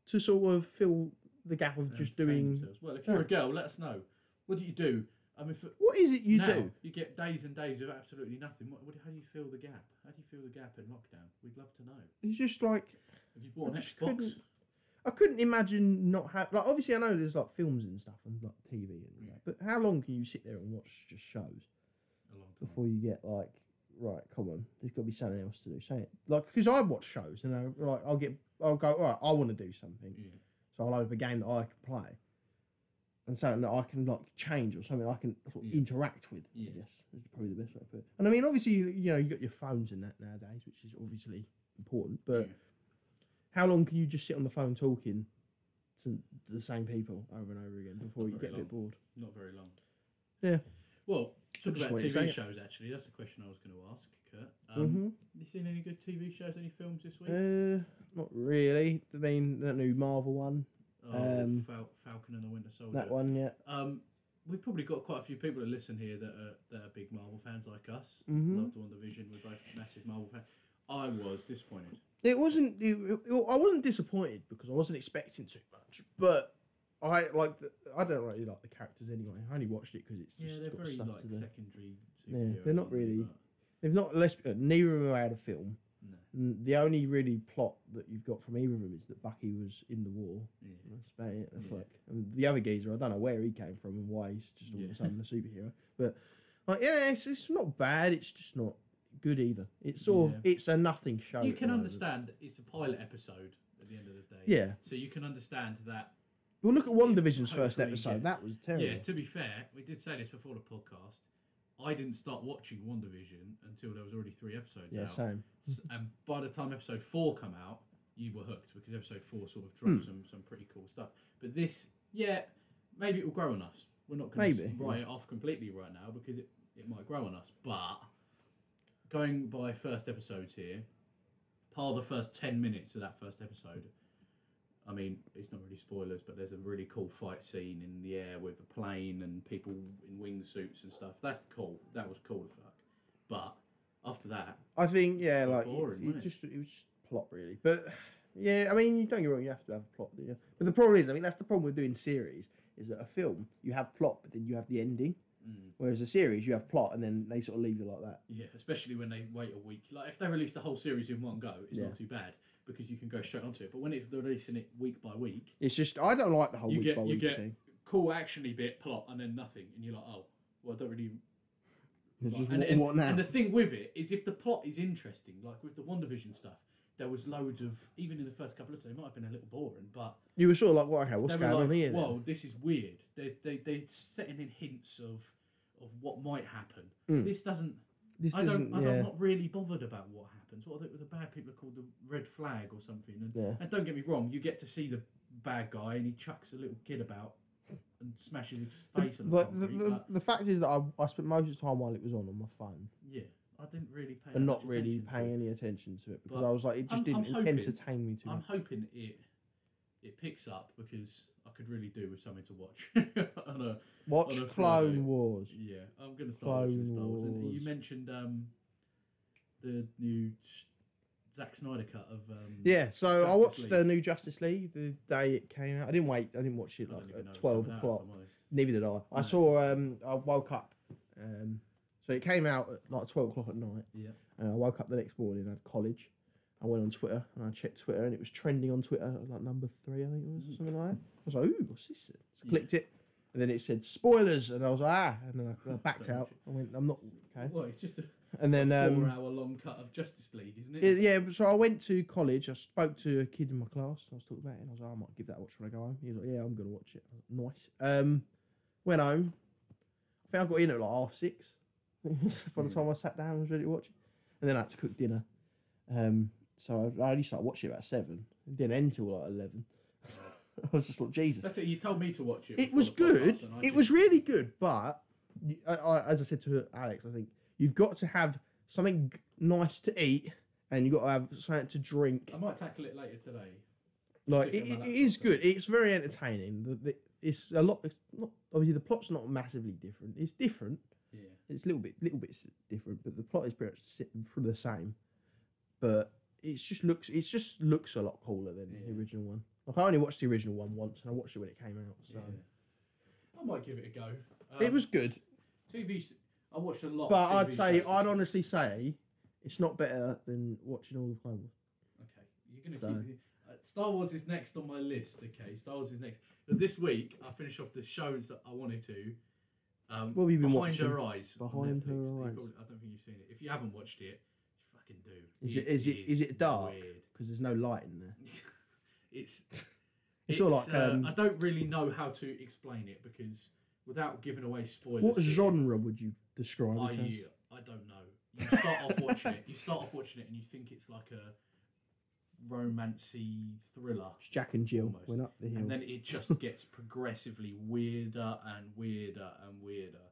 [SPEAKER 2] to sort of fill the gap of just
[SPEAKER 1] Entertain
[SPEAKER 2] doing?
[SPEAKER 1] themselves. Well, if you're a girl, let us know. What do you do? I mean, for,
[SPEAKER 2] What is it you
[SPEAKER 1] now,
[SPEAKER 2] do?
[SPEAKER 1] You get days and days of absolutely nothing. What, what, how do you feel the gap? How do you feel the gap in lockdown? We'd love to know.
[SPEAKER 2] It's just like
[SPEAKER 1] Have you bought
[SPEAKER 2] I
[SPEAKER 1] an
[SPEAKER 2] just
[SPEAKER 1] Xbox?
[SPEAKER 2] couldn't- I couldn't imagine not having. Like obviously, I know there's like films and stuff and like TV and all that, but how long can you sit there and watch just shows
[SPEAKER 1] A long time.
[SPEAKER 2] before you get like right, come on, there's got to be something else to do. Say it. Like, because I watch shows and I like, I'll get, I'll go, all right, I want to do something.
[SPEAKER 1] Yeah.
[SPEAKER 2] So I'll have a game that I can play, and something that I can like change or something I can sort of
[SPEAKER 1] Yeah.
[SPEAKER 2] interact with.
[SPEAKER 1] Yeah.
[SPEAKER 2] Yes, is probably the best way to put it. And I mean, obviously, you, you know, you got your phones and that nowadays, which is obviously important. But
[SPEAKER 1] Yeah.
[SPEAKER 2] how long can you just sit on the phone talking to the same people over and over again before
[SPEAKER 1] Not
[SPEAKER 2] you
[SPEAKER 1] very
[SPEAKER 2] get a bit bored?
[SPEAKER 1] Not very long.
[SPEAKER 2] Yeah.
[SPEAKER 1] Well, talk
[SPEAKER 2] Just
[SPEAKER 1] about
[SPEAKER 2] wait and
[SPEAKER 1] TV
[SPEAKER 2] see it.
[SPEAKER 1] shows. Actually, that's a question I was going to ask, Kurt. Um,
[SPEAKER 2] hmm
[SPEAKER 1] You seen any good TV shows? Any films this week?
[SPEAKER 2] Uh, not really. I mean, that new Marvel one,
[SPEAKER 1] oh,
[SPEAKER 2] um,
[SPEAKER 1] Fal- Falcon and the Winter Soldier.
[SPEAKER 2] that one, yeah.
[SPEAKER 1] Um, we've probably got quite a few people that listen here that are, that are big Marvel fans like us.
[SPEAKER 2] Mhm.
[SPEAKER 1] Loved One Division. We're both massive Marvel fans. I was disappointed.
[SPEAKER 2] It wasn't. It, it- I wasn't disappointed because I wasn't expecting too much, but. I like. The, I don't really like the characters anyway. I only watched it because it's
[SPEAKER 1] Yeah,
[SPEAKER 2] just
[SPEAKER 1] they're
[SPEAKER 2] got
[SPEAKER 1] very
[SPEAKER 2] stuff
[SPEAKER 1] like
[SPEAKER 2] to do.
[SPEAKER 1] secondary.
[SPEAKER 2] Yeah,
[SPEAKER 1] superhero,
[SPEAKER 2] they're not
[SPEAKER 1] aren't they?
[SPEAKER 2] really-
[SPEAKER 1] But-
[SPEAKER 2] They've not. Let's. be- Neither of them had a film.
[SPEAKER 1] No.
[SPEAKER 2] N- The only really plot that you've got from either of them is that Bucky was in the war.
[SPEAKER 1] yeah.
[SPEAKER 2] That's about it. That's
[SPEAKER 1] Yeah.
[SPEAKER 2] like and the other geezer. I don't know where he came from and why he's just all of
[SPEAKER 1] Yeah.
[SPEAKER 2] a sudden a superhero. But like, yeah, it's, it's not bad. It's just not good either. It's sort of it's a nothing show.
[SPEAKER 1] You
[SPEAKER 2] at the
[SPEAKER 1] can
[SPEAKER 2] moment.
[SPEAKER 1] understand it's a pilot episode at the end of the day.
[SPEAKER 2] Yeah.
[SPEAKER 1] So you can understand that.
[SPEAKER 2] Well, look at One Division's
[SPEAKER 1] Hopefully,
[SPEAKER 2] first episode.
[SPEAKER 1] yeah.
[SPEAKER 2] That was terrible.
[SPEAKER 1] Yeah. To be fair, we did say this before the podcast. I didn't start watching One Division until there was already three episodes
[SPEAKER 2] Yeah,
[SPEAKER 1] out.
[SPEAKER 2] same.
[SPEAKER 1] S- and by the time episode four come out, you were hooked because episode four sort of dropped some some pretty cool stuff. But this, yeah, maybe it will grow on us. We're not going to
[SPEAKER 2] Maybe,
[SPEAKER 1] write it off completely right now because it, it might grow on us. But going by first episodes here, part of the first ten minutes of that first episode. I mean, it's not really spoilers, but there's a really cool fight scene in the air with a plane and people in wingsuits and stuff. That's cool. That was cool as fuck. But after that,
[SPEAKER 2] I think yeah,
[SPEAKER 1] quite
[SPEAKER 2] like
[SPEAKER 1] boring,
[SPEAKER 2] it,
[SPEAKER 1] wasn't it?
[SPEAKER 2] just it was just plot really. But yeah, I mean, you don't get me wrong. You have to have a plot. Yeah. But the problem is, I mean, that's the problem with doing series is that a film you have plot, but then you have the ending.
[SPEAKER 1] mm,
[SPEAKER 2] Whereas a series you have plot and then they sort of leave you like that.
[SPEAKER 1] Yeah, especially when they wait a week. Like if they release the whole series in one go, it's
[SPEAKER 2] Yeah.
[SPEAKER 1] not too bad because you can go straight onto it. But when it's they're releasing it week by week,
[SPEAKER 2] It's just I don't like the whole
[SPEAKER 1] You
[SPEAKER 2] week
[SPEAKER 1] get-
[SPEAKER 2] by
[SPEAKER 1] you
[SPEAKER 2] week
[SPEAKER 1] get-
[SPEAKER 2] thing.
[SPEAKER 1] cool actiony bit, plot, and then nothing, and you're like, oh, well, I don't really.
[SPEAKER 2] It's
[SPEAKER 1] like-"
[SPEAKER 2] just
[SPEAKER 1] and,
[SPEAKER 2] what,
[SPEAKER 1] and-
[SPEAKER 2] what now?
[SPEAKER 1] and the thing with it is, if the plot is interesting, like with the WandaVision stuff, there was loads of even in the first couple of episodes, it might have been a little boring, but
[SPEAKER 2] you were sort of like, well, okay, what's
[SPEAKER 1] they were
[SPEAKER 2] going on
[SPEAKER 1] like,
[SPEAKER 2] here? then?
[SPEAKER 1] Whoa, this is weird. They they they're setting in hints of of what might happen.
[SPEAKER 2] Mm.
[SPEAKER 1] This doesn't
[SPEAKER 2] this
[SPEAKER 1] I
[SPEAKER 2] doesn't.
[SPEAKER 1] don't, I
[SPEAKER 2] yeah,
[SPEAKER 1] am not really bothered about what happens. What are the, the bad people are called the red flag or something. And,
[SPEAKER 2] yeah.
[SPEAKER 1] and don't get me wrong, you get to see the bad guy and he chucks a little kid about and smashes his face on the
[SPEAKER 2] But the,
[SPEAKER 1] concrete.
[SPEAKER 2] the,
[SPEAKER 1] but,
[SPEAKER 2] the fact is that I, I spent most of the time while it was on on my phone
[SPEAKER 1] yeah, I didn't really pay. that
[SPEAKER 2] and not
[SPEAKER 1] much
[SPEAKER 2] really
[SPEAKER 1] attention to
[SPEAKER 2] paying
[SPEAKER 1] it.
[SPEAKER 2] any attention to it because
[SPEAKER 1] But
[SPEAKER 2] I was like, it just
[SPEAKER 1] I'm- I'm
[SPEAKER 2] didn't
[SPEAKER 1] hoping-
[SPEAKER 2] entertain me too
[SPEAKER 1] I'm
[SPEAKER 2] much.
[SPEAKER 1] hoping it it picks up because I could really do with something to watch. on a,
[SPEAKER 2] Watch
[SPEAKER 1] on a Friday.
[SPEAKER 2] Clone Wars.
[SPEAKER 1] yeah, I'm gonna start watching
[SPEAKER 2] Clone
[SPEAKER 1] Star Wars. And you
[SPEAKER 2] Wars.
[SPEAKER 1] mentioned um the new Zack Snyder cut of um
[SPEAKER 2] Yeah, so I
[SPEAKER 1] Justice
[SPEAKER 2] watched
[SPEAKER 1] League.
[SPEAKER 2] the new Justice League the day it came out. I didn't wait. I didn't watch
[SPEAKER 1] I
[SPEAKER 2] it
[SPEAKER 1] don't
[SPEAKER 2] like
[SPEAKER 1] even know
[SPEAKER 2] at
[SPEAKER 1] it's
[SPEAKER 2] twelve
[SPEAKER 1] coming out, if
[SPEAKER 2] o'clock.
[SPEAKER 1] I'm honest.
[SPEAKER 2] Neither did I. I
[SPEAKER 1] No.
[SPEAKER 2] saw. Um, I woke up. Um, so it came out at like twelve o'clock at night.
[SPEAKER 1] Yeah.
[SPEAKER 2] And I woke up the next morning. I had college. I went on Twitter and I checked Twitter and it was trending on Twitter like number three, I think it was or
[SPEAKER 1] Mm.
[SPEAKER 2] something like that. I was like, ooh, what's this? then?" So
[SPEAKER 1] Yeah.
[SPEAKER 2] clicked it. And then it said spoilers, and I was like, ah, and then I, I backed
[SPEAKER 1] Don't
[SPEAKER 2] out.
[SPEAKER 1] watch
[SPEAKER 2] I went, I'm not okay.
[SPEAKER 1] Well, it's just a
[SPEAKER 2] And then um,
[SPEAKER 1] four-hour-long cut of Justice League, isn't it?
[SPEAKER 2] Yeah, yeah, so I went to college. I spoke to a kid in my class. I was talking about it. And I was like, I might give that a watch when I go home. He was like, Yeah, I'm gonna watch it. I was like, nice. Um, went home. I think I got in at like half six. By the
[SPEAKER 1] Yeah.
[SPEAKER 2] time I sat down, I was ready to watch it. And then I had to cook dinner. Um, so I, I only started watching it about seven. It didn't end till like eleven. I was just like, Jesus.
[SPEAKER 1] That's it. You told me to watch it.
[SPEAKER 2] It
[SPEAKER 1] before
[SPEAKER 2] was
[SPEAKER 1] the podcast
[SPEAKER 2] good.
[SPEAKER 1] and I
[SPEAKER 2] It
[SPEAKER 1] didn't.
[SPEAKER 2] was really good, but you- I, I, as I said to Alex, I think you've got to have something g- nice to eat, and you've got to have something to drink.
[SPEAKER 1] I might tackle it later today.
[SPEAKER 2] Like
[SPEAKER 1] stick
[SPEAKER 2] it,
[SPEAKER 1] it on
[SPEAKER 2] it
[SPEAKER 1] my
[SPEAKER 2] it is
[SPEAKER 1] laptop.
[SPEAKER 2] good. It's very entertaining. The, the, it's a lot. It's not obviously the plot's not massively different. It's different.
[SPEAKER 1] Yeah.
[SPEAKER 2] It's a little bit, little bit different, but the plot is pretty much si- the same. But it's just looks. It just looks a lot cooler than
[SPEAKER 1] Yeah.
[SPEAKER 2] the original one. Like I only watched the original one once, and I watched it when it came out. So
[SPEAKER 1] yeah. I might give it a go.
[SPEAKER 2] it
[SPEAKER 1] Um,
[SPEAKER 2] was good.
[SPEAKER 1] TV. s- I watched a lot. of
[SPEAKER 2] But I'd
[SPEAKER 1] TV
[SPEAKER 2] say,
[SPEAKER 1] shows
[SPEAKER 2] I'd
[SPEAKER 1] this
[SPEAKER 2] honestly say, it's not better than watching all the Clone Wars.
[SPEAKER 1] week. Okay, you're gonna
[SPEAKER 2] So.
[SPEAKER 1] keep. Uh, Star Wars is next on my list. Okay, Star Wars is next. But this week I finished off the shows that I wanted to, Um,
[SPEAKER 2] What have you been
[SPEAKER 1] Behind
[SPEAKER 2] watching?
[SPEAKER 1] Her Eyes. on
[SPEAKER 2] Behind Her
[SPEAKER 1] Netflix. You
[SPEAKER 2] Eyes.
[SPEAKER 1] probably- I don't think you've seen it. If you haven't watched it, you fucking do.
[SPEAKER 2] Is it- is it- is it dark?
[SPEAKER 1] weird.
[SPEAKER 2] because there's no light in there.
[SPEAKER 1] it's it's,
[SPEAKER 2] It's all like,
[SPEAKER 1] uh,
[SPEAKER 2] um,
[SPEAKER 1] I don't really know how to explain it because without giving away spoilers.
[SPEAKER 2] What
[SPEAKER 1] here,
[SPEAKER 2] genre would you describe
[SPEAKER 1] I uh,
[SPEAKER 2] it as?
[SPEAKER 1] I don't know. You start off watching it. You start off watching it and you think it's like a romancy thriller.
[SPEAKER 2] It's Jack and Jill
[SPEAKER 1] Almost.
[SPEAKER 2] went up the hill.
[SPEAKER 1] And then it just gets progressively weirder and weirder and weirder.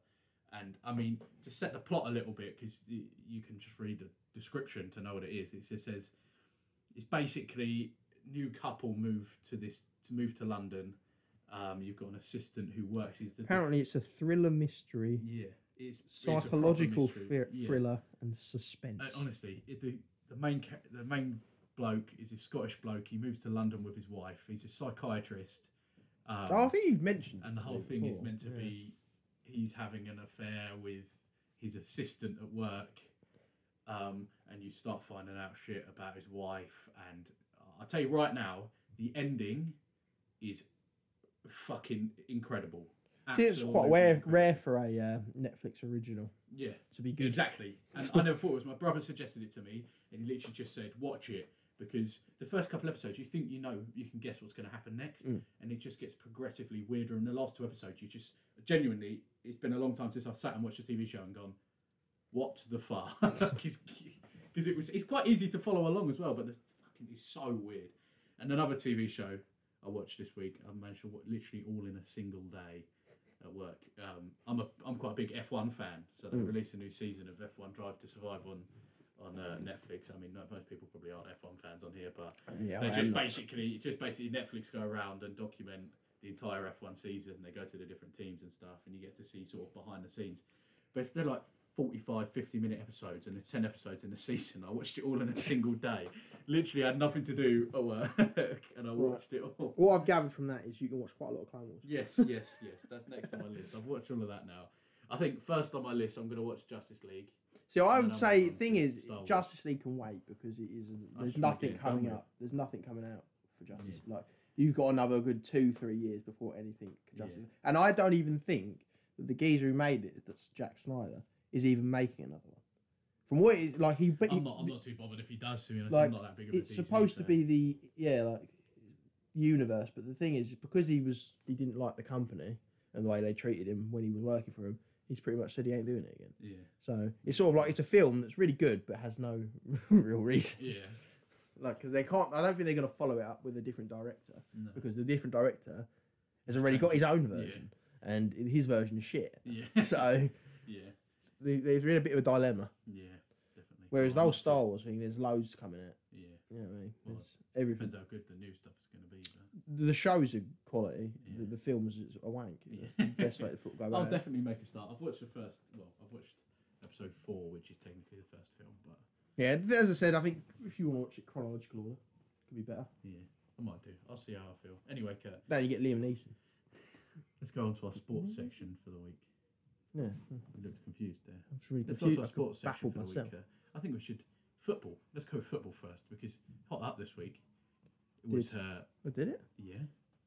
[SPEAKER 1] And I mean, to set the plot a little bit, because you can just read the description to know what it is. It just says it's basically new couple move to this to move to London. Um, you've got an assistant who works. He's the
[SPEAKER 2] Apparently, it's a thriller mystery,
[SPEAKER 1] yeah, it's it's a proper
[SPEAKER 2] psychological
[SPEAKER 1] mystery.
[SPEAKER 2] thr-
[SPEAKER 1] Yeah.
[SPEAKER 2] thriller, and suspense.
[SPEAKER 1] Uh, honestly, it, the the main ca- the main bloke is a Scottish bloke. He moves to London with his wife. He's a psychiatrist. Um,
[SPEAKER 2] oh, I think you've mentioned.
[SPEAKER 1] and the
[SPEAKER 2] this to
[SPEAKER 1] whole
[SPEAKER 2] me
[SPEAKER 1] thing is
[SPEAKER 2] before.
[SPEAKER 1] meant to
[SPEAKER 2] Yeah.
[SPEAKER 1] be he's having an affair with his assistant at work, um, and you start finding out shit about his wife. And I'll tell you right now, the ending is fucking incredible.
[SPEAKER 2] I think it's quite
[SPEAKER 1] Absolutely
[SPEAKER 2] rare,
[SPEAKER 1] incredible.
[SPEAKER 2] rare for a uh, Netflix original
[SPEAKER 1] Yeah.
[SPEAKER 2] to be good.
[SPEAKER 1] Exactly. And I never thought it was. My brother suggested it to me, and he literally just said, "Watch it," because the first couple episodes, you think you know, you can guess what's going to happen next,
[SPEAKER 2] Mm.
[SPEAKER 1] and it just gets progressively weirder. And the last two episodes, you just genuinely, it's been a long time since I've sat and watched a TV show and gone, "What the fuck?" Because it was, it's quite easy to follow along as well, but the fucking is so weird. And another TV show I watched this week, I managed to watch literally all in a single day at work. Um, I'm a I'm quite a big F1 fan, so they
[SPEAKER 2] Mm.
[SPEAKER 1] released a new season of F1 Drive to Survive on on uh, Netflix. I mean, not, most people probably aren't F1 fans on here, but
[SPEAKER 2] Yeah,
[SPEAKER 1] they
[SPEAKER 2] I
[SPEAKER 1] just
[SPEAKER 2] am not-
[SPEAKER 1] basically it's just basically Netflix go around and document the entire F1 season. They go to the different teams and stuff, and you get to see sort of behind the scenes. But it's, they're like 45, 50 minute episodes, and there's 10 episodes in the season. I watched it all in a single day. Literally, I had nothing to do at work, and I watched it all.
[SPEAKER 2] What I've gathered from that is you can watch quite a lot of Clone Wars.
[SPEAKER 1] Yes, yes, yes. That's next on my list. I've watched all of that now. I think first on my list, I'm going to watch Justice League.
[SPEAKER 2] So I
[SPEAKER 1] And
[SPEAKER 2] would
[SPEAKER 1] I'm
[SPEAKER 2] say
[SPEAKER 1] on
[SPEAKER 2] thing
[SPEAKER 1] to
[SPEAKER 2] is
[SPEAKER 1] Star Wars.
[SPEAKER 2] Justice League can wait because it is there's
[SPEAKER 1] should we
[SPEAKER 2] nothing
[SPEAKER 1] get it done
[SPEAKER 2] coming
[SPEAKER 1] with?
[SPEAKER 2] up. There's nothing coming out for Justice. Like you've got another good two three years before anything. can Justice.
[SPEAKER 1] Yeah.
[SPEAKER 2] And I don't even think that the geezer who made it, that's Jack Snyder, is even making another one. From what it is like he, but he-
[SPEAKER 1] I'm not. I'm not too bothered if he does. To be honest,
[SPEAKER 2] Like,
[SPEAKER 1] I'm not that big of a.
[SPEAKER 2] it's
[SPEAKER 1] DC
[SPEAKER 2] supposed to
[SPEAKER 1] fan.
[SPEAKER 2] be the yeah like universe. But the thing is, because he was he didn't like the company and the way they treated him when he was working for him, he's pretty much said he ain't doing it again.
[SPEAKER 1] Yeah,
[SPEAKER 2] So it's sort of like it's a film that's really good but has no real reason.
[SPEAKER 1] yeah.
[SPEAKER 2] Like, because they can't. I don't think they're gonna follow it up with a different director
[SPEAKER 1] No.
[SPEAKER 2] because the different director has already got his own version and his version is shit.
[SPEAKER 1] Yeah,
[SPEAKER 2] so
[SPEAKER 1] yeah,
[SPEAKER 2] the- there's really a bit of a dilemma.
[SPEAKER 1] yeah, definitely.
[SPEAKER 2] Whereas the
[SPEAKER 1] Well,
[SPEAKER 2] whole
[SPEAKER 1] I'm not
[SPEAKER 2] Star Wars thing, there's loads coming out.
[SPEAKER 1] sure- Yeah,
[SPEAKER 2] You know what I mean?
[SPEAKER 1] Well,
[SPEAKER 2] There's everything.
[SPEAKER 1] depends how good the new stuff is going to be. But...
[SPEAKER 2] The shows are quality.
[SPEAKER 1] Yeah.
[SPEAKER 2] The, the films is a wank.
[SPEAKER 1] Yeah. Oh,
[SPEAKER 2] That's the best way to put go
[SPEAKER 1] I'll
[SPEAKER 2] about it.
[SPEAKER 1] definitely make a start. I've watched the first. Well, I've watched episode four, which is technically the first film, but
[SPEAKER 2] Yeah, as I said, I think if you want to watch it chronological order, it could be better.
[SPEAKER 1] yeah, I might do. I'll see how I feel. Anyway, Kurt,
[SPEAKER 2] Then you Mm-hmm. get Liam Neeson.
[SPEAKER 1] let's go on to our sports section for the week.
[SPEAKER 2] Yeah,
[SPEAKER 1] You looked confused there.
[SPEAKER 2] I'm just really
[SPEAKER 1] Let's go to
[SPEAKER 2] confused.
[SPEAKER 1] our
[SPEAKER 2] I
[SPEAKER 1] sports section
[SPEAKER 2] baffled
[SPEAKER 1] for the
[SPEAKER 2] myself.
[SPEAKER 1] week. uh, I think we should football. Let's go football first because hot up this week. It was
[SPEAKER 2] Did-
[SPEAKER 1] uh,
[SPEAKER 2] I did it.
[SPEAKER 1] yeah,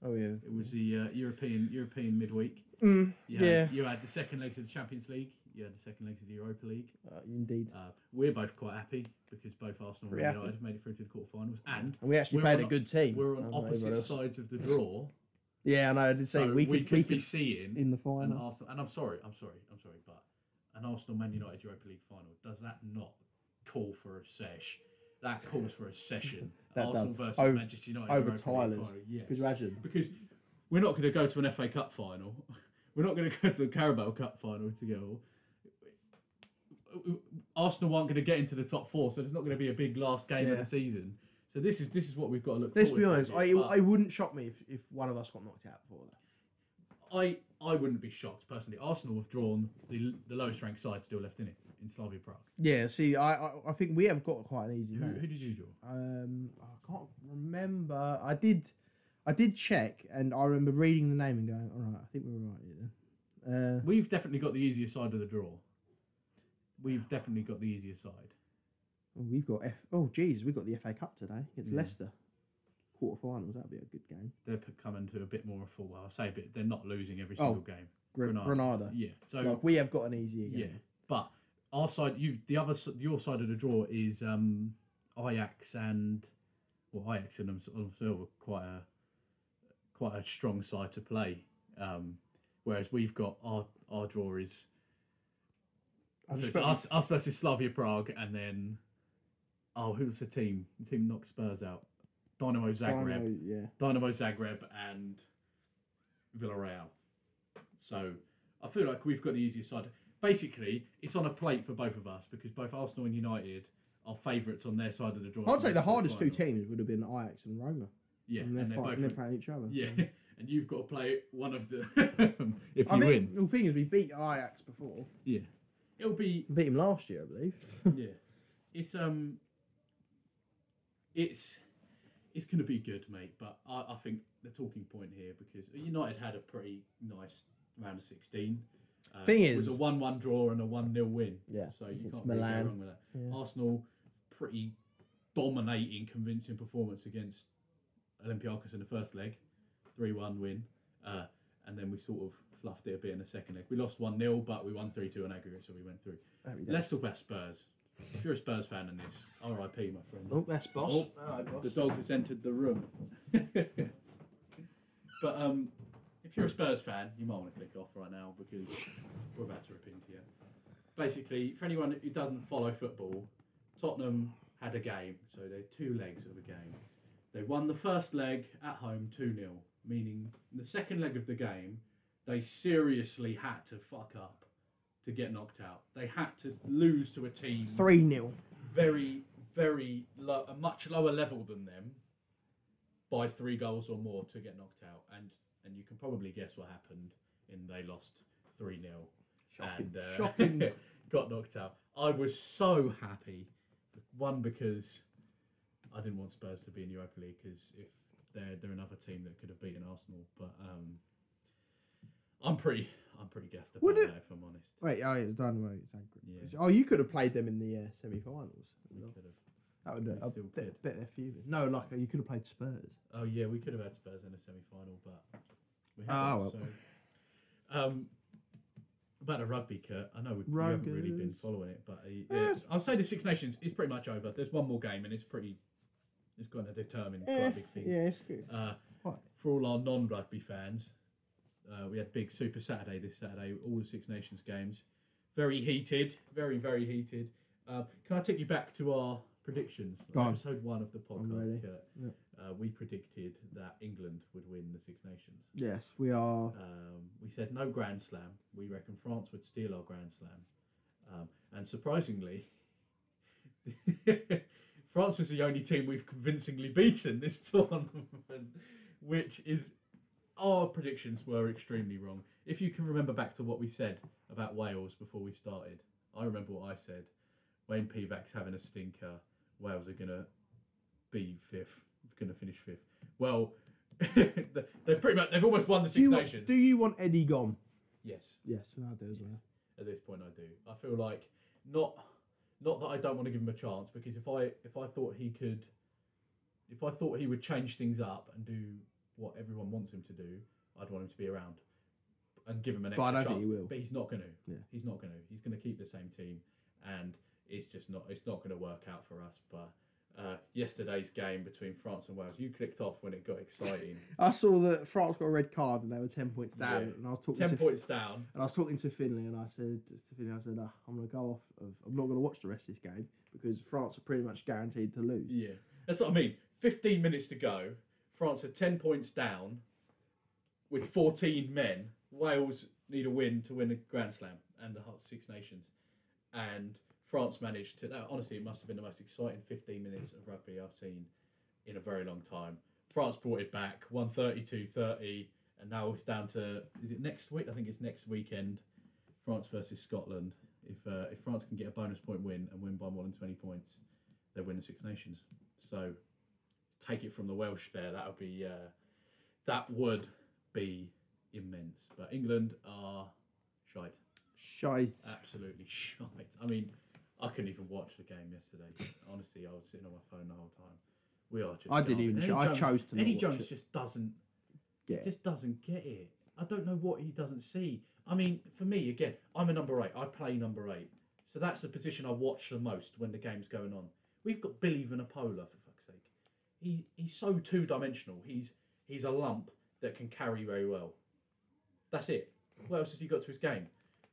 [SPEAKER 2] Oh yeah.
[SPEAKER 1] it was the uh, European European midweek.
[SPEAKER 2] Mm,
[SPEAKER 1] You had,
[SPEAKER 2] Yeah.
[SPEAKER 1] you had the second legs of the Champions League. You had the second legs of the Europa League.
[SPEAKER 2] uh, indeed.
[SPEAKER 1] Uh, we're both quite happy because both Arsenal and
[SPEAKER 2] Pretty
[SPEAKER 1] Man
[SPEAKER 2] happy.
[SPEAKER 1] United have made it through to the quarterfinals, and
[SPEAKER 2] And we actually
[SPEAKER 1] we're
[SPEAKER 2] played
[SPEAKER 1] on
[SPEAKER 2] a
[SPEAKER 1] a-
[SPEAKER 2] good team.
[SPEAKER 1] we're
[SPEAKER 2] I
[SPEAKER 1] on
[SPEAKER 2] don't know
[SPEAKER 1] opposite
[SPEAKER 2] what else.
[SPEAKER 1] sides of the draw.
[SPEAKER 2] Yeah, I know. I did say
[SPEAKER 1] so
[SPEAKER 2] we could, we
[SPEAKER 1] be
[SPEAKER 2] could
[SPEAKER 1] seeing
[SPEAKER 2] in
[SPEAKER 1] an
[SPEAKER 2] the final.
[SPEAKER 1] Arsenal. And I'm sorry, I'm sorry, I'm sorry, but an Arsenal Man United Europa League final does that not call for a sesh? That calls for a session.
[SPEAKER 2] That
[SPEAKER 1] Arsenal
[SPEAKER 2] does.
[SPEAKER 1] versus
[SPEAKER 2] Over-
[SPEAKER 1] Manchester United
[SPEAKER 2] over
[SPEAKER 1] Europa
[SPEAKER 2] Tyler's,
[SPEAKER 1] League final.
[SPEAKER 2] Could you
[SPEAKER 1] Yes.
[SPEAKER 2] imagine?
[SPEAKER 1] Because we're not going to go to an FA Cup final. We're not going to go to a Carabao Cup final to go. Arsenal aren't going to get into the top four, so there's not going to be a big last game of
[SPEAKER 2] Yeah.
[SPEAKER 1] the season. So this is this is what we've got to look.
[SPEAKER 2] Let's
[SPEAKER 1] forward
[SPEAKER 2] be
[SPEAKER 1] to
[SPEAKER 2] honest.
[SPEAKER 1] here,
[SPEAKER 2] I it,
[SPEAKER 1] but-
[SPEAKER 2] it wouldn't shock me if, if one of us got knocked out before that.
[SPEAKER 1] I I wouldn't be shocked personally. Arsenal have drawn the the lowest ranked side still left in it in Slavia Prague.
[SPEAKER 2] Yeah. See, I I, I think we have got quite an easy
[SPEAKER 1] Who,
[SPEAKER 2] match.
[SPEAKER 1] who did you draw?
[SPEAKER 2] Um, I can't remember. I did, I did check, and I remember reading the name and going, "All right, I think we were right here." Then. Uh,
[SPEAKER 1] We've definitely got the easier side of the draw. We've definitely got the easier side.
[SPEAKER 2] oh, we've got F. Oh, jeez, we've got the FA Cup today. It's
[SPEAKER 1] Yeah.
[SPEAKER 2] Leicester. quarterfinals. That'd be a good game.
[SPEAKER 1] They're p- coming to a bit more of a full. Well, I say a bit. They're not losing every
[SPEAKER 2] Oh,
[SPEAKER 1] single game.
[SPEAKER 2] Gre-
[SPEAKER 1] Granada.
[SPEAKER 2] Granada.
[SPEAKER 1] Yeah. So
[SPEAKER 2] like we have got an easier
[SPEAKER 1] yeah,
[SPEAKER 2] game.
[SPEAKER 1] but our side, you the other s- your side of the draw is um Ajax and well Ajax and themselves are quite a quite a strong side to play. Um, whereas we've got our our draw is
[SPEAKER 2] I
[SPEAKER 1] so
[SPEAKER 2] just
[SPEAKER 1] it's
[SPEAKER 2] bet-
[SPEAKER 1] us us versus Slavia Prague and then oh who's the team? The team knocked Spurs out. Dynamo Zagreb.
[SPEAKER 2] Dynamo, yeah.
[SPEAKER 1] Dynamo Zagreb and Villarreal. So I feel like we've got the easiest side. Basically, it's on a plate for both of us because both Arsenal and United are favourites on their side of the draw.
[SPEAKER 2] I'd say the
[SPEAKER 1] That's
[SPEAKER 2] hardest two
[SPEAKER 1] final.
[SPEAKER 2] teams would have been Ajax and Roma.
[SPEAKER 1] Yeah,
[SPEAKER 2] and they're,
[SPEAKER 1] and they're
[SPEAKER 2] fighting,
[SPEAKER 1] both.
[SPEAKER 2] they're playing each other.
[SPEAKER 1] yeah,
[SPEAKER 2] so.
[SPEAKER 1] and you've got to play one of the. if you
[SPEAKER 2] I think,
[SPEAKER 1] win,
[SPEAKER 2] The thing is, we beat Ajax before.
[SPEAKER 1] yeah, it'll be
[SPEAKER 2] We beat them last year, I believe.
[SPEAKER 1] yeah, it's um, it's it's gonna be good, mate. But I, I think the talking point here because United had a pretty nice round of sixteen. Uh,
[SPEAKER 2] Thing
[SPEAKER 1] it was
[SPEAKER 2] is-
[SPEAKER 1] a one-one draw and a one-nil win.
[SPEAKER 2] yeah.
[SPEAKER 1] So you
[SPEAKER 2] Against
[SPEAKER 1] can't really go
[SPEAKER 2] Milan.
[SPEAKER 1] wrong with that.
[SPEAKER 2] Yeah.
[SPEAKER 1] Arsenal, pretty dominating, convincing performance against Olympiacos in the first leg, three-one win. Uh, and then we sort of fluffed it a bit in the second leg. We lost 1 0, but we won 3 2 in aggregate, so we went through.
[SPEAKER 2] Happy days.
[SPEAKER 1] Let's talk about Spurs. If you're a Spurs fan in this, RIP, my friend.
[SPEAKER 2] Oh, that's boss.
[SPEAKER 1] Oh.
[SPEAKER 2] Hello, boss.
[SPEAKER 1] The dog has entered the room. but um, if you're a Spurs fan, you might want to click off right now because we're about to rip into you. Basically, for anyone who doesn't follow football, Tottenham had a game, so they had two legs of a game. They won the first leg at home 2 0, meaning the second leg of the game, they seriously had to fuck up to get knocked out. They had to lose to a team
[SPEAKER 2] 3 0.
[SPEAKER 1] very, very low, a much lower level than them by three goals or more to get knocked out. And and you can probably guess what happened in they lost 3 0
[SPEAKER 2] Shocking.
[SPEAKER 1] and uh,
[SPEAKER 2] Shocking.
[SPEAKER 1] got knocked out. I was so happy. One, because I didn't want Spurs to be in Europa League because if they're, they're another team that could have beaten Arsenal. But um, I'm pretty I'm pretty gassed about
[SPEAKER 2] Would
[SPEAKER 1] that,
[SPEAKER 2] it-
[SPEAKER 1] if I'm honest.
[SPEAKER 2] Wait, oh, it's Dynamo. It's Zagreb.
[SPEAKER 1] Yeah.
[SPEAKER 2] Oh, you could have played them in the uh, semi finals.
[SPEAKER 1] We could have.
[SPEAKER 2] That would have
[SPEAKER 1] We
[SPEAKER 2] a
[SPEAKER 1] still
[SPEAKER 2] bit, bit of fuming. No, like uh, you could have played Spurs.
[SPEAKER 1] Oh yeah, we could have had Spurs in the semi-final, but we
[SPEAKER 2] Ah,
[SPEAKER 1] haven't.
[SPEAKER 2] well.
[SPEAKER 1] So, um, about the rugby, Kurt. I know we, we haven't really been
[SPEAKER 2] Ruggers.
[SPEAKER 1] following it, but uh, yeah,
[SPEAKER 2] Yes.
[SPEAKER 1] I'll say the Six Nations is pretty much over. There's one more game, and it's pretty. It's going to determine
[SPEAKER 2] Eh,
[SPEAKER 1] quite big things.
[SPEAKER 2] yeah, it's good.
[SPEAKER 1] Uh,
[SPEAKER 2] Quite.
[SPEAKER 1] for all our non-rugby fans, uh, we had big Super Saturday this Saturday. All the Six Nations games, very heated, very very heated. Uh, can I take you back to our predictions?
[SPEAKER 2] Go on.
[SPEAKER 1] Episode one of the
[SPEAKER 2] ready.
[SPEAKER 1] podcast, Kurt.
[SPEAKER 2] Yep.
[SPEAKER 1] Uh, we predicted that England would win the Six Nations.
[SPEAKER 2] Yes, we are.
[SPEAKER 1] Um, we said no Grand Slam. We reckon France would steal our Grand Slam. Um, and surprisingly, France was the only team we've convincingly beaten this tournament, which is our predictions were extremely wrong. If you can remember back to what we said about Wales before we started, I remember what I said. Wayne Pivac's having a stinker. Wales are gonna be fifth, gonna finish fifth. Well, they've pretty much they've almost won the
[SPEAKER 2] Do
[SPEAKER 1] Six
[SPEAKER 2] you, want,
[SPEAKER 1] Nations.
[SPEAKER 2] do you want Eddie gone?
[SPEAKER 1] Yes,
[SPEAKER 2] Yes, I do as well.
[SPEAKER 1] at this point I do. I feel like not not that I don't want to give him a chance because if I if I thought he could if I thought he would change things up and do what everyone wants him to do, I'd want him to be around and give him an
[SPEAKER 2] But I
[SPEAKER 1] extra
[SPEAKER 2] don't
[SPEAKER 1] chance.
[SPEAKER 2] think he will.
[SPEAKER 1] But he's not going to.
[SPEAKER 2] Yeah.
[SPEAKER 1] He's not going to. He's going to keep the same team and it's just not it's not going to work out for us, but uh, yesterday's game between France and Wales, you clicked off when it got exciting.
[SPEAKER 2] I saw that France got a red card and they were ten points down,
[SPEAKER 1] Yeah.
[SPEAKER 2] and I was talking
[SPEAKER 1] Ten
[SPEAKER 2] to
[SPEAKER 1] points down.
[SPEAKER 2] and I was talking to Finley, and I said to Finley, I said, "Ah, I'm gonna go off. Of, I'm not gonna watch the rest of this game because France are pretty much guaranteed to lose.
[SPEAKER 1] Yeah, that's what I mean. 15 minutes to go. France are 10 points down with 14 men. Wales need a win to win the Grand Slam and the whole Six Nations. And France managed to. That, honestly, it must have been the most exciting 15 minutes of rugby I've seen in a very long time. France brought it back 132 30. And now it's down to. Is it next week? I think it's next weekend. France versus Scotland. If, uh, if France can get a bonus point win and win by more than 20 points, they win the Six Nations. So take it from the Welsh there. That would be uh, that would be immense. But England are shite,
[SPEAKER 2] Shite.
[SPEAKER 1] absolutely shite. I mean, I couldn't even watch the game yesterday. Honestly, I was sitting on my phone the whole time. We are just.
[SPEAKER 2] I didn't
[SPEAKER 1] garbage.
[SPEAKER 2] even.
[SPEAKER 1] Eddie
[SPEAKER 2] Cho- I
[SPEAKER 1] Jones-
[SPEAKER 2] chose to not
[SPEAKER 1] Eddie
[SPEAKER 2] watch
[SPEAKER 1] Jones
[SPEAKER 2] it.
[SPEAKER 1] just doesn't
[SPEAKER 2] Yeah.
[SPEAKER 1] just doesn't get it. I don't know what he doesn't see. I mean, for me, again, I'm a number eight. I play number eight. So that's the position I watch the most when the game's going on. We've got Billy Vanapola, for fuck's sake. He, he's so two dimensional. He's, he's a lump that can carry very well. That's it. What else has he got to his game?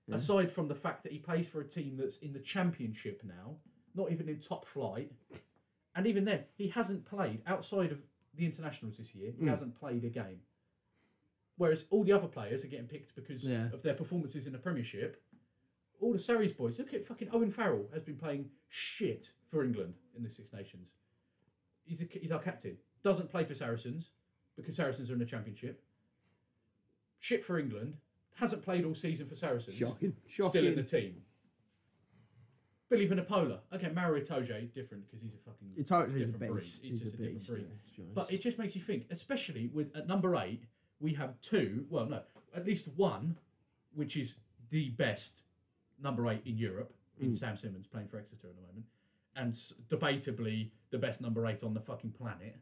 [SPEAKER 2] Yeah.
[SPEAKER 1] Aside from the fact that he plays for a team that's in the championship now, not even in top flight, and even then, he hasn't played outside of the internationals this year. He
[SPEAKER 2] Mm.
[SPEAKER 1] hasn't played a game. Whereas all the other players are getting picked because
[SPEAKER 2] Yeah.
[SPEAKER 1] of their performances in the Premiership. All the Surrey's boys, look at fucking Owen Farrell has been playing shit for England in the Six Nations. He's, a, he's our captain. Doesn't play for Saracens because Saracens are in the Championship. Shit for England. Hasn't played all season for Saracens.
[SPEAKER 2] Shocking. Shocking.
[SPEAKER 1] Still in the team. Billy Vanapola. Okay, Mario Toje, different because he's a fucking.
[SPEAKER 2] It's totally a
[SPEAKER 1] different breed.
[SPEAKER 2] beast.
[SPEAKER 1] He's
[SPEAKER 2] He's,
[SPEAKER 1] just a
[SPEAKER 2] a
[SPEAKER 1] different
[SPEAKER 2] beast.
[SPEAKER 1] breed.
[SPEAKER 2] yeah, to be
[SPEAKER 1] But
[SPEAKER 2] honest.
[SPEAKER 1] it just makes you think, especially with at number eight, we have two. Well, no, at least one, which is the best number eight in Europe, in
[SPEAKER 2] Mm.
[SPEAKER 1] Sam Simmons playing for Exeter at the moment, and s- debatably the best number eight on the fucking planet.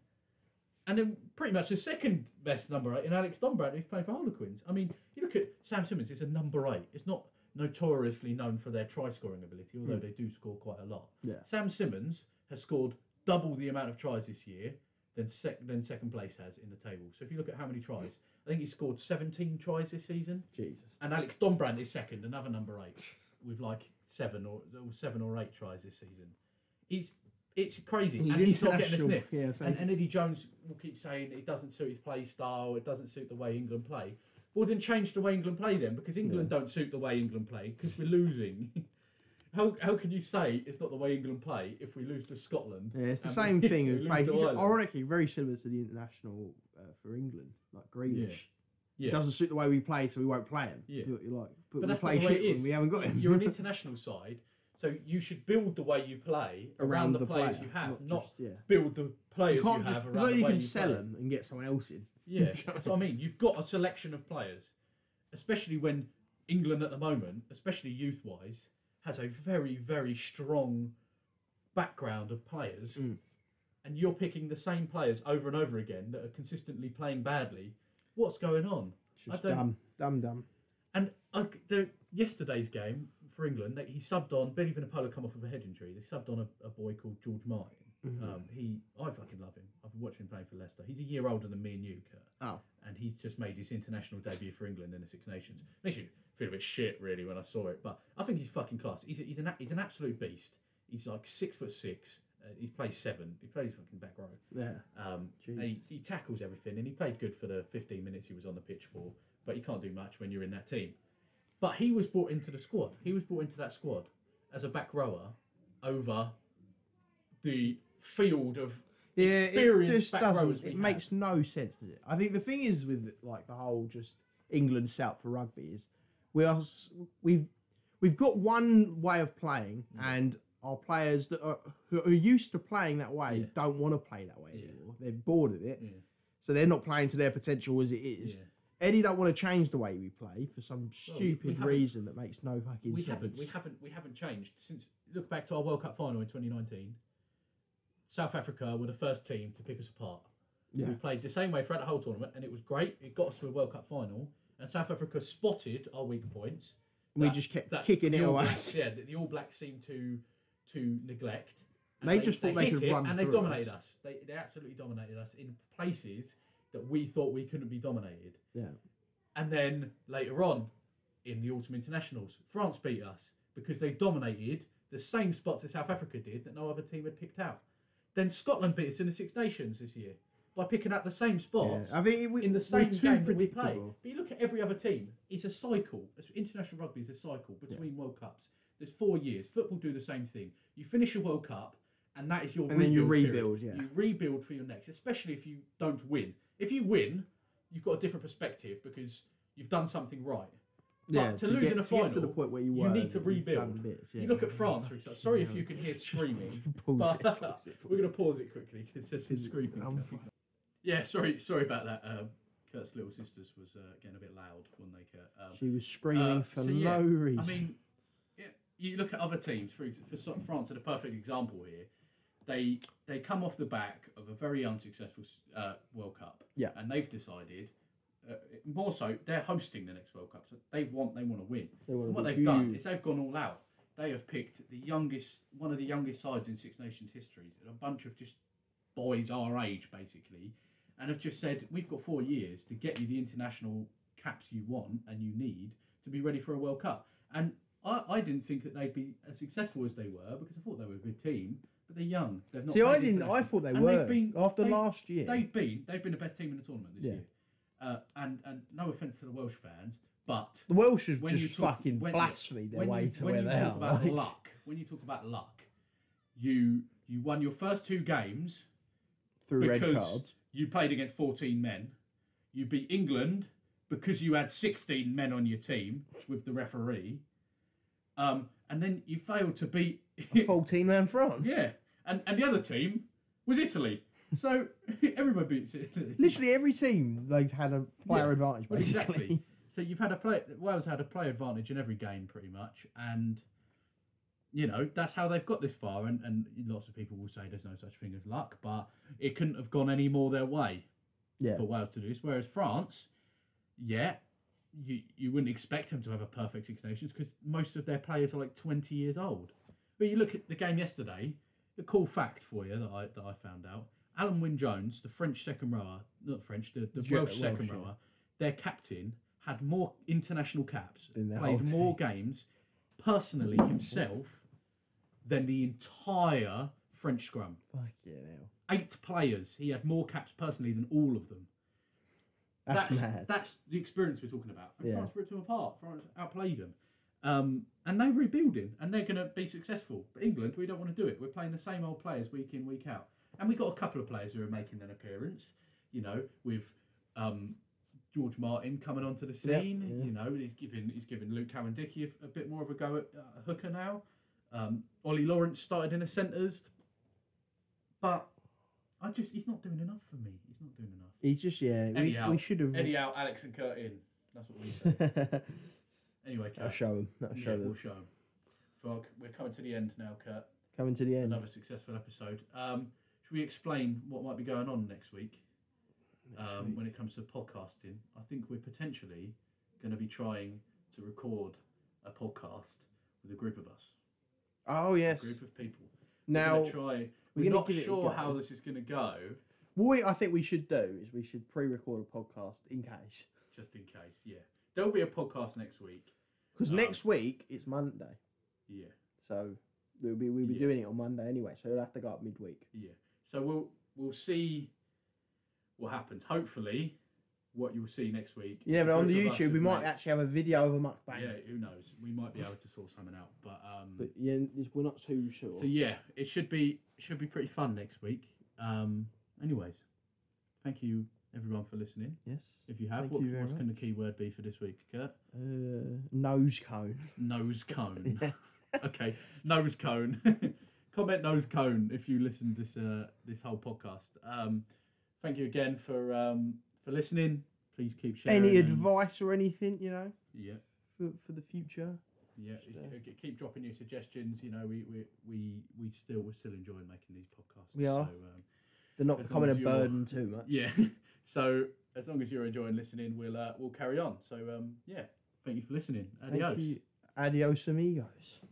[SPEAKER 1] And then pretty much the second best number eight in Alex Dunbar, who's playing for Harlequins. I mean, you look at Sam Simmons; it's a number eight. It's not notoriously known for their try-scoring ability, although they do score quite a lot.
[SPEAKER 2] Yeah.
[SPEAKER 1] Sam Simmons has scored double the amount of tries this year than sec- than second place has in the table. So if you look at how many tries, I think he scored 17 tries this season,
[SPEAKER 2] Jesus.
[SPEAKER 1] and Alex Dombrand is second, another number eight, with like seven or or seven or eight tries this season. He's it's crazy,
[SPEAKER 2] He's
[SPEAKER 1] and he's not getting a
[SPEAKER 2] international,
[SPEAKER 1] sniff.
[SPEAKER 2] yeah, so
[SPEAKER 1] and,
[SPEAKER 2] he's-
[SPEAKER 1] and Eddie Jones will keep saying it doesn't suit his play style, it doesn't suit the way England play. Well, then change the way England play then, because England don't suit the way England play because we're losing. how how can you say it's not the way England play if we lose to Scotland?
[SPEAKER 2] Yeah, it's the
[SPEAKER 1] and
[SPEAKER 2] same
[SPEAKER 1] we-
[SPEAKER 2] thing.
[SPEAKER 1] we
[SPEAKER 2] as
[SPEAKER 1] lose
[SPEAKER 2] Bale.
[SPEAKER 1] to
[SPEAKER 2] He's
[SPEAKER 1] Ireland?
[SPEAKER 2] ironically very similar to the international uh, for England, like Greenish.
[SPEAKER 1] Yeah.
[SPEAKER 2] It doesn't suit the way we play, so we won't play him.
[SPEAKER 1] Yeah.
[SPEAKER 2] You like,
[SPEAKER 1] But
[SPEAKER 2] but, we
[SPEAKER 1] that's
[SPEAKER 2] play
[SPEAKER 1] not the way
[SPEAKER 2] shit
[SPEAKER 1] it
[SPEAKER 2] when
[SPEAKER 1] is.
[SPEAKER 2] we haven't got him.
[SPEAKER 1] You're an international side, so you should build the way you play around, the, players
[SPEAKER 2] player,
[SPEAKER 1] you have, not,
[SPEAKER 2] just- yeah.
[SPEAKER 1] build the players you,
[SPEAKER 2] can't
[SPEAKER 1] have
[SPEAKER 2] just,
[SPEAKER 1] around
[SPEAKER 2] it's
[SPEAKER 1] the
[SPEAKER 2] not
[SPEAKER 1] way
[SPEAKER 2] like you can
[SPEAKER 1] play.
[SPEAKER 2] sell them and get someone else in.
[SPEAKER 1] Yeah, that's what I mean. You've got a selection of players, especially when England at the moment, especially youth-wise, has a very very strong background of players,
[SPEAKER 2] Mm.
[SPEAKER 1] and you're picking the same players over and over again that are consistently playing badly. What's going on?
[SPEAKER 2] It's
[SPEAKER 1] I
[SPEAKER 2] just
[SPEAKER 1] don't-
[SPEAKER 2] dumb, dumb, dumb.
[SPEAKER 1] And uh, the yesterday's game for England, that he subbed on Billy Vanapola come off of a head injury. They subbed on a, a boy called George Martin. Um, he, I fucking love him. I've watched him playing for Leicester. He's a year older than me and you, Kurt.
[SPEAKER 2] Oh.
[SPEAKER 1] And he's just made his international debut for England in the Six Nations. Makes you feel a bit shit, really, when I saw it. But I think he's fucking class. He's a, he's an a- he's an absolute beast. He's like six foot six. Uh, he plays seven. He plays fucking back row.
[SPEAKER 2] Yeah.
[SPEAKER 1] Um, and he,
[SPEAKER 2] Jesus.
[SPEAKER 1] he tackles everything, and he played good for the 15 minutes he was on the pitch for, but you can't do much when you're in that team. But he was brought into the squad. He was brought into that squad as a back rower over the field of
[SPEAKER 2] Yeah, it
[SPEAKER 1] experienced
[SPEAKER 2] just
[SPEAKER 1] back
[SPEAKER 2] doesn't.
[SPEAKER 1] rowers
[SPEAKER 2] It
[SPEAKER 1] we
[SPEAKER 2] makes no sense, does it? I think the thing is with like the whole just England out for rugby is we are s- we've we've got one way of playing,
[SPEAKER 1] Mm.
[SPEAKER 2] and our players that are who are used to playing that way
[SPEAKER 1] Yeah.
[SPEAKER 2] don't want to play that way
[SPEAKER 1] Yeah.
[SPEAKER 2] anymore. They're bored of it,
[SPEAKER 1] Yeah.
[SPEAKER 2] so they're not playing to their potential as it is.
[SPEAKER 1] Yeah.
[SPEAKER 2] Eddie don't want to change the way we play for some
[SPEAKER 1] we
[SPEAKER 2] stupid
[SPEAKER 1] haven't-
[SPEAKER 2] reason that makes no fucking
[SPEAKER 1] we
[SPEAKER 2] sense.
[SPEAKER 1] haven't we haven't we haven't changed since look back to our World Cup final in 2019. South Africa were the first team to pick us apart. We
[SPEAKER 2] Yeah.
[SPEAKER 1] played the same way throughout the whole tournament, and it was great. It got us to a World Cup final, and South Africa spotted our weak points.
[SPEAKER 2] We
[SPEAKER 1] that-
[SPEAKER 2] just kept
[SPEAKER 1] that
[SPEAKER 2] kicking
[SPEAKER 1] the
[SPEAKER 2] it
[SPEAKER 1] All
[SPEAKER 2] away.
[SPEAKER 1] Blacks- yeah, that the All Blacks seemed to to neglect. And
[SPEAKER 2] They just thought they
[SPEAKER 1] hit
[SPEAKER 2] could
[SPEAKER 1] it
[SPEAKER 2] run
[SPEAKER 1] and they
[SPEAKER 2] through
[SPEAKER 1] dominated
[SPEAKER 2] us.
[SPEAKER 1] us. They they absolutely dominated us in places that we thought we couldn't be dominated.
[SPEAKER 2] Yeah.
[SPEAKER 1] And then later on, in the autumn internationals, France beat us because they dominated the same spots that South Africa did that no other team had picked out. Then Scotland beat us in the Six Nations this year by picking out the same
[SPEAKER 2] Yeah.
[SPEAKER 1] spots
[SPEAKER 2] I think it, we,
[SPEAKER 1] in the
[SPEAKER 2] we're
[SPEAKER 1] same
[SPEAKER 2] too
[SPEAKER 1] game that we play.
[SPEAKER 2] predictable.
[SPEAKER 1] But you look at every other team; it's a cycle. It's- International rugby is a cycle between World Cups. There's four years. Football do the same thing. You finish a World Cup, and that is your
[SPEAKER 2] And then you
[SPEAKER 1] period.
[SPEAKER 2] rebuild, yeah.
[SPEAKER 1] you rebuild for your next, especially if you don't win. If you win, you've got a different perspective because you've done something right.
[SPEAKER 2] Yeah,
[SPEAKER 1] to lose
[SPEAKER 2] get,
[SPEAKER 1] in a
[SPEAKER 2] to get to
[SPEAKER 1] final,
[SPEAKER 2] the point where you,
[SPEAKER 1] you
[SPEAKER 2] were
[SPEAKER 1] need
[SPEAKER 2] and
[SPEAKER 1] to
[SPEAKER 2] you've done
[SPEAKER 1] rebuild.
[SPEAKER 2] bits, yeah.
[SPEAKER 1] You look at France, for example. Sorry if
[SPEAKER 2] Yeah.
[SPEAKER 1] you can hear
[SPEAKER 2] Just
[SPEAKER 1] screaming,
[SPEAKER 2] pause
[SPEAKER 1] but
[SPEAKER 2] it, pause it,
[SPEAKER 1] we're
[SPEAKER 2] pause
[SPEAKER 1] going to pause it quickly because there's some
[SPEAKER 2] it.
[SPEAKER 1] screaming.
[SPEAKER 2] I'm
[SPEAKER 1] going on. Yeah, sorry, sorry about that. Um, Kurt's little sisters was uh, getting a bit loud when they Kurt. Um,
[SPEAKER 2] She was screaming
[SPEAKER 1] Uh,
[SPEAKER 2] for
[SPEAKER 1] so, yeah,
[SPEAKER 2] no reason.
[SPEAKER 1] I mean, yeah, you look at other teams. For, ex- for so- France are the perfect example here. they they come off the back of a very unsuccessful s- uh, World Cup.
[SPEAKER 2] Yeah.
[SPEAKER 1] And they've decided, uh, more so, they're hosting the next World Cup, so they want they want to win.
[SPEAKER 2] They wanna
[SPEAKER 1] And what
[SPEAKER 2] be
[SPEAKER 1] they've done
[SPEAKER 2] huge.
[SPEAKER 1] is they've gone all out. They have picked the youngest, one of the youngest sides in Six Nations histories, and a bunch of just boys our age basically, and have just said we've got four years to get you the international caps you want and you need to be ready for a World Cup. And I, I didn't think that they'd be as successful as they were because I thought they were a good team, but they're young. They've not
[SPEAKER 2] See, I
[SPEAKER 1] played
[SPEAKER 2] didn't. I
[SPEAKER 1] international-
[SPEAKER 2] thought they
[SPEAKER 1] And
[SPEAKER 2] were
[SPEAKER 1] they've been-
[SPEAKER 2] after
[SPEAKER 1] they-
[SPEAKER 2] last year.
[SPEAKER 1] They've been they've been the best team in the tournament this
[SPEAKER 2] Yeah.
[SPEAKER 1] year. Uh, and and no offense to the Welsh fans, but
[SPEAKER 2] the Welsh have
[SPEAKER 1] when you
[SPEAKER 2] just
[SPEAKER 1] talk-
[SPEAKER 2] fucking
[SPEAKER 1] when-
[SPEAKER 2] blasphemed their
[SPEAKER 1] when
[SPEAKER 2] way
[SPEAKER 1] you,
[SPEAKER 2] to
[SPEAKER 1] when
[SPEAKER 2] where
[SPEAKER 1] you
[SPEAKER 2] they
[SPEAKER 1] talk
[SPEAKER 2] are.
[SPEAKER 1] about
[SPEAKER 2] like.
[SPEAKER 1] luck, when you talk about luck, you you won your first two games.
[SPEAKER 2] through red
[SPEAKER 1] because
[SPEAKER 2] cards.
[SPEAKER 1] You played against 14 men. You beat England because you had 16 men on your team with the referee. Um, and then you failed to beat.
[SPEAKER 2] A 14 man France.
[SPEAKER 1] yeah. And, and the other team was Italy. So everybody beats Italy.
[SPEAKER 2] Literally every team, they've had a player
[SPEAKER 1] Yeah.
[SPEAKER 2] advantage,
[SPEAKER 1] Well,
[SPEAKER 2] basically.
[SPEAKER 1] exactly. So you've had a play. Wales had a play advantage in every game, pretty much, and you know that's how they've got this far. And, and lots of people will say there's no such thing as luck, but it couldn't have gone any more their way
[SPEAKER 2] Yeah.
[SPEAKER 1] for Wales to do this. Whereas France, yeah, you you wouldn't expect them to have a perfect Six Nations because most of their players are like 20 years old. But you look at the game yesterday. A cool fact for you that I that I found out: Alan Wynne Jones, the French second rower, not French, the, the
[SPEAKER 2] Yeah,
[SPEAKER 1] Welsh second
[SPEAKER 2] Welsh, yeah.
[SPEAKER 1] rower, their captain had more international caps,
[SPEAKER 2] Than their whole
[SPEAKER 1] played more games personally himself than the entire French scrum
[SPEAKER 2] Fuck yeah, now.
[SPEAKER 1] eight players. He had more caps personally than all of them.
[SPEAKER 2] That's, mad.
[SPEAKER 1] That's the experience we're talking about. And
[SPEAKER 2] Yeah.
[SPEAKER 1] France ripped them apart. France outplayed them. Um, and they're rebuilding and they're going to be successful. But England, we don't want to do it. We're playing the same old players week in, week out. And we've got a couple of players who are making an appearance, you know, with um, George Martin coming onto the
[SPEAKER 2] Yeah,
[SPEAKER 1] scene.
[SPEAKER 2] yeah.
[SPEAKER 1] You know, he's giving, he's giving Luke Cowan Dickey a, a bit more of a go at uh, hooker now. Um, Ollie Lawrence started in the centres. But I just, he's not doing enough for me. He's not doing enough.
[SPEAKER 2] He's just, yeah,
[SPEAKER 1] Eddie
[SPEAKER 2] we,
[SPEAKER 1] out.
[SPEAKER 2] we should have.
[SPEAKER 1] Eddie out, Alex and Kurt in. That's what we say.
[SPEAKER 2] I'll
[SPEAKER 1] Anyway, Kurt.
[SPEAKER 2] show him. I'll
[SPEAKER 1] yeah,
[SPEAKER 2] show
[SPEAKER 1] we'll
[SPEAKER 2] them.
[SPEAKER 1] show 'em. Frog, we're coming to the end now, Kurt.
[SPEAKER 2] Coming to the end.
[SPEAKER 1] Another successful episode. Um, should we explain what might be going on next week,
[SPEAKER 2] next
[SPEAKER 1] um,
[SPEAKER 2] week.
[SPEAKER 1] when it comes to podcasting? I think we're potentially going to be trying to record a podcast with a group of us,
[SPEAKER 2] Oh, yes.
[SPEAKER 1] a group of people. We're
[SPEAKER 2] Now,
[SPEAKER 1] gonna try.
[SPEAKER 2] we're
[SPEAKER 1] We're,
[SPEAKER 2] gonna
[SPEAKER 1] not
[SPEAKER 2] give it a
[SPEAKER 1] sure
[SPEAKER 2] go.
[SPEAKER 1] how this is going to go,
[SPEAKER 2] what we, I think we should do is we should pre record a podcast in case.
[SPEAKER 1] just in case. Yeah, there'll be a podcast next week.
[SPEAKER 2] Because
[SPEAKER 1] Um,
[SPEAKER 2] next week, it's Monday.
[SPEAKER 1] Yeah.
[SPEAKER 2] So we'll be, we'll be
[SPEAKER 1] Yeah.
[SPEAKER 2] doing it on Monday anyway. So you'll have to go up midweek.
[SPEAKER 1] Yeah. So we'll we'll see what happens. Hopefully, what you'll see next week. is
[SPEAKER 2] Yeah,
[SPEAKER 1] a
[SPEAKER 2] but on the
[SPEAKER 1] group of us
[SPEAKER 2] YouTube, we
[SPEAKER 1] who've
[SPEAKER 2] might
[SPEAKER 1] made-
[SPEAKER 2] actually have a video of a mukbang.
[SPEAKER 1] Yeah, who knows? We might be able to sort something out. But um.
[SPEAKER 2] But yeah, it's- we're not too sure.
[SPEAKER 1] so yeah, it should be should be pretty fun next week. Um. Anyways, thank you everyone for listening.
[SPEAKER 2] yes.
[SPEAKER 1] If you have,
[SPEAKER 2] Thank
[SPEAKER 1] what,
[SPEAKER 2] you very
[SPEAKER 1] what's going the key word be for this week, Kurt?
[SPEAKER 2] Uh, nose cone.
[SPEAKER 1] Nose cone.
[SPEAKER 2] Yeah.
[SPEAKER 1] okay, nose cone. Comment nose cone if you listened this uh, this whole podcast. Um, thank you again for um, for listening. Please keep sharing.
[SPEAKER 2] Any
[SPEAKER 1] and-
[SPEAKER 2] advice or anything, you know,
[SPEAKER 1] Yeah,
[SPEAKER 2] for, for the future?
[SPEAKER 1] yeah.
[SPEAKER 2] Should, uh,
[SPEAKER 1] K- Keep dropping your suggestions. You know, we we we, we still we're still enjoying making these podcasts.
[SPEAKER 2] We are.
[SPEAKER 1] So, um,
[SPEAKER 2] They're not
[SPEAKER 1] As long
[SPEAKER 2] becoming a
[SPEAKER 1] as you're-
[SPEAKER 2] burden too much.
[SPEAKER 1] yeah. so as long as you're enjoying listening, we'll uh, we'll carry on. So um, yeah. Thank you for listening.
[SPEAKER 2] Thank
[SPEAKER 1] Adios.
[SPEAKER 2] you. Adios, amigos.